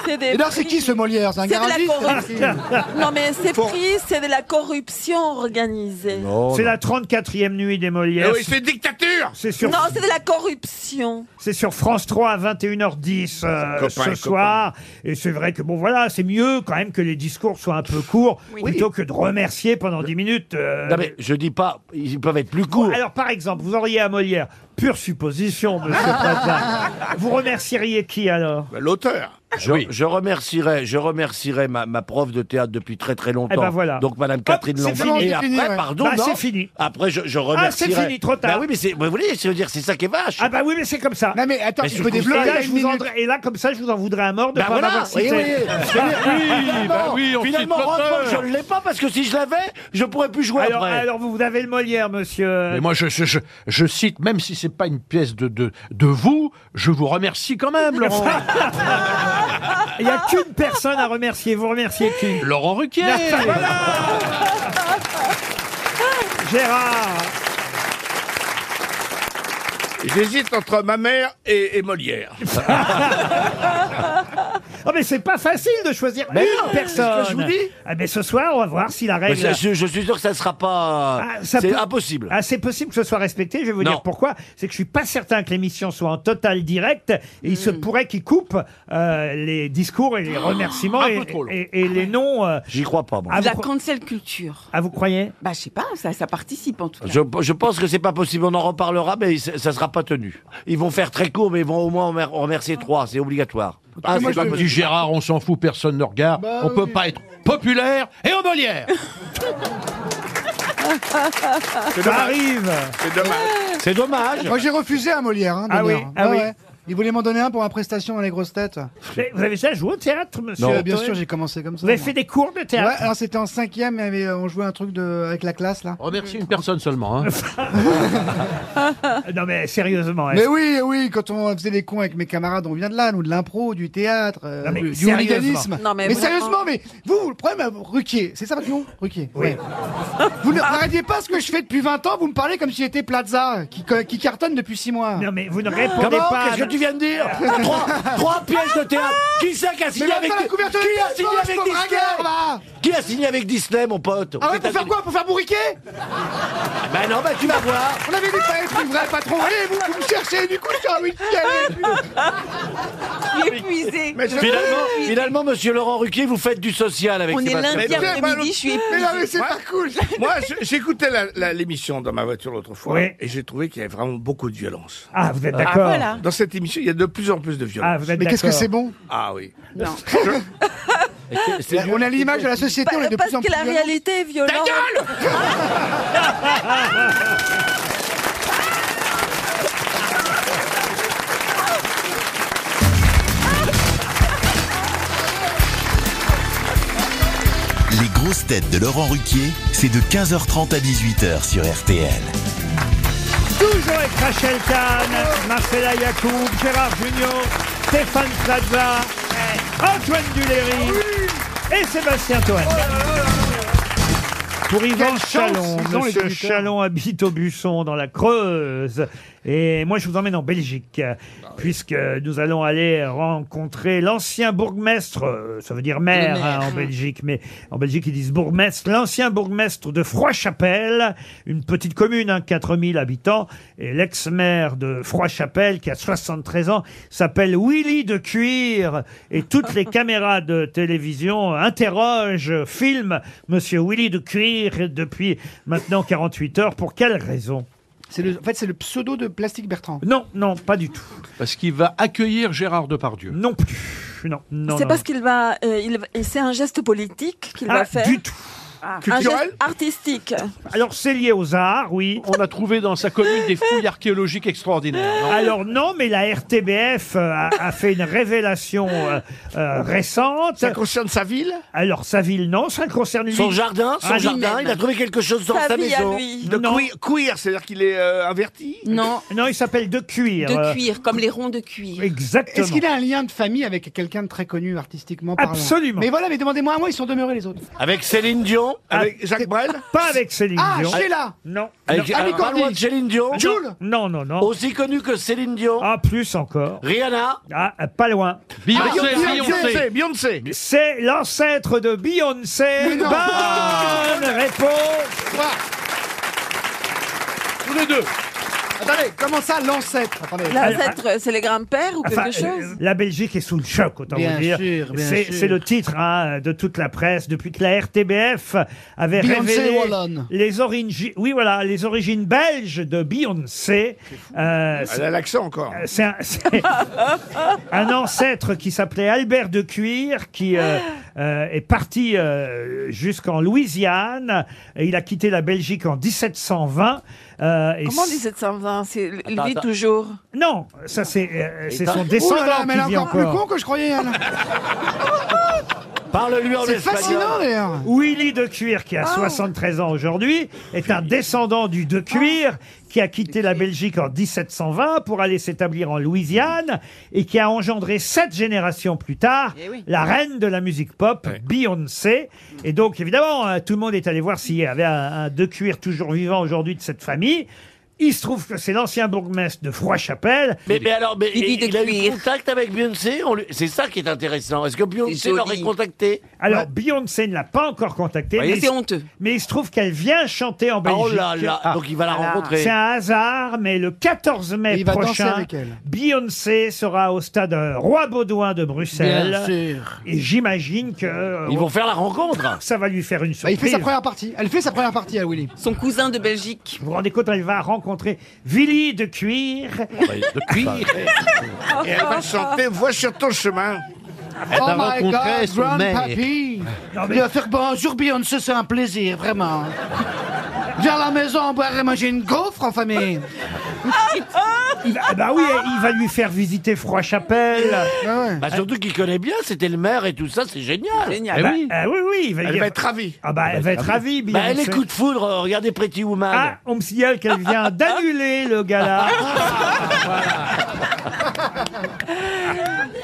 C'est des Et d'ailleurs, c'est prix- qui ce Molière C'est un C'est de la garagiste corruption. Non, mais ces prix, c'est de la corruption organisée. C'est la 34e nuit des Eh Molières. Mais Eh oui, c'est dictature C'est sur... Non, c'est de la corruption. C'est sur France 3 à 21h10 euh, Copain, ce copain. soir. Et c'est vrai que, bon, voilà, c'est mieux quand même que les discours soient un peu courts, plutôt que de remercier pendant 10 minutes. euh, Non, mais je dis pas, ils peuvent être plus courts. Alors, par exemple, vous auriez à Molière, pure supposition, monsieur Plaza. Vous remercieriez qui alors L'auteur. Je, je remercierai, je remercierai ma, ma prof de théâtre depuis très très longtemps. Eh ben voilà. Donc Madame Catherine c'est Lambert. fini, Et c'est après, fini, ouais. pardon, Bah, non. c'est fini. Après, je, je remercierai. Ah, c'est fini, trop tard. Bah oui, mais c'est, vous voyez, je veux dire, c'est ça qui est vache. Ah bah oui, mais c'est comme ça. Non mais attends, Mais il sur faut le coup, développer. ça, il y a là, je une vous minute. en- Et là, comme ça, je vous en voudrais à mort de Bah pas voilà, m'avoir cité. voyez, voyez. Oui, bah oui, on Finalement, cite l'auteur. heureusement que je ne l'ai pas, parce que si je l'avais, je pourrais plus jouer alors, après. Alors, vous, vous avez le Molière, monsieur. Mais moi, je, je, je, je cite, même si c'est pas une pièce de, de, de vous, je vous remercie quand même, Laurent. Il n'y a qu'une personne à remercier. Vous remerciez qui Laurent Ruquier Gérard J'hésite entre ma mère et, et Molière. Oh, mais c'est pas facile de choisir Mais une non, personne. c'est ce que je vous dis. Ah, mais ce soir, on va voir si la Mais ah, règle. ça, je, je suis sûr que ça ne sera pas. Ah, ça c'est peut- impossible. Ah, c'est possible que ce soit respecté. Je vais vous Non. dire pourquoi. C'est que je suis pas certain que l'émission soit en total direct. Et il se pourrait qu'il coupe euh, les discours et les remerciements un et, peu trop long. et- et les noms. euh, J'y crois pas, moi. Ah, la vous- cancel culture. Ah, vous croyez Bah, je sais pas, ça, ça participe Bah, en tout cas. Je, je pense que c'est pas possible, on en reparlera, mais c'est- ça sera pas tenu. Ils vont faire très court, mais ils vont au moins en mer- en remercier trois, c'est obligatoire. Ah, c'est pas comme dit possible. Gérard, on s'en fout, personne ne regarde. Bah on peut oui. pas être populaire et au Molière. Ça arrive. C'est dommage. C'est dommage. Moi, j'ai refusé à Molière. Hein, Ah d'ailleurs. oui, ah Ouais, oui. ouais. Il voulait m'en donner un pour ma prestation dans les grosses têtes. Mais Vous avez déjà joué au théâtre, monsieur Non. Bien Toen sûr, j'ai commencé comme ça, Vous avez moi. fait des cours de Ouais, théâtre alors c'était en cinquième, il y avait, euh, on jouait un truc de, avec la classe là. Remercie une personne seulement. hein. Non, mais sérieusement. Mais est-ce- oui, oui, quand on faisait les cons avec mes camarades, on vient de là, nous, de l'impro, du théâtre, euh, Non, mais du sérieusement. hooliganisme. Non, mais mais vraiment. sérieusement, mais vous, le problème, euh, Ruquier, c'est ça votre nom Ruquier Oui. Vous ne n'arrêtez pas ce que je fais depuis 20 ans, vous me parlez comme si j'étais Plaza, qui, co- qui cartonne depuis 6 mois. Non, mais vous ne répondez pas à- Ah, Trois- trois pièces de théâtre. Qui c'est qui a signé mais avec la couverture Qui de a signé Paul, avec pauvre Disney ringard, là Qui a signé avec Disney, mon pote Ah ouais, pour faire quoi Pour faire bourriquer Bah non, bah tu vas voir. On avait dit pas être une vraie patron. Allez, vous, vous me cherchez du coup sur un week-end. épuisé. Mais je- Finalement, finalement, monsieur Laurent Ruquier, vous faites du social avec Sébastien. Mais non, mais c'est pas cool. Moi, je- j'écoutais la- la- l'émission dans ma voiture l'autre fois et j'ai trouvé qu'il y avait vraiment beaucoup de violence. Ah, vous êtes d'accord. voilà. Dans cette émission, il y a de plus en plus de violence. Ah, vous êtes Mais qu'est-ce que d'accord. c'est bon Ah oui. Non. On a l'image de la société, on est de Parce plus en que plus la violents. réalité est violente. Ah, Les grosses têtes de Laurent Ruquier, c'est de 15h30 à 18h sur RTL. Toujours avec Rachel Kahn, Marcella Yacoub, Gérard Junior, Stéphane Plaza, Antoine Duléry et Sébastien Toine. Pour Yvan Quelle chance Chalon, ils ont, les Monsieur auditeurs. Chalon habite au Busson, dans la Creuse. Et moi, je vous emmène en Belgique, Bah puisque nous allons aller rencontrer l'ancien bourgmestre, euh, ça veut dire maire, Le hein, maire. en Belgique, mais en Belgique, ils disent bourgmestre, l'ancien bourgmestre de Froidchapelle, une petite commune, hein, 4000 habitants, et l'ex-maire de Froidchapelle, qui a 73 ans, s'appelle Willy de Cuir, et toutes les caméras de télévision interrogent, filment Monsieur Willy de Cuir depuis maintenant 48 heures. Pour quelle raison C'est le- en fait, c'est le pseudo de Plastique Bertrand. Non, non, pas du tout. Parce qu'il va accueillir Gérard Depardieu. Non plus. Non, non. C'est non, parce qu'il va, euh, il, va- et c'est un geste politique qu'il Ah, va faire. du tout. Ah, un Culturel geste artistique. Alors, c'est lié aux arts, oui. On a trouvé dans sa commune des fouilles archéologiques extraordinaires. non Alors non, mais la RTBF euh, a, a fait une révélation euh, euh, récente. Ça concerne sa ville Alors sa ville, non, ça concerne Son lui. jardin, son Ah, jardin, il a trouvé quelque chose dans Sa sa vie à maison. lui. De Non. cuir, cuir, c'est-à-dire qu'il est euh, inverti Non. Non, il s'appelle de cuir. De cuir, comme les ronds de cuir. Exactement. Est-ce qu'il a un lien de famille avec quelqu'un de très connu artistiquement parlant Absolument. Mais voilà, mais demandez-moi à moi, ils sont demeurés les autres. Avec Céline Dion Avec Jacques Brel Ah, Pas avec Céline Ah, Dion. Sheila Non. Avec- Non. Ah, pas loin de Céline Dion Non. Jules Non, non, non. Aussi connu que Céline Dion Ah, plus encore. Rihanna Ah, euh, pas loin. Beyoncé, Ah, Beyoncé, Beyoncé. C'est l'ancêtre de Beyoncé. Bonne réponse. Tous les deux Attendez, comment ça l'ancêtre Attendez. L'ancêtre, c'est les grands-pères ou quelque Enfin, chose euh, la Belgique est sous le choc, autant Bien vous dire. sûr, bien C'est- sûr. C'est le titre hein, de toute la presse depuis que la RTBF avait Beyoncé révélé wallonne. les origines. Oui, voilà, les origines belges de Beyoncé. Euh, Elle a l'accent encore. euh, C'est un, c'est un ancêtre qui s'appelait Albert de Cuir, qui euh, euh, est parti euh, jusqu'en Louisiane. Et il a quitté la Belgique en 1720. euh, et Comment s- 1720 C'est lui Attends, attends. toujours. Non, ça c'est euh, c'est Attends. son descendant Oh là là, mais elle est qui vit encore plus con que je croyais. elle. Parle-lui en C'est espagnol. fascinant d'ailleurs. Ah. Willy de Cuir, qui a 73 ans aujourd'hui, est un descendant du de Cuir, qui a quitté la Belgique en 1720 pour aller s'établir en Louisiane et qui a engendré sept générations plus tard Eh la reine de la musique pop, Beyoncé. Et donc, évidemment, hein, tout le monde est allé voir s'il y avait un, un de Cuir toujours vivant aujourd'hui de cette famille. Il se trouve que c'est l'ancien bourgmestre de Froidchapelle. Mais, mais alors, mais, Il dit il, de il a eu cuir. contact avec Beyoncé on lui- C'est ça qui est intéressant. Est-ce que Beyoncé joli. l'aurait contacté Alors, Beyoncé ne l'a pas encore contactée. Voyez, mais- c'est honteux. Mais il se trouve qu'elle vient chanter en Ah, Belgique. oh là là, donc il va la rencontrer. C'est un hasard, mais le 14 mai Il va danser prochain, avec elle. Beyoncé sera au stade euh, Roi Baudouin de Bruxelles. Bien sûr. Et j'imagine que... euh, Ils vont faire la rencontre. Ça va lui faire une Bah, il surprise. fait sa première partie. Elle fait sa première partie, à Willy. Son cousin de Belgique. Vous vous rendez compte, elle va rencontrer Willy de Cuir. de cuir. Et elle va chanter Vois sur ton chemin. Ah, bah, oh my God, grandpappy mais- Il va faire bonjour Beyoncé, c'est un plaisir, vraiment. Viens à la maison, boire et manger une gaufre en famille. Il va- ah bah oui, il va lui faire visiter Froidchapelle. Bah, surtout qu'il connaît bien, c'était le maire et tout ça, c'est génial. Ah bah, ah oui, oui, il va Elle dire- va être ravie. Ah bah, elle va être ravie, Bah, elle est Beyoncé. coup de foudre, euh, regardez Pretty Woman. Ah, on me signale qu'elle vient d'annuler le gala.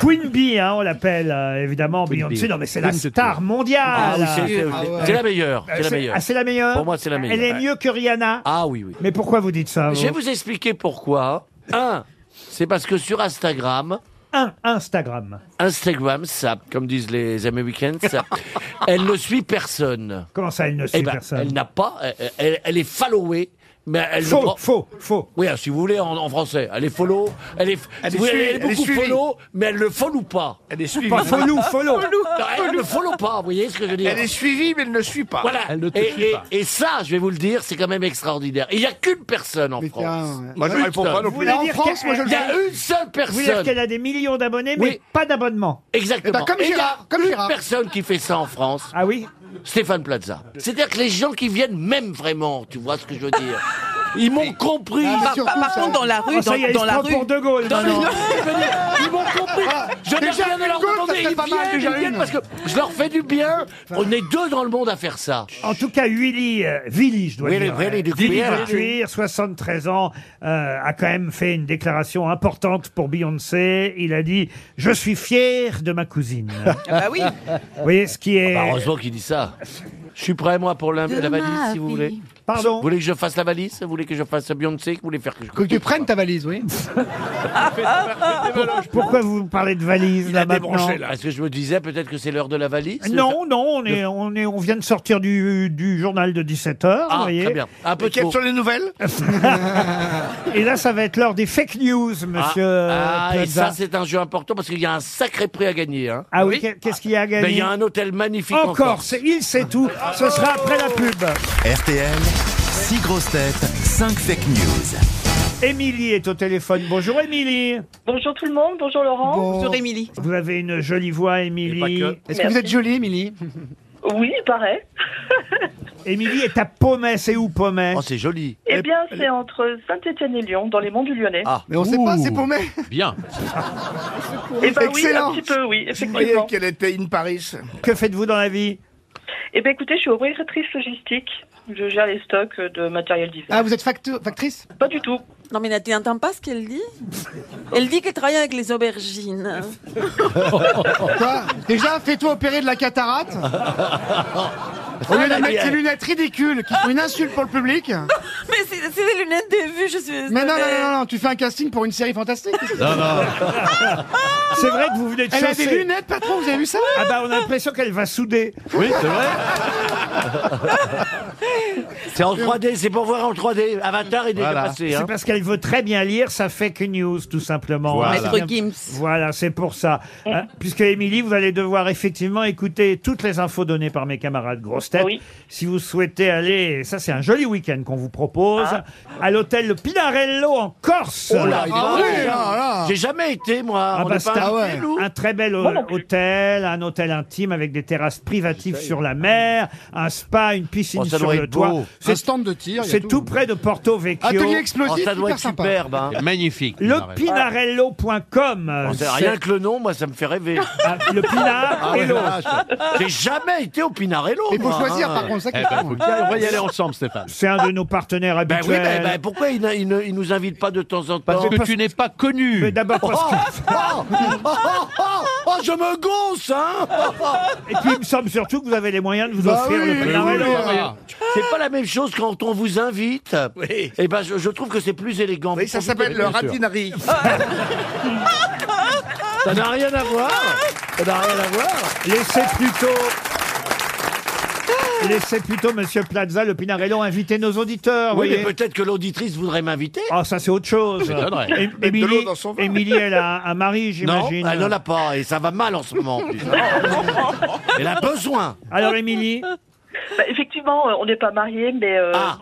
Queen Bee, hein, on l'appelle euh, évidemment Beyoncé. Bee. Non, mais c'est la Queen de star mondiale. Ah oui, c'est- c'est- c'est la meilleure, Euh, c'est la meilleure. Ah, c'est la meilleure. Pour moi, c'est la meilleure, Elle est ouais. mieux que Rihanna. Ah oui, oui. Mais pourquoi vous dites ça Je vais vous vous expliquer pourquoi. Un, c'est parce que sur Instagram, Un Instagram. Instagram, ça, comme disent les Américains, ça, elle ne suit personne. Comment ça, elle ne Eh suit ben, personne Elle n'a pas, elle- elle, elle est followée. Mais elle Faux, faux, faux. Oui, hein, si vous voulez, en, en français. Elle est follow. Elle est, Elle si vous est voulez, suivie, elle est elle est beaucoup suivie. follow, mais elle ne follow pas. Elle est suivie. Pas follow, follow. Non, elle ne follow pas, vous voyez ce que je veux dire Elle est suivie, mais elle ne suit pas. Voilà. et, et- et ça, je vais vous le dire, c'est quand même extraordinaire. Il n'y a qu'une personne en France. Moi, je Une réponds pas seule. non Vous voulez dire qu'elle- Il y a une seule Vous voulez dire personne. qu'elle a des millions d'abonnés, mais Oui. pas d'abonnement. Exactement. Eh ben, comme Et il y a Gérard, comme une Gérard. personne qui fait ça en France. Ah oui Stéphane Plaza. C'est-à-dire que les gens qui viennent même vraiment, tu vois ce que je veux dire Ils m'ont compris. Ah, mais Par- surtout, par ça- contre, dans la rue, Ah, ça dans- y est, il dans se la prend rue- pour De Gaulle. dans- maintenant. non. Ils m'ont Ah, compris. Ah, Je n'ai Déjà, rien à leur une gauche, demander. ça Ils serait pas mal, viennent, déjà ils viennent une. parce que je leur fais du bien. On est deux dans le monde à faire ça. En tout cas, Willy, euh, Willy, je dois Willy- dire. Willy euh, du Willy Cuir. du Cuir, 73 ans, euh, a quand même fait une déclaration importante pour Beyoncé. Il a dit « Je suis fier de ma cousine Ah ». bah oui. Vous voyez ce qui est... Bah, heureusement qu'il dit ça. Je suis prêt, moi, pour la, De la ma valise, si vous voulez. vie. Pardon Vous voulez que je fasse la valise Vous voulez que je fasse Beyoncé Vous voulez faire que je... Que tu prennes ta valise, oui. Pourquoi vous parlez de valise là maintenant là. Parce que je me disais peut-être que c'est l'heure de la valise. Non, non, on, est, on, est, on vient de sortir du, du journal de 17h, Ah, vous voyez. très bien. Un peu Et trop. les nouvelles Et là, ça va être l'heure des fake news, monsieur Ah, ah, et Plaza. ça, c'est un jeu important parce qu'il y a un sacré prix à gagner. hein. Ah oui, qu'est- qu'est-ce qu'il y a à Ben, gagner il y a un hôtel magnifique En en Corse. Corse, il sait tout. Ce sera après la pub. RTL, 6 grosses têtes, 5 fake news. Émilie est au téléphone. Bonjour Émilie. Bonjour tout le monde, bonjour Laurent. Bonjour, Émilie. Vous avez une jolie voix, Émilie. Est-ce que vous êtes jolie, Émilie Oui, il paraît. Émilie est à Pommet, c'est où Pommet Oh, c'est joli. Eh bien, c'est entre Saint-Étienne et Lyon, dans les monts du Lyonnais. Ah. Mais on sait pas, c'est pour Pommet. Bien. Eh ben oui, Excellent. un petit peu, oui, Vous voyez effectivement. qu'elle était in Paris. Que faites-vous dans la vie Eh bien, écoutez, je suis opératrice logistique. Je gère les stocks de matériel divers. Ah, vous êtes facteur- factrice Pas du tout. Non, mais tu n'entends pas ce qu'elle dit Elle dit qu'elle travaille avec les aubergines. Quoi Déjà, fais-toi opérer de la cataracte. Au Ah, lieu de mettre ces lunettes ridicules qui sont une insulte pour le public. Mais c'est c'est des lunettes de vue, je suis. Mais non, non, non, non, non, tu fais un casting pour une série fantastique. Non, non. C'est vrai que vous venez de Elle a chausser. des lunettes, patron, vous avez vu ça Ah bah on a l'impression qu'elle va souder. Oui, c'est vrai. C'est en 3D, c'est pour voir en 3D. Avatar est déjà Voilà. passé. C'est Hein. parce qu'elle veut très bien lire sa fake news, tout simplement. Voilà. Maître Gims. Voilà, c'est pour ça. Hein, puisque, Émilie, vous allez devoir effectivement écouter toutes les infos données par mes camarades grosses têtes. Si vous souhaitez aller, et ça c'est un joli week-end qu'on vous propose, Ah. à l'hôtel Pinarello en Corse. Oh là, il est Ah pas oui, mal. ah là. J'ai jamais été, moi. Ah On bah, n'est c'est pas un, invité, nous. un très bel euh, hôtel, un hôtel intime avec des terrasses privatives sur la mer, un spa, une piscine Oh, ça sur doit le être toit. beau. Un stand de tir, il y a C'est tout. tout. près de Porto Vecchio. Atelier explosif, Oh, ça doit hyper être sympa. superbe. hein. Magnifique. Le pinarello.com. euh, On sait c'est- Rien que le nom, moi, ça me fait rêver. Ah, le Pinar Ah ouais, et l'eau. vache. J'ai jamais été au Pinarello. Il faut moi, choisir, hein. par contre, ça qui Eh est ben, con. faut y aller- on va y aller ensemble, Stéphane. C'est un de nos partenaires Ben habituels. oui, ben, ben, pourquoi il, ne- il ne- il nous invite pas de temps en temps Parce que tu n'es pas Mais connu. d'abord Oh, parce que... oh, oh, oh, oh, je me gonce, hein Et puis il me semble surtout que vous avez les moyens de vous Bah offrir oui, le Pinarello. oui, C'est pas la même chose quand on vous invite. Oui. Et ben, je, je trouve que c'est plus élégant. Oui, ça Profitez, s'appelle le bien sûr. ratinari. Ça n'a rien à voir. Ça n'a Ah, eh ben, rien à voir. Laissez plutôt... Laissez plutôt Monsieur Plaza, le Pinarello, inviter nos auditeurs. vous Oui, mais voyez. peut-être que l'auditrice voudrait m'inviter. Ah, ça, c'est autre chose. m'étonnerait. É- de Émilie- l'eau dans son vin. Émilie, elle a un- un mari, Non, j'imagine. elle n'en a pas et ça va mal en ce moment. en plus. elle a besoin. Alors, Émilie, Bah, effectivement, euh, on n'est pas mariés, mais... euh, Ah.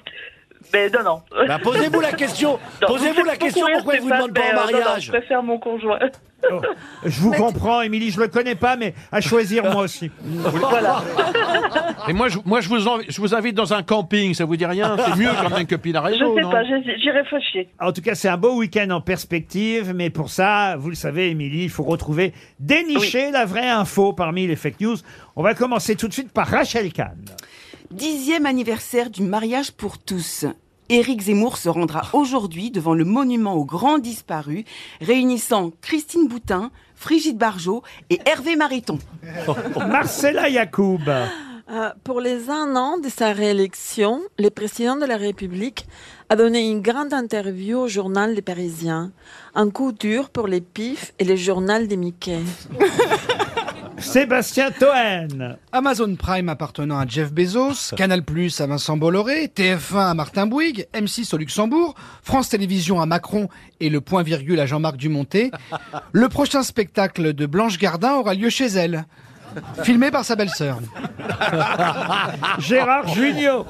Mais non, non. Bah, posez-vous la question. Non, Posez-vous faites la beaucoup question rire, pourquoi elle vous Stéphane, demande pas en mais, euh, non, non, mariage. Je préfère mon conjoint. oh, je vous comprends, Émilie, je le connais pas, mais à choisir, moi aussi. Et moi, je, moi je, vous envi- je vous invite dans un camping, ça vous dit rien C'est mieux quand même que Je Pinarello, sais non pas, j'hésite, j'y réfléchis. Ah, En tout cas, c'est un beau week-end en perspective, mais pour ça, vous le savez, Émilie, il faut retrouver, dénicher la vraie info parmi les fake news. On va commencer tout de suite par Rachel Kahn. Dixième anniversaire du mariage pour tous. Éric Zemmour se rendra aujourd'hui devant le monument aux grands disparus, réunissant Christine Boutin, Frigide Barjot et Hervé Mariton. Marcella Yacoub. Euh, pour les un an de sa réélection, le président de la République a donné une grande interview au journal des Parisiens. Un coup dur pour les pifs et le journal des Mickey. Sébastien Toen. Amazon Prime appartenant à Jeff Bezos, Canal Plus à Vincent Bolloré, TF1 à Martin Bouygues, M6 au Luxembourg, France Télévisions à Macron et le point virgule à Jean-Marc Dumonté. Le prochain spectacle de Blanche Gardin aura lieu chez elle. Filmé par sa belle-sœur. Gérard Junior.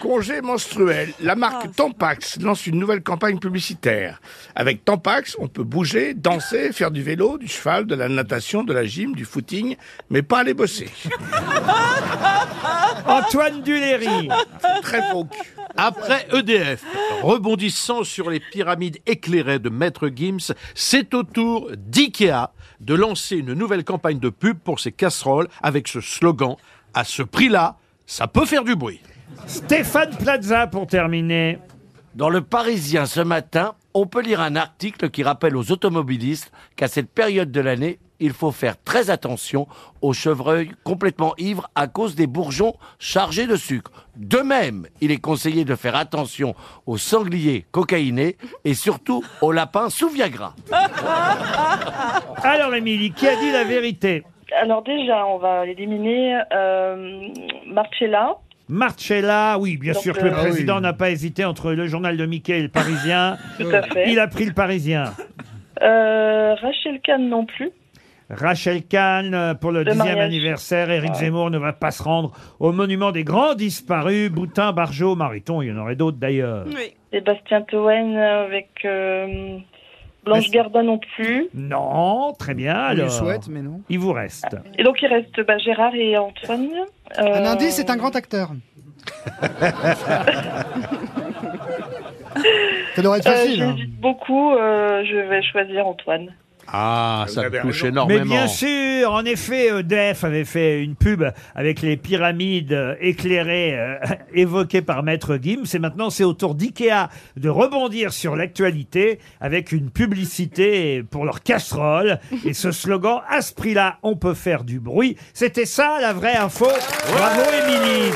Congé menstruel. La Ah. marque Tampax lance une nouvelle campagne publicitaire. Avec Tampax, on peut bouger, danser, faire du vélo, du cheval, de la natation, de la gym, du footing, mais pas aller bosser. Antoine Duléry. Très faux. cul. Après EDF, rebondissant sur les pyramides éclairées de Maître Gims, c'est au tour d'IKEA de lancer une nouvelle campagne de pub pour ses casseroles avec ce slogan « À ce prix-là, ça peut faire du bruit ». Stéphane Plaza pour terminer. Dans le Parisien ce matin, on peut lire un article qui rappelle aux automobilistes qu'à cette période de l'année, il faut faire très attention aux chevreuils complètement ivres à cause des bourgeons chargés de sucre. De même, il est conseillé de faire attention aux sangliers cocaïnés et surtout aux lapins sous Viagra. Alors, Émilie, qui a dit la vérité Alors déjà, on va éliminer euh, Marcella. Marcella, oui, bien Donc, sûr que le euh, président Ah oui. n'a pas hésité entre le journal de Mickey et le Parisien. Tout à fait. Il a pris le Parisien. Euh, Rachel Kahn non plus. Rachel Kahn euh, pour le Le dixième mariage. anniversaire. Éric Ouais. Zemmour ne va pas se rendre au monument des grands disparus. Boutin, Barjot, Mariton, il y en aurait d'autres Euh. d'ailleurs. Et Bastien Toen avec euh, Blanche Gardin non plus. Non, très bien. On lui Alors, souhaite, mais non. Il vous reste. Et donc il reste bah, Gérard et Antoine. Euh, Un indice, c'est un grand acteur. Ça devrait être facile. hein. J'hésite Euh, beaucoup, euh, je vais choisir Antoine. Ah, ça me touche énormément. Mais bien sûr, en effet, EDF avait fait une pub avec les pyramides euh, éclairées euh, évoquées par Maître Gims. Et maintenant, c'est au tour d'IKEA de rebondir sur l'actualité avec une publicité pour leur casserole. Et ce slogan, à ce prix-là, on peut faire du bruit. C'était ça, la vraie info. Bravo, Émilie.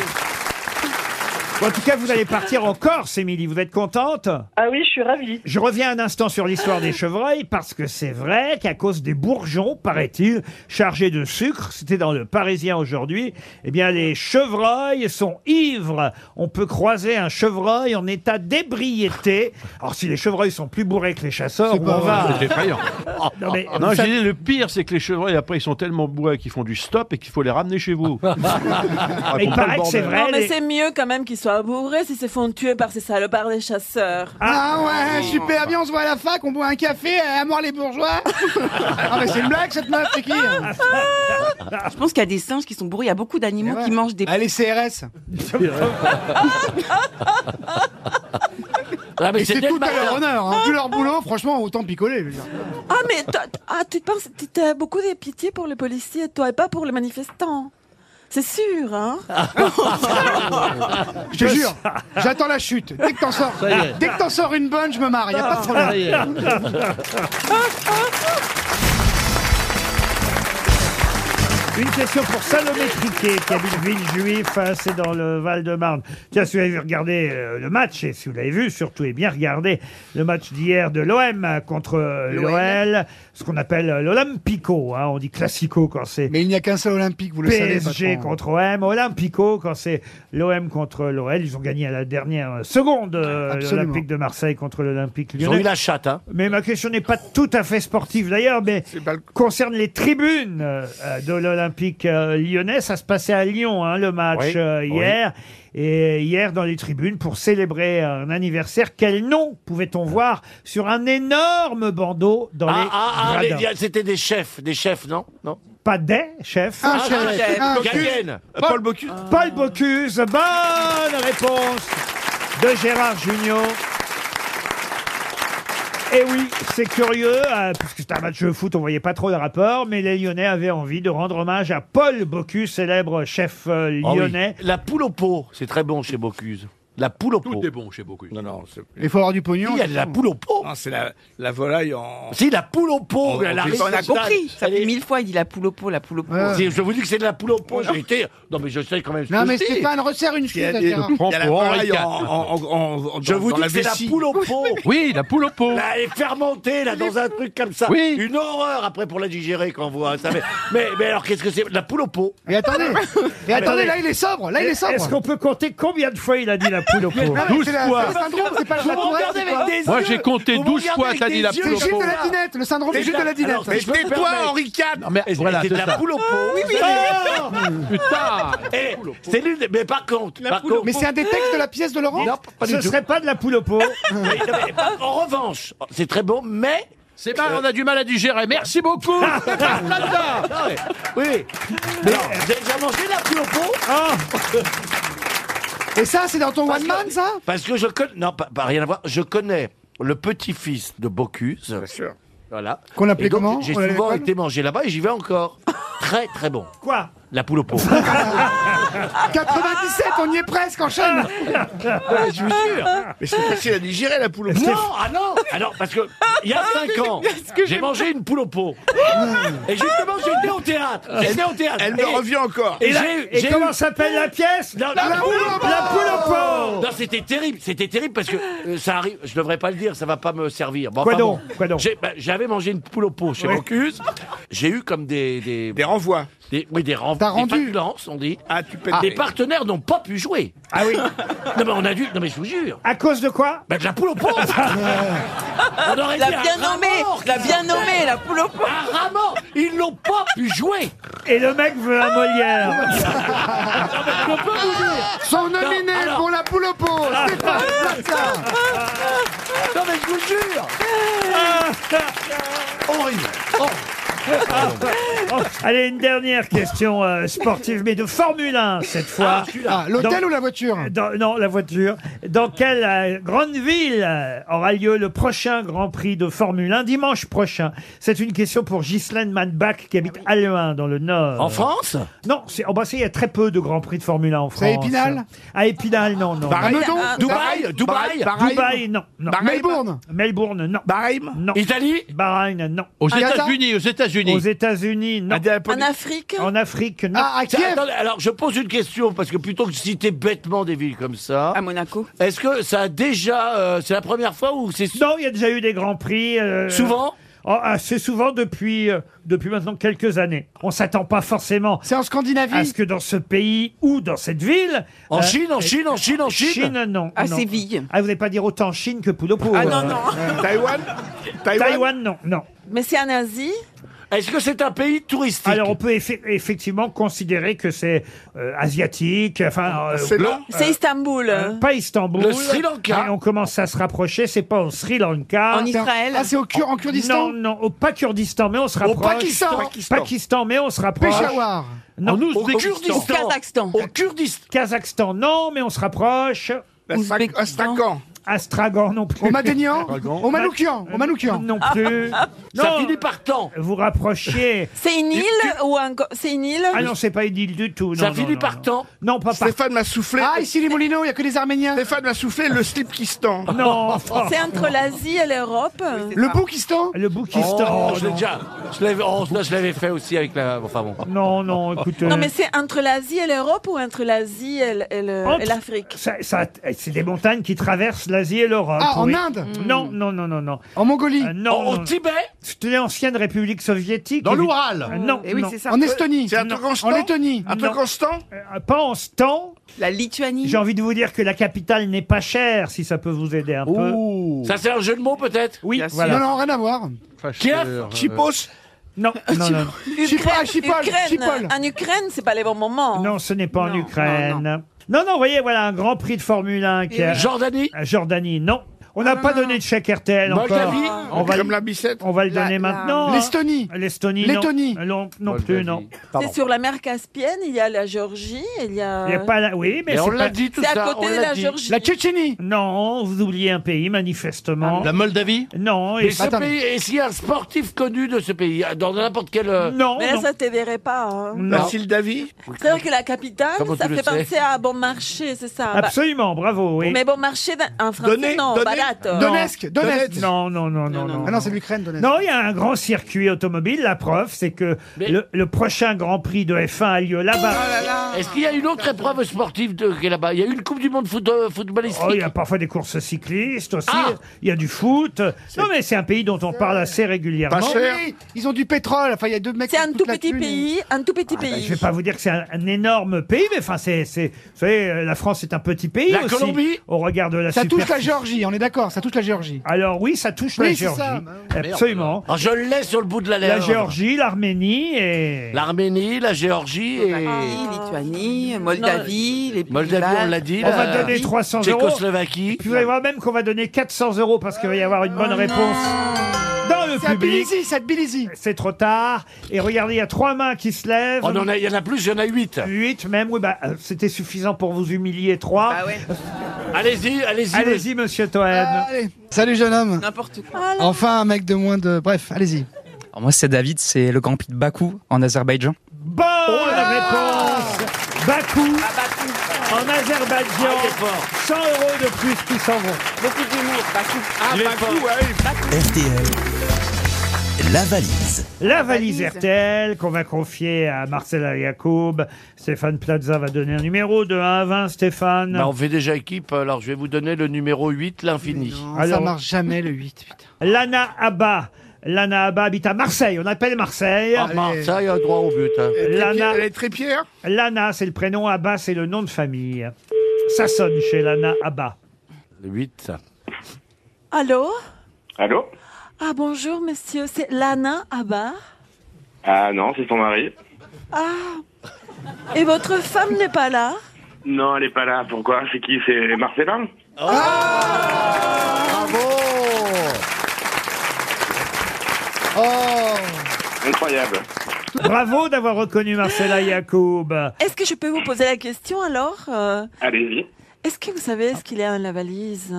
En tout cas, vous allez partir en Corse, Émilie. Vous êtes contente Ah oui, je suis ravie. Je reviens un instant sur l'histoire des chevreuils, parce que c'est vrai qu'à cause des bourgeons, paraît-il, chargés de sucre, c'était dans le Parisien aujourd'hui, eh bien les chevreuils sont ivres. On peut croiser un chevreuil en état d'ébriété. Alors si les chevreuils sont plus bourrés que les chasseurs, C'est où pas on vrai. va C'est défaillant. Non, mais Ah, non, vous j'ai savez- dit, le pire, c'est que les chevreuils, après, ils sont tellement bourrés qu'ils font du stop et qu'il faut les ramener chez vous. Mais il paraît que c'est vrai. Non, mais les- c'est mieux quand même qu'ils soient bourrés s'ils se font tuer par ces salopards des chasseurs. Ah ouais, super bien, on se voit à la fac, on boit un café, à mort les bourgeois. ah mais c'est une blague cette meuf, c'est qui hein Je pense qu'il y a des singes qui sont bourrés. Il y a beaucoup d'animaux qui mangent des. Ah, les CRS Ah, mais Et c'est c'est tout à tellement- leur honneur, hein. vu leur boulot, franchement, autant picoler. je veux dire. Ah, mais toi- ah, tu penses, tu as beaucoup de pitié pour les policiers, toi, et pas pour les manifestants. C'est sûr, hein Ah. Je te jure, j'attends la chute. Dès que t'en sors, Ça y est. dès que t'en sors une bonne, je me marre, y a pas de Ça y problème. est. Une question pour Salomé Triquet, qui habite Villejuif, euh, c'est dans le Val-de-Marne. Tiens, si vous avez regardé euh, le match, et si vous l'avez vu, surtout, et bien regardé le match d'hier de l'OM euh, contre euh, L'OL. l'OL, ce qu'on appelle euh, l'Olympico, hein, on dit classico quand c'est... Mais il n'y a qu'un seul Olympique, vous le savez. PSG patron. contre OM, Olympico quand c'est l'OM contre l'OL, ils ont gagné à la dernière seconde euh, Absolument. l'Olympique de Marseille contre l'Olympique Ils ont lyonnais. eu la chatte, hein. Mais ma question n'est pas tout à fait sportive d'ailleurs, mais concerne les tribunes euh, euh, de l'Olympique euh, lyonnais. Ça se passait à Lyon, hein, le match Oui, euh, oui. hier. Et hier, dans les tribunes, pour célébrer un anniversaire, quel nom pouvait-on voir sur un énorme bandeau dans Ah, les ah, ah, les- gradins c'était des chefs, des chefs, non Non Pas des chefs Un Ah, chef, un chef, un Bocuse. Gaël. Paul Bocuse. Paul Bocuse, bonne réponse de Gérard Junior. Et oui, c'est curieux, euh, parce que c'était un match de foot, on voyait pas trop le rapport, mais les Lyonnais avaient envie de rendre hommage à Paul Bocuse, célèbre chef euh, Ah oui. lyonnais. La poule au pot, c'est très bon chez Bocuse. La poule au pot. Tout est bon chez Bocuse. Non, non, Il faut avoir du pognon. Il y a de la poule au pot. Non, c'est la, la volaille en. Si, la poule au pot. Oh, On- on la fait pas, on a résistance. compris. Ça fait mille fois, il dit la poule au pot, la poule au pot. Ah. Ouais. Si, Je vous dis que c'est de la poule au pot. J'ai été. Non, mais je sais quand même. ce Non que mais je dis. Stéphane, resserre une Il y chute a à des- Gérard. Il y a la volaille en- Je vous dis la que c'est la vessie. poule au pot. Oui, la poule au pot. Là, elle est fermentée, là, dans un truc comme ça. Oui. Une horreur après pour la digérer quand vous. hein, ça fait- mais, mais alors, qu'est-ce que c'est La poule au pot. Et attendez, et attendez, là il est sobre, là il est sobre. Eh, Est-ce qu'on peut compter combien de fois il a dit la poule au pot Non, mais c'est la- c'est le syndrome, c'est pas la Vous me Tourette, c'est regardez avec quoi des Moi, yeux. j'ai compté Vous me 12 fois, regardez t'as avec dit la des C'est poule le au Gilles pot. de la dinette, le syndrome du Mais Gilles de la alors, dinette. hein. mais je peux me permettre. IV Non, mais Et voilà, c'est de c'est la ça. poule au pot. Ah Putain Eh, c'est l'une des- Mais par contre, par contre. Mais c'est un des textes de la pièce de Laurent Non, pas du Ce tout. serait pas de la poule au pot. Mais- non, mais par- En revanche, c'est très bon, mais. C'est mal, on a du mal à digérer. Merci beaucoup. Stéphane Plaza. Non, mais- Oui. Mais, Vous avez déjà mangé la poule au pot Ah Et ça, c'est dans ton one man, ça Parce que je connais. Non, pas, pas rien à voir. Je connais le petit-fils de Bocuse. Bien sûr. Voilà. Qu'on l'appelait Et donc, comment J'ai On allait à souvent l'école été manger là-bas et j'y vais encore. très, très bon. Quoi La poule au pot. 97, on y est presque, enchaîne Ah, Ouais, je vous jure. Mais c'est facile à digérer, la poule au pot. Non, ah non Alors, parce que, il y a 5 ans, j'ai mangé une poule au pot. Et justement, j'étais au théâtre. J'étais au théâtre. Elle me Et- revient encore. Et, la- j'ai- et j'ai comment eu- s'appelle la pièce Non, La poule au pot Non, c'était terrible, c'était terrible parce que euh, ça arrive. Je devrais pas le dire, ça va pas me servir. Bon, Quoi enfin donc bon. Quoi donc J'ai- bah, J'avais mangé une poule au pot chez Ouais. Bocuse. J'ai eu comme des des, Des renvois. des- oui, des renvois. T'as des rendu flatulences, on dit. Ah, tu peux Les partenaires n'ont pas pu jouer. Ah oui Non mais on a dû. Non mais je vous jure. À cause de quoi Ah, Bah, de la poule au pot. on aurait La dit un bien rat nommée, mort qui la bien sortait. nommée, la poule au pot. Un rat mort. Ils n'ont pas pu jouer. Ah. Et le mec veut un Molière. Non, mais je peux bah, vous dire. Sont nominés Non, alors- pour la poule au pot Stéphane Plaza Non mais je vous le jure. Ah, Horrible. Oh. Allez, une dernière question euh, sportive, mais de Formule 1 cette fois. Ah, L'hôtel Dans- ou la voiture Dans- non, la voiture. Dans quelle euh, grande ville euh, aura lieu le prochain Grand Prix de Formule 1 dimanche prochain C'est une question pour Ghislaine Manbach qui habite Ah Halluin dans le Nord. En France Non, c'est oh, bah, c'est- il y a très peu de Grands Prix de Formule 1 en France. C'est à Épinal À Épinal, non, non. Pareil. Meudon Ah, Dubaï, Dubaï, Bahreïn. Dubaï, non. non. Bahreïn. Melbourne Melbourne, non. Bahreïn. Non. Italie, Bahreïn, non. Aux Gaza États-Unis, aux Aux États-Unis. États-unis, non. En Afrique En Afrique, non. Ah, à Tiens, Kiev attendez, alors je pose une question parce que plutôt que de citer bêtement des villes comme ça, À Monaco. est-ce que ça a déjà euh, c'est la première fois ou c'est sou- Non, il y a déjà eu des grands prix. euh, souvent Oh, assez souvent depuis, euh, depuis maintenant quelques années. On s'attend pas forcément C'est en à Scandinavie ce que dans ce pays ou dans cette ville. en euh, Chine, en Chine, en Chine, en Chine, Chine, non. À non. Séville. Ah, vous n'allez pas dire autant Chine que poule au pot. Ah non, non. Taïwan. Taïwan. Taïwan, non, non. Mais c'est en Asie Est-ce que c'est un pays touristique Alors, on peut effe- effectivement considérer que c'est euh, asiatique, enfin... euh, C'est là. C'est Istanbul. euh, pas Istanbul. Le Sri Lanka. Mais on commence à se rapprocher, c'est pas au Sri Lanka. En Israël. Ah, c'est au Kur- en Kurdistan Non, non, au, pas Kurdistan, mais on se Au rapproche. Pakistan, Pakistan, mais on se rapproche. Peshawar Non, en au Ouzbékistan, Au Kazakhstan. au Kurdistan, Kazakhstan, non, mais on se rapproche. Ouzbékistan. Astrakhan. Astragan, non plus. Au Madignan Au Maloukian Au Maloukian Non plus. ça Non, finit par temps. vous rapprochiez. C'est une île ou un... co- C'est une île Ah non, c'est pas une île du tout. Ça non, finit non, non, par non. temps. Non, pas par... Stéphane m'a soufflé. Ah, ici les Moulineaux, il n'y a que des Arméniens Stéphane m'a soufflé le Slipkistan. Non. C'est entre l'Asie et l'Europe Le Boukistan Le Oh, Boukistan. je l'ai non. déjà, je l'avais, oh, ça, je l'avais fait aussi avec la, enfin bon. non, non, écoute. euh, Non, mais c'est entre l'Asie et l'Europe ou entre l'Asie et l- et le- Entre- et l'Afrique ça- ça- c'est des montagnes qui traversent l'Asie et l'Europe. Ah, en oui. Mm. Inde Non, non, non, non, non. En Mongolie Euh, non, au, au non. Tibet, C'était l'ancienne République soviétique. Dans évi- l'Oural. Euh, Non, Et oui, non. c'est ça. En Estonie C'est un Non. truc constant. En Lettonie Un truc Non. constant. Euh, Pas en ce temps. La Lituanie. J'ai envie de vous dire que la capitale n'est pas chère, si ça peut vous aider un peu. ça c'est un jeu de mots peut-être. euh, Oui, Bien sûr. voilà. Non, non, rien à voir Kiev, Chipos. Non, euh, non, non. Chipol, Chipol, Ukraine. Chipol En Ukraine, c'est pas les bons moments. Non, ce n'est pas en Non, Ukraine. Non, non, vous voyez, voilà un grand prix de Formule 1 qui Eh a- Jordanie, à Jordanie. Non, on Ah. n'a pas donné de chèque RTL encore. Moldavie, On va, Comme la bicette. on va le La- donner la- maintenant. hein. L'Estonie L'Estonie. non. Lettonie. Non, non plus, non. C'est sur la mer Caspienne, il y a la Géorgie, il y a... Il y a pas la... Oui, mais Et on c'est l'a pas... dit tout C'est à ça, on côté de l'a la dit. Géorgie. La Tchétchénie Non, vous oubliez un pays, manifestement. La Moldavie Non, et... Et ce Attends. pays, est-ce qu'il y a un sportif connu de ce pays, dans n'importe quel. euh, non, Mais là, non. ça t'aiderait pas. hein. non. La Sildavie. C'est vrai que la capitale, Comment ça tu le fait sais penser à Bon Marché, c'est ça. Bah, Absolument, bravo, oui. Mais Bon Marché, en français, Donnez, non, donnez, Barat. Donetsk Donetsk Non, non, non, non, non. Ah non, c'est l'Ukraine, Donetsk Non, il y a un grand circuit automobile. La preuve, c'est que Mais- le, le prochain Grand Prix de F1 a lieu là-bas. Ah Est-ce qu'il y a une autre épreuve sportive de, qui est là-bas Il y a eu une Coupe du Monde foot, euh, footballistique. Oh, il y a parfois des courses cyclistes aussi. Ah il y a du foot. Non, mais c'est un pays dont on parle assez régulièrement. Pas Oh cher. oui, ils ont du pétrole. Enfin, il y a deux mecs. C'est qui un foutent tout la petit thune. pays, un tout Ah, bah, petit Je pays. vais pas vous dire que c'est un, un énorme pays, mais enfin, c'est, c'est, vous savez, euh, la France est un petit pays La aussi. Colombie Au regard de la Ça touche la superficie. Géorgie, on est d'accord, ça touche la Géorgie. Alors oui, ça touche la Oui, c'est Géorgie. ça. Absolument. Ah, je l'ai sur le bout de la lèvre. La Géorgie, l'Arménie et... L'Arménie, la Géorgie et. Ah. Lituanie, Moldavie, les pays Moldavie, on l'a dit. On va la- donner 300 euros. Tchécoslovaquie. Oh Puis vous allez voir même qu'on va donner 400 euros parce qu'il va y avoir une bonne réponse. dans le C'est à public. Tbilissi, c'est trop tard. Et regardez, il y a trois mains qui se lèvent. On en a- il y en a plus, il y en a huit. Huit même, oui, bah, euh, c'était suffisant pour vous humilier trois. Bah Allez-y, allez-y. Allez-y, monsieur Toen. Salut jeune homme. N'importe quoi. Enfin un mec de moins de... Bref, allez-y. Alors moi, c'est David, c'est le Grand Prix de Bakou en Azerbaïdjan. Bonne réponse Bakou, en Azerbaïdjan. 100 euros de plus qui s'en vont. Beaucoup d'humour, Bakou. Ah, Bakou, La valise. La valise RTL qu'on va confier à Marcela Yacoub. Stéphane Plaza va donner un numéro de 1 à 20, Stéphane. Bah, on fait déjà équipe, alors je vais vous donner le numéro 8, l'infini. Alors- Hein, jamais le 8. Lana Abba. Lana Abba habite à Marseille. On appelle Marseille. Ah, Marseille a droit au but. hein. Lana. Elle est trépière Lana, c'est le prénom. Abba, c'est le nom de famille. Ça sonne chez Lana Abba. Le 8, ça. Allô Allô Ah bonjour monsieur, c'est Lana Abba. Ah non, c'est ton mari. Ah Et votre femme n'est pas là Non, elle est pas là. Pourquoi C'est qui C'est Marcelin Bravo Incroyable. Bravo d'avoir reconnu Marcela Yacoub. Ah. Est-ce que je peux vous poser la question alors euh, Allez-y. Est-ce que vous savez ce qu'il y a dans la valise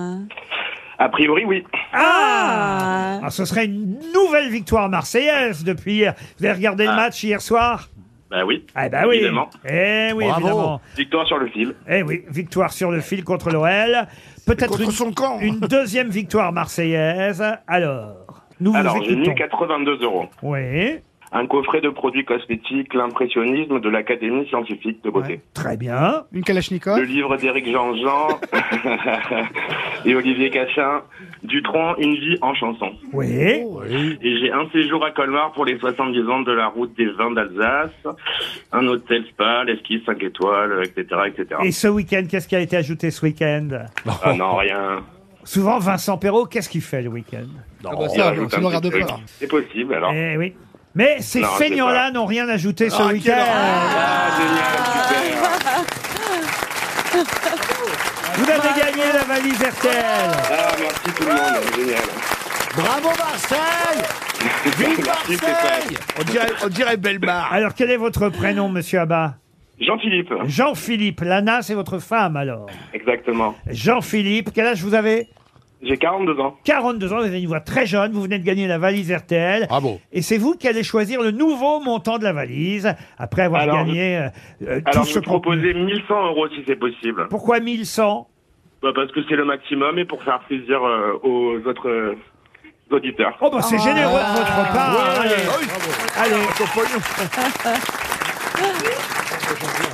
A priori, oui. Ah Ah, Ce serait une nouvelle victoire marseillaise depuis hier. Vous avez regardé Ah. le match hier soir Bah oui. Ah bah oui. Évidemment. Eh oui, évidemment. Victoire sur le fil. Eh oui, victoire sur le fil contre l'OL. Peut-être une, une deuxième victoire marseillaise. Alors, nous vous Alors, j'ai mis écoutons. 82 euros. Oui, Un coffret de produits cosmétiques, l'impressionnisme de l'Académie scientifique de beauté. très bien. Une Kalachnikov. Le livre d'Éric Jean-Jean et Olivier Cachin, Dutron, une vie en chanson. Oui. Et j'ai un séjour à Colmar pour les 70 ans de la route des vins d'Alsace, un hôtel spa, l'esquisse 5 étoiles, etc. etc. Et ce week-end, qu'est-ce qui a été ajouté ce week-end Ah non, rien. Souvent, Vincent Perrault, qu'est-ce qu'il fait le week-end Ah Non, bah ça, rajoute ça un nous petit regarde truc. pas. C'est possible, alors. Eh oui. Mais ces Non, je sais feignants-là pas. n'ont rien ajouté ce Ah, quel Ah, week-end. Vous avez gagné la valise RTL. Ah, merci tout le monde, génial. Bravo Marseille Vive Merci, Marseille On dirait, on dirait Belmar. Alors, quel est votre prénom, monsieur Abba Jean-Philippe. Jean-Philippe. Lana, c'est votre femme, alors. Exactement. Jean-Philippe, quel âge vous avez J'ai 42 ans. 42 ans, vous avez une voix très jeune, vous venez de gagner la valise RTL. Bravo. Et c'est vous qui allez choisir le nouveau montant de la valise, après avoir Alors, gagné euh, euh, Alors, tout je ce vais qu'on- proposer 1100 euros si c'est possible. Pourquoi 1100 Bah, parce que c'est le maximum et pour faire plaisir euh, aux autres euh, auditeurs. Oh, bah, c'est généreux de votre part. Allez, allez. Ah,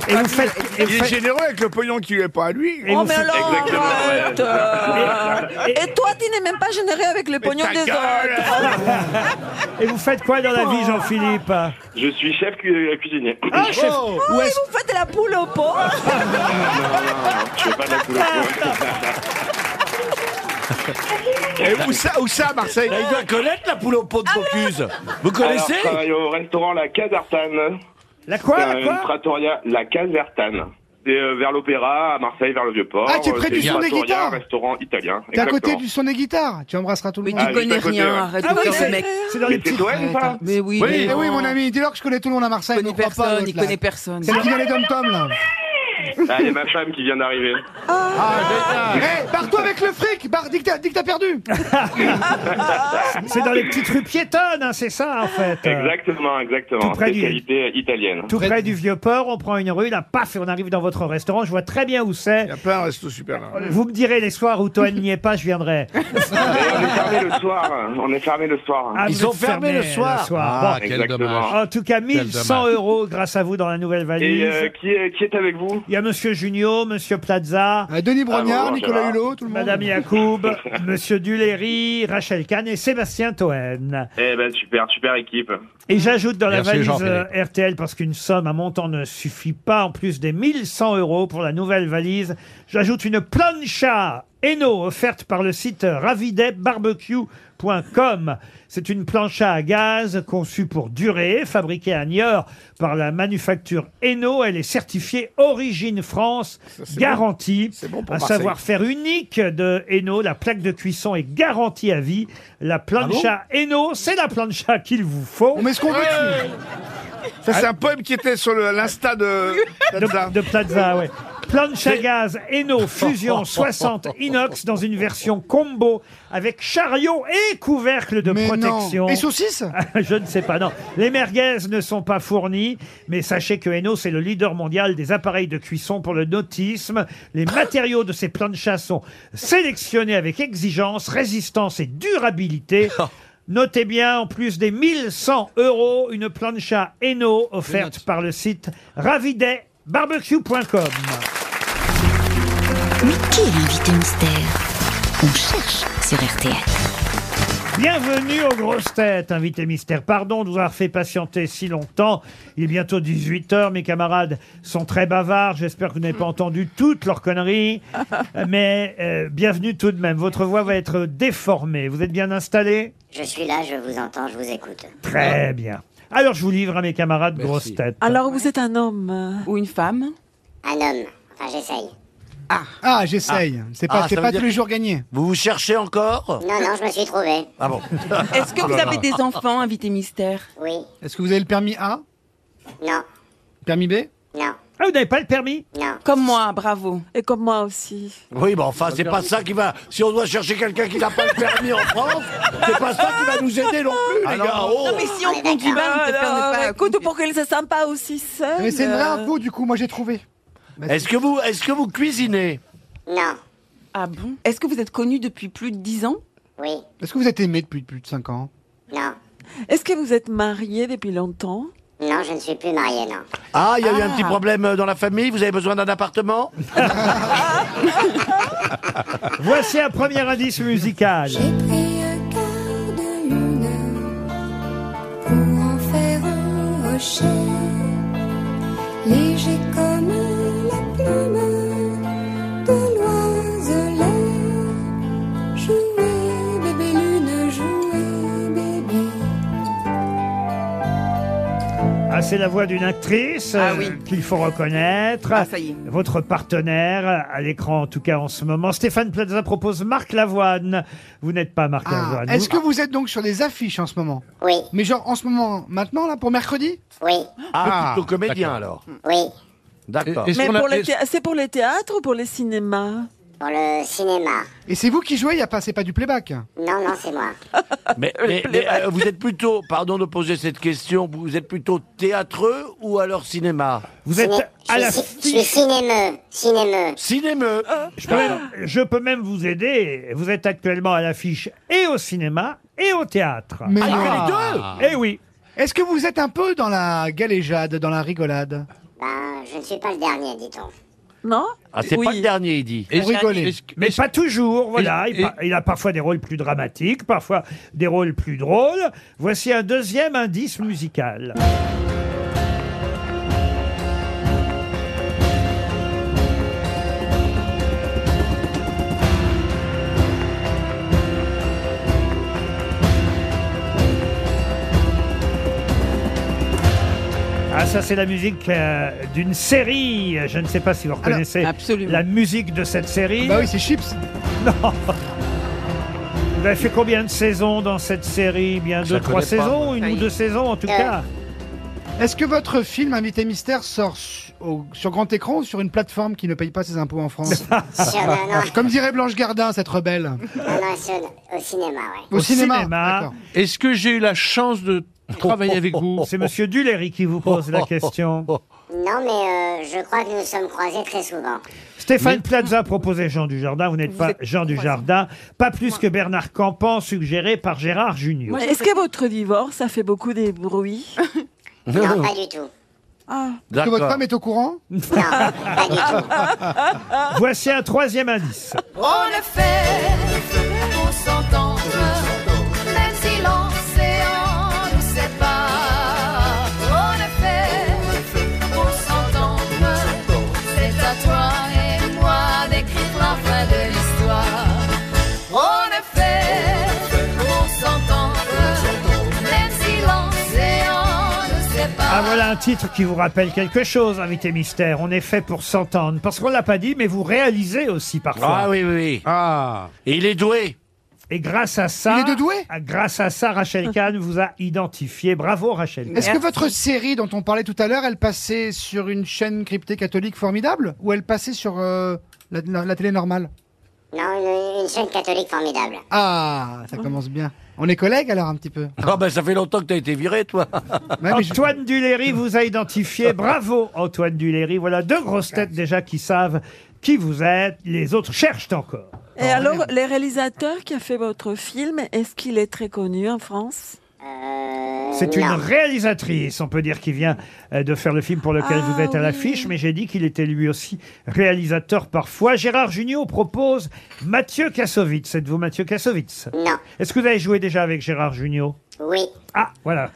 Et vous faites... et vous Ah, Il est faites- généreux avec le pognon qui lui est pas à lui. Oh, mais alors, arrête euh, Et- Et toi, tu n'es même pas généré avec le pognon ta des gueule autres Et vous faites quoi dans la vie, Jean-Philippe Je suis chef cu- euh, cuisinier. Ah, chef Oh. Ah, Où et est-ce- Ah. vous faites la poule au pot Non, non, non, je fais pas de la ah. couleur. Et où ça, où ça, Marseille Il doit connaître la poule au pot de Focus Vous Alors, connaissez je travaille au restaurant La Casertane. La quoi, C'est la un- quoi Une trattoria, La Casertane. C'est euh, vers l'Opéra, à Marseille, vers le Vieux-Port. Ah, t'es près Euh, du c'est son une des trattoria, guitares un restaurant italien. T'es à côté Exactement. du son des guitares. Tu embrasseras tout le monde. tu Ah, connais juste à côté, rien, ouais. arrête Ah de oui, faire le c'est- mec. C'est dans Mais les c'est petites. Toen, ça Attends. Mais oui, Oui. mais Eh oui, mon ami. Dis-leur que je connais tout le monde à Marseille. Il connaît personne, il connaît personne. C'est qui vient les dom-toms, là. Ah, il y a ma femme qui vient d'arriver. Ah. Ah, Eh, Hé, pars-toi avec le fric. Barre, dis que t'as- dis que t'as perdu. C'est dans les petites rues piétonnes, hein, c'est ça, en fait. Euh, Exactement, exactement. Tout près du- Spécialité italienne. Tout près du vieux port, on prend une rue, là, paf, et on arrive dans votre restaurant. Je vois très bien où c'est. Euh, Il y a plein de restos super. là. Vous me direz les soirs où Toen n'y est pas, je viendrai. Et on est fermé le soir. hein. On est fermé le soir. Ah, vous êtes Ah, Bon. quel Exactement. dommage. En tout cas, Quel 1100 dommage. euros grâce à vous dans la nouvelle valise. Et euh, qui, est, qui est avec vous Il y a Monsieur Junio, Monsieur Plaza, Euh, Denis Ah, Brognard, bonjour, Nicolas Gérard. Hulot, tout le monde. Madame Yacoub, Monsieur Duléry, Rachel Kahn et Sébastien Toen. Eh ben super, super équipe. Et j'ajoute dans la Merci, valise Jean-Philippe. euh, RTL, parce qu'une somme, un montant ne suffit pas, en plus des 1100 euros pour la nouvelle valise, j'ajoute une plancha Eno, offerte par le site ravidebarbecue.com. C'est une plancha à gaz conçue pour durer, fabriquée à Niort par la manufacture Eno. Elle est certifiée Origine France, c'est garantie. pour un Marseille. savoir-faire unique de Eno. La plaque de cuisson est garantie à vie. Ah La plancha Eno, c'est la plancha qu'il vous faut. Mais ce qu'on Ça, c'est un poème qui était sur le- l'insta de Plaza. de, de Plaza, ouais. Planche à gaz Eno Fusion 60 inox dans une version combo avec chariot et couvercle de Mais non. protection. Et saucisses Je ne sais pas, non. Les merguez ne sont pas fournies, mais sachez que Eno, c'est le leader mondial des appareils de cuisson pour le nautisme. Les matériaux de ces planchas sont sélectionnés avec exigence, résistance et durabilité. Notez bien, en plus des 1100 euros, une plancha Eno offerte par le site ravidetbarbecue.com. Mais qui est l'invité mystère On cherche sur RTL. Bienvenue aux grosses têtes, invité mystère. Pardon de vous avoir fait patienter si longtemps. Il est bientôt 18h, mes camarades sont très bavards. J'espère que vous n'avez pas entendu toutes leurs conneries. Mais euh, bienvenue tout de même. Votre voix va être déformée. Vous êtes bien installé Je suis là, je vous entends, je vous écoute. Très bien. Alors je vous livre à mes camarades grosses têtes. Alors, vous êtes un homme. Ou une femme Un homme. Enfin, j'essaye. Ah, ah j'essaye. C'est pas, Ah, c'est ça pas veut tous dire- les jours gagné. Vous vous cherchez encore Non, non, je me suis trouvé. Ah bon Est-ce que Oh vous là avez là. des enfants, invité mystère Oui. Est-ce que vous avez le permis A Non. Permis B Non. Ah, vous n'avez pas le permis Non. Comme moi, bravo. Et comme moi aussi. Oui, mais enfin, c'est pas ça qui va. Si on doit chercher quelqu'un qui n'a pas le permis en France, c'est pas ça qui va nous aider non plus, les gars. Oh. on conduit pas. Écoute, pour qu'il se sente pas aussi seul. Mais c'est une vraie euh, info, du coup, moi j'ai trouvé. Bah, Est-ce que vous, est-ce que vous cuisinez Non. Ah bon Est-ce que vous êtes connu depuis plus de 10 ans Oui. Est-ce que vous êtes aimé depuis plus de 5 ans Non. Est-ce que vous êtes marié depuis longtemps Non, je ne suis plus marié, non. Ah, il y a eu un Ah. petit problème euh, dans la famille. Vous avez besoin d'un appartement Voici un premier indice musical. pris un quart de lune pour en faire un rocher, léger comme la plume de l'oiselet. Jouer, bébé lune, jouer, bébé. Ah, c'est la voix d'une actrice Ah euh, oui. qu'il faut reconnaître. Ah, ça y est. Votre partenaire, euh, à l'écran en tout cas en ce moment, Stéphane Plaza propose Marc Lavoine. Vous n'êtes pas Marc Bah, Ah, Lavoine. Est-ce que Vous- vous êtes donc sur des affiches en ce moment Oui. Mais genre en ce moment, maintenant, là, pour mercredi Oui. Ah, Ah, plutôt comédien alors. Oui. D'accord. Mais pour le thé- c'est pour les théâtres ou pour les cinémas Pour le cinéma. Et c'est vous qui jouez, y a pas, c'est pas du playback Non, non, c'est moi. Mais, mais- mais, euh, vous êtes plutôt, pardon de poser cette question, vous êtes plutôt théâtreux ou alors cinéma Vous êtes Ciné- à la je, suis, ci- je suis cinémeux. Cinémeux. Cinémeux Ah. je, peux même, je peux même vous aider. Vous êtes actuellement à l'affiche et au cinéma et au théâtre. Mais Ah, il y a les non. deux Eh oui. Est-ce que vous êtes un peu dans la galéjade, dans la rigolade Ben, je ne suis pas le dernier, dit-on. Non Ah, c'est pas le dernier, il dit. Pour rigoler Mais pas toujours, voilà. Il, par- il a parfois des rôles plus dramatiques, parfois des rôles plus drôles. Voici un deuxième indice musical. Ah, ça, c'est la musique euh, d'une série. Je ne sais pas si vous reconnaissez absolument. la musique de cette série. Bah oui, c'est chips. Non. Vous avez fait combien de saisons dans cette série Bien Je deux, la trois connais pas, saisons, moi. une ou deux saisons en tout Eh, cas. Est-ce que votre film Invité Mystère sort su- au- sur grand écran ou sur une plateforme qui ne paye pas ses impôts en France Sur le, non, Comme dirait Blanche Gardin, cette rebelle. non, non, sur- au cinéma, ouais. Au, cinéma. d'accord. Est-ce que j'ai eu la chance de travailler avec vous C'est Monsieur Duléry qui vous pose la question. Non, mais euh, je crois que nous sommes croisés très souvent. Stéphane Plaza proposait Jean Dujardin. Vous n'êtes pas Jean Dujardin, pas plus que Bernard Campan suggéré par Gérard Junior. Mais Est-ce que votre divorce a fait beaucoup des bruits Non, pas du tout. Ah. Est-ce que votre femme est au courant Non, pas du tout. Voici un troisième indice. On Oh, le fait, on s'entend, même si l'océan nous sépare. On Oh, le fait, on s'entend, c'est à toi et moi d'écrire la fin de l'histoire. Oh, Ah, voilà un titre qui vous rappelle quelque chose, invité mystère. On est fait pour s'entendre. Parce qu'on l'a pas dit, mais vous réalisez aussi parfois. Ah oui, oui, oui. Ah. Et il est doué. Et grâce à ça. Il est de doué Ah, Grâce à ça, Rachel Kahn vous a identifié. Bravo, Rachel Kahn. Est-ce que votre série dont on parlait tout à l'heure, elle passait sur une chaîne cryptée catholique formidable ou elle passait sur euh, la, la- la télé normale Non, une, une chaîne catholique formidable. Ah, ça commence bien. On est collègues alors un petit peu. Ah ben ça fait longtemps que t'as été viré, toi. Antoine Duléry vous a identifié. Bravo, Antoine Duléry. Voilà deux grosses têtes déjà qui savent qui vous êtes. Les autres cherchent encore. Et alors, le réalisateur qui a fait votre film, est-ce qu'il est très connu en France C'est une réalisatrice, on peut dire, qui vient euh, de faire le film pour lequel vous êtes à l'affiche, mais j'ai dit qu'il était lui aussi réalisateur parfois. Gérard Junior propose Mathieu Kassovitz. Êtes-vous Mathieu Kassovitz Non. Est-ce que vous avez joué déjà avec Gérard Junior Oui. Ah, voilà.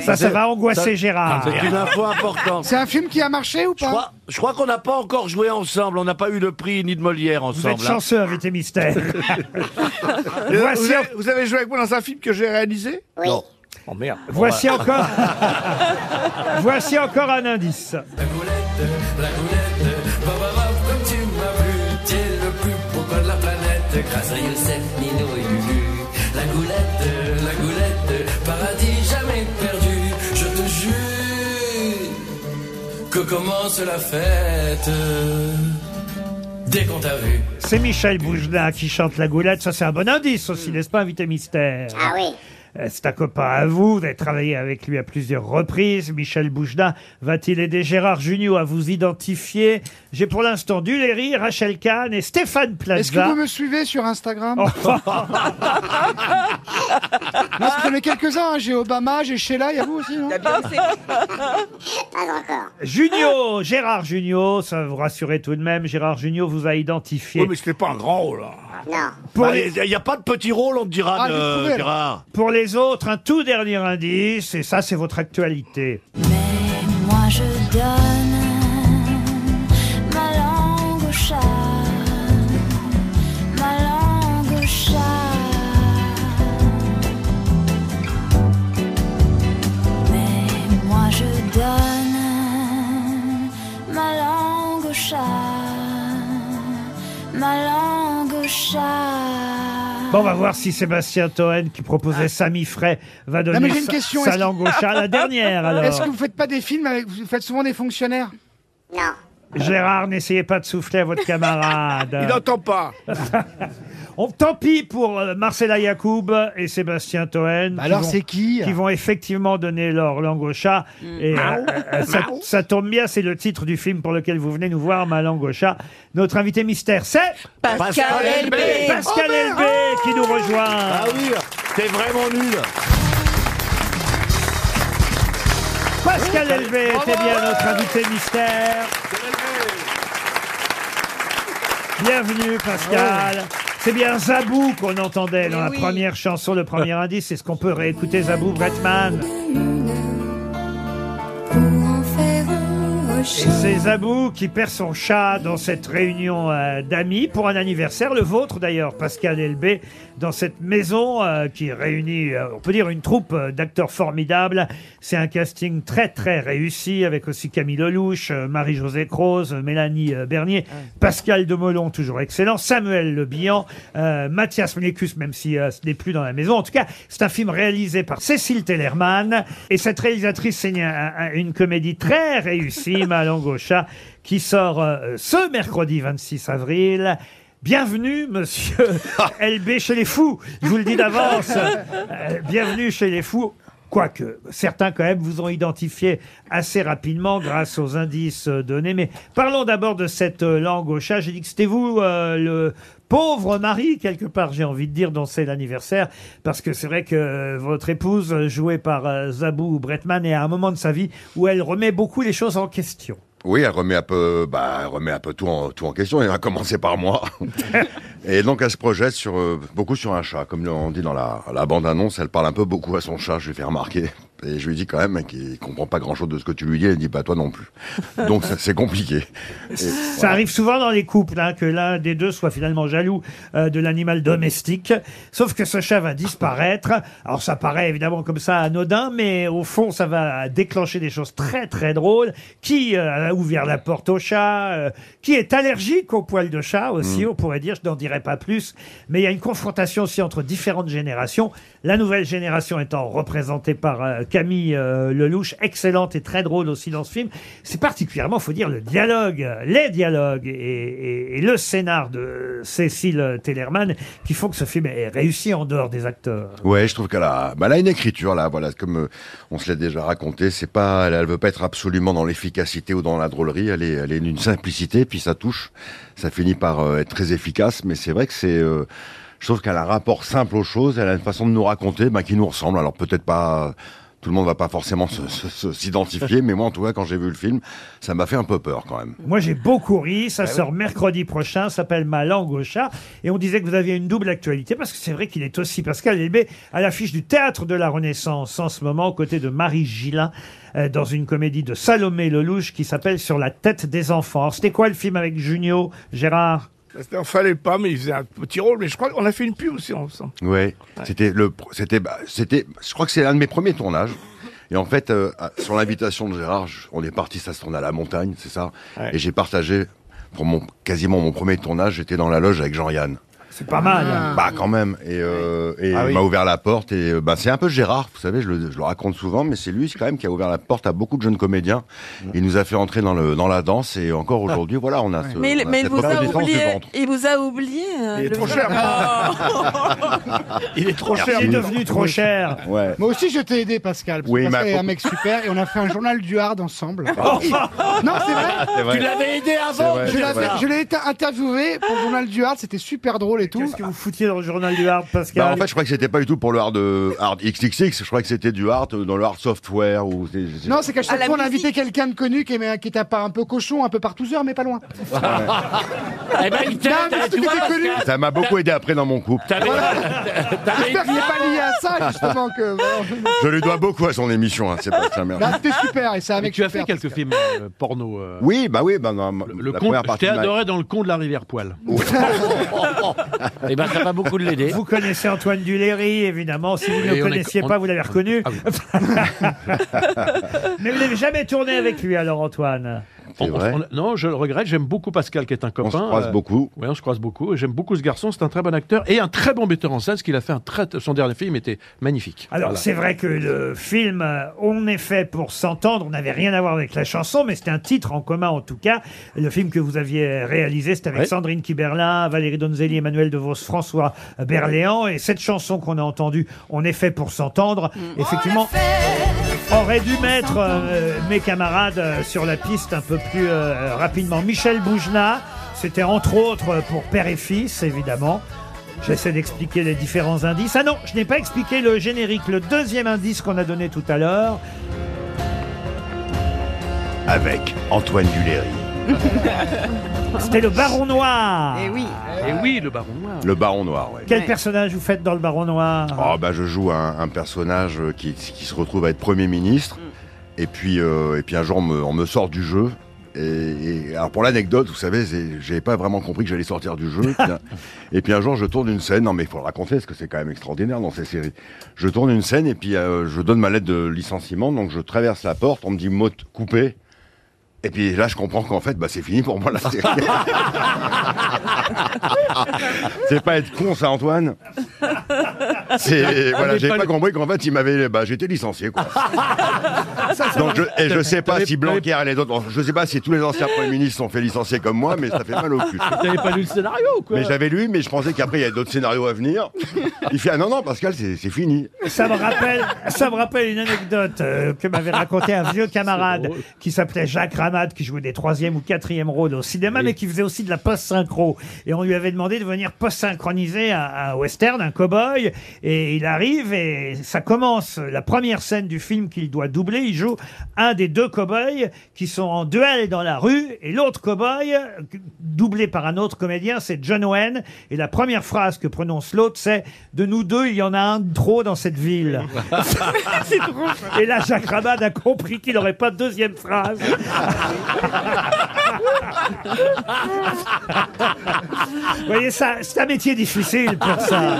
Ça, ça va angoisser Gérard. C'est une info importante. C'est un film qui a marché ou Je crois, pas je crois qu'on n'a pas encore joué ensemble. On n'a pas eu le prix ni de Molière Vous ensemble. hein. êtes chanceux, invité mystère. Euh, Voici vous, en- avez, vous avez joué avec moi dans un film que j'ai réalisé Oui. Non. Oh merde. Voici Bon, bah. encore. Voici encore un indice. La goulette, Barbara, comme tu m'as plu, tu es le plus beau gars de la planète, grâce à Youssef, Nino et Lulu. La goulette, la goulette, paradis jamais perdu, je te jure que commence la fête dès qu'on t'a vu. C'est Michel Boujna qui chante la goulette. Ça, c'est un bon indice aussi, n'est-ce pas, invité mystère Ah oui. Euh, C'est un copain à vous. Vous avez travaillé avec lui à plusieurs reprises. Michel Boujna va-t-il aider Gérard Junior à vous identifier J'ai pour l'instant Duléry, Rachel Kahn et Stéphane Plaza. Oh, Est-ce que vous me suivez sur Instagram Moi, je connais quelques-uns. hein. J'ai Obama, j'ai Sheila, il y a vous aussi, non Pas encore. Junio, Gérard Junio, ça va vous rassurer tout de même. Gérard Junio vous a identifié. Oui, mais c'était pas un grand rôle. Non. Pour Bah, les- Il n'y a pas de petit rôle, on te dira, Ah, de- j'ai trouvé, là. Gérard. Pour les autres, un tout dernier indice, et ça, c'est votre actualité. Moi je donne ma langue au chat, ma langue au chat. Mais moi je donne ma langue au chat, ma langue au chat. Bon, on va voir si Sébastien Toen, qui Ah. proposait Samy Fray, va Non, donner mais j'ai une sa, question. sa est-ce que- langue au chat. La dernière, alors. Est-ce que vous faites pas des films avec. Vous faites souvent des fonctionnaires Non. Gérard, n'essayez pas de souffler à votre camarade. Il n'entend pas. On, tant pis pour euh, Marcella Yacoub et Sébastien Toen. Bah alors, vont- c'est qui Ah Qui vont effectivement donner leur langue au chat. Mm. Et euh, euh, ça, Bah ça tombe bien, c'est le titre du film pour lequel vous venez nous voir, Ma langue au chat. Notre invité mystère, c'est Pascal Elbé. Elbé. Pascal Elbé qui nous rejoint. Ah oui, t'es vraiment nul. Pascal Elbé était bien notre invité mystère. Bienvenue Ah Pascal. C'est bien Zabou qu'on entendait dans la première chanson, le premier indice. C'est ce qu'on peut réécouter Zabou Bretman. Et c'est Zabou qui perd son chat dans cette réunion euh, d'amis pour un anniversaire, le vôtre d'ailleurs, Pascal Elbé, dans cette maison euh, qui réunit, euh, on peut dire, une troupe euh, d'acteurs formidables. C'est un casting très très réussi avec aussi Camille Lelouch, euh, Marie-Josée Croze, euh, Mélanie euh, Bernier, Pascal Demolon, toujours excellent, Samuel Le Bihan, euh, Mathias Mlécus, même si euh, ce n'est plus dans la maison. En tout cas, c'est un film réalisé par Cécile Tellerman. Et cette réalisatrice signe un- un- une comédie très réussie, Ma langue au chat, qui sort euh, ce mercredi 26 avril. Bienvenue, monsieur LB chez les fous. Je vous le dis d'avance. Euh, bienvenue chez les fous. Quoique, certains quand même vous ont identifié assez rapidement grâce aux indices euh, donnés. Mais parlons d'abord de cette euh, langue au chat. J'ai dit que c'était vous euh, le pauvre mari, quelque part, j'ai envie de dire, dont c'est l'anniversaire. Parce que c'est vrai que euh, votre épouse, euh, jouée par euh, Zabou Bretman, est à un moment de sa vie où elle remet beaucoup les choses en question. Oui, elle remet un peu, bah, elle remet un peu tout en, tout en question, et à commencer par moi. et donc, elle se projette sur, euh, beaucoup sur un chat. Comme on dit dans la, la bande-annonce, elle parle un peu beaucoup à son chat, je lui fais remarquer. Et je lui dis quand même qu'il comprend pas grand-chose de ce que tu lui dis. Elle dit bah toi non plus. Donc ça, c'est compliqué. Et Ça arrive souvent dans les couples hein, que l'un des deux soit finalement jaloux euh, de l'animal domestique. Sauf que ce chat va disparaître. Alors ça paraît évidemment comme ça anodin, mais au fond ça va déclencher des choses très très drôles. Qui euh, a ouvert la porte au chat euh, Qui est allergique aux poils de chat aussi Mm. On pourrait dire, je n'en dirai pas plus. Mais il y a une confrontation aussi entre différentes générations. La nouvelle génération étant représentée par euh, Camille euh, Lelouch, excellente et très drôle aussi dans ce film. C'est particulièrement, faut dire, le dialogue, euh, les dialogues et, et- et le scénar de euh, Cécile Tellerman qui font que ce film est réussi en dehors des acteurs. Euh, Ouais, je trouve qu'elle a, bah, elle a une écriture là, voilà, comme euh, on se l'a déjà raconté, c'est pas, elle, elle veut pas être absolument dans l'efficacité ou dans la drôlerie, elle est, elle est d'une simplicité, puis ça touche, ça finit par euh, être très efficace, mais c'est vrai que c'est, euh, je trouve qu'elle a un rapport simple aux choses, elle a une façon de nous raconter, bah, qui nous ressemble, alors peut-être pas. Tout le monde va pas forcément se- se- se- s'identifier, mais moi, en tout cas, quand j'ai vu le film, ça m'a fait un peu peur quand même. Moi, j'ai beaucoup ri. Ça sort mercredi prochain. ça S'appelle Ma langue au chat. Et on disait que vous aviez une double actualité parce que c'est vrai qu'il est aussi Pascal Elbé à l'affiche du théâtre de la Renaissance en ce moment, aux côtés de Marie Gillin, euh, dans une comédie de Salomé Lelouch qui s'appelle Sur la tête des enfants. Alors, C'était quoi le film avec Junio, Gérard Il fallait pas, mais il faisait un petit rôle. Mais je crois qu'on a fait une pub aussi ensemble. Ouais, c'était le, pr- c'était, bah, c'était, je crois que c'est l'un de mes premiers tournages. Et en fait, euh, à- sur l'invitation de Gérard, je- on est parti, ça se tourne à la montagne, c'est ça. Ouais. Et j'ai partagé pour mon quasiment mon premier tournage, j'étais dans la loge avec Jean-Yann. C'est pas mal. Ah. Bah quand même. Et, euh, et Ah il oui. m'a ouvert la porte. Et euh, bah, c'est un peu Gérard, vous savez, je le, je le raconte souvent, mais c'est lui quand même qui a ouvert la porte à beaucoup de jeunes comédiens. Il nous a fait entrer dans le dans la danse et encore Ah. aujourd'hui, voilà, on a. Euh, Ce, Mais, bah, il- on a mais il cette vous a reconnaissance du oublié. ventre. Il vous a oublié. euh, Il est le trop jour- cher. Il est trop cher. Il est devenu trop cher. Ouais. Moi aussi, je t'ai aidé, Pascal. Parce Oui, que mais Pascal à est un propos- mec super et on a fait un journal du hard ensemble. Oh. non, c'est vrai. Ah, C'est vrai. Tu l'avais aidé avant, C'est vrai, Je c'est l'avais- vrai. je l'ai été interviewé pour le journal du hard. C'était super drôle et tout. Qu'est-ce que vous foutiez dans le journal du hard, Pascal Bah, en fait, je crois que c'était pas du tout pour le hard, euh, hard XXX, je crois que c'était du hard euh, dans le hard software ou. c'est- c'est- Non, c'est qu'à Ah, chaque la fois, on invitait quelqu'un de connu qui, aimait- qui était pas un peu cochon, un peu partouzeur, mais pas loin. Eh ben, il t'aide, Non, mais tu surtout vois, qu'il était connu. Ça m'a beaucoup aidé après dans mon couple. J'espère que c'est pas lié à ça, justement. Que... voilà. Je lui dois beaucoup à son émission, hein, Sébastien Merle. Non, c'était super et c'est un Mais mec tu as super, fait quelques films euh, porno. euh, Oui, bah oui, bah, non, Le la con, première je partie. t'ai de ma- adoré dans le con de la rivière Poil. Eh ben, ça va beaucoup de l'aider. Vous connaissez Antoine Duléry, évidemment. Si vous ne Oui, le on est- connaissiez on- Ah pas, vous l'avez reconnu. Mais vous n'avez jamais tourné avec lui, alors, Antoine On- on- on- non, je le regrette. J'aime beaucoup Pascal, qui est un copain. se croise beaucoup. Oui, on se croise beaucoup. Et J'aime beaucoup ce garçon. C'est un très bon acteur et un très bon metteur en scène. Ce qu'il a fait, un très, son dernier film était magnifique. Alors, Voilà. c'est vrai que le film euh, On est fait pour s'entendre, on n'avait rien à voir avec la chanson, mais c'était un titre en commun en tout cas. Le film que vous aviez réalisé, c'était avec Ouais. Sandrine Kiberlin, Valérie Donzelli, Emmanuel DeVos, François Berléand. Et cette chanson qu'on a entendue, On est fait pour s'entendre, Mm. Oh, effectivement, aurait dû mettre euh, mes camarades euh, sur la piste un peu plus euh, rapidement. Michel Boujna, c'était entre autres pour Père et Fils, évidemment. J'essaie d'expliquer les différents indices. Ah non, je n'ai pas expliqué le générique, le deuxième indice qu'on a donné tout à l'heure. Avec Antoine Duléry. C'était le Baron Noir. Eh oui. Et oui, le baron noir. Le Baron Noir, ouais. Quel personnage vous faites dans le Baron Noir Oh, bah, je joue un, un personnage euh, qui, qui se retrouve à être Premier ministre. Et puis, euh, et puis un jour, on me, on me sort du jeu. Et, et- alors pour l'anecdote, vous savez, c'est- j'avais pas vraiment compris que j'allais sortir du jeu. Et puis, un, et puis un jour, je tourne une scène. Non, mais il faut le raconter parce que c'est quand même extraordinaire dans ces séries. Je tourne une scène et puis euh, je donne ma lettre de licenciement. Donc je traverse la porte. On me dit mot coupé. Et puis là, je comprends qu'en fait, bah, c'est fini pour moi la série. c'est pas être con, ça, Antoine. Ah, C'est voilà, j'ai pas, compris qu'en fait, il m'avait, bah, j'étais licencié. Quoi. Ah, Donc je, et je sais pas si Blanquer et les autres, je sais pas si tous les anciens premiers ministres sont fait licencier comme moi, mais ça fait mal au cul. T'avais pas lu le scénario ou quoi Mais j'avais lu, mais je pensais qu'après il y a d'autres scénarios à venir. Il fait ah non non Pascal c'est c'est fini. Ça me rappelle, ça me rappelle une anecdote euh, que m'avait raconté un vieux camarade qui s'appelait Jacques Raman. Hamad qui jouait des troisième ou quatrième rôles au cinéma, mais qui faisait aussi de la post-synchro. Et on lui avait demandé de venir post-synchroniser un, un western, un cow-boy. Et il arrive et ça commence euh, la première scène du film qu'il doit doubler. Il joue un des deux cow-boys qui sont en duel dans la rue et l'autre cow-boy, euh, doublé par un autre comédien, c'est John Owen. Et la première phrase que prononce l'autre, c'est De nous deux, il y en a un de trop dans cette ville. C'est drôle. Et là, Jacques Rabad a compris qu'il n'aurait pas de deuxième phrase. Vous voyez, ça, c'est un métier difficile pour ça.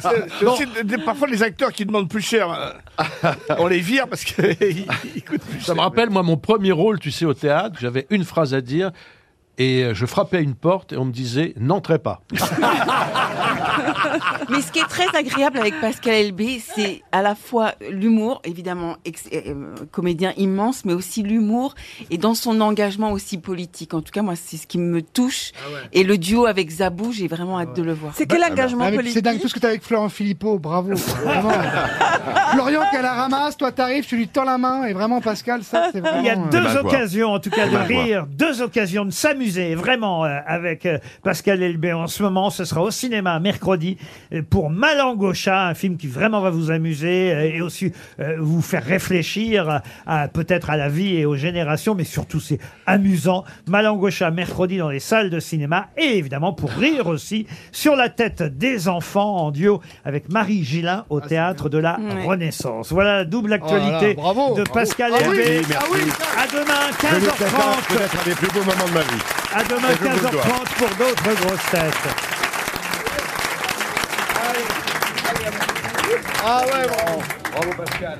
C'est- c'est aussi des- des- parfois les acteurs qui demandent plus cher. euh, On les vire parce qu'ils coûtent plus Ça me rappelle, moi, mon premier rôle, tu sais, au théâtre, j'avais une phrase à dire et euh, je frappais à une porte et on me disait n'entrez pas. Mais ce qui est très agréable avec Pascal LB, c'est à la fois l'humour, évidemment, ex- euh, comédien immense, mais aussi l'humour et dans son engagement aussi politique. En tout cas, moi, c'est ce qui me touche. Et le duo avec Zabou, j'ai vraiment hâte de le voir. Bah, ah bah. Ah, mais C'est dingue, tout ce que t'as avec Florent Philippot, bravo. Vraiment. Florian, qu'elle la ramasse, toi t'arrives, tu lui tends la main, et vraiment, Pascal, ça, c'est vraiment. Il y a euh, deux occasions, en tout cas, de rire, deux occasions de s'amuser, vraiment, euh, avec euh, Pascal Elbé en ce moment. Ce sera au cinéma mercredi euh, pour Malangocha, un film qui vraiment va vous amuser euh, et aussi euh, vous faire réfléchir à- à, peut-être à la vie et aux générations, mais surtout c'est amusant. Malangocha, mercredi dans les salles de cinéma et évidemment pour rire aussi sur la tête des enfants en duo avec Marie Gillin au théâtre de la Ouais. Renaissance. Voilà la double Oh là là, actualité bravo, de bravo. Pascal Ah oui, Elbé. ah oui. À demain, Je le prépare 15h30. peut-être un des plus beaux moments de ma vie. À demain, Et je vous le dois. 15h30 pour d'autres grosses têtes. Ah ouais, bravo. Bravo Pascal.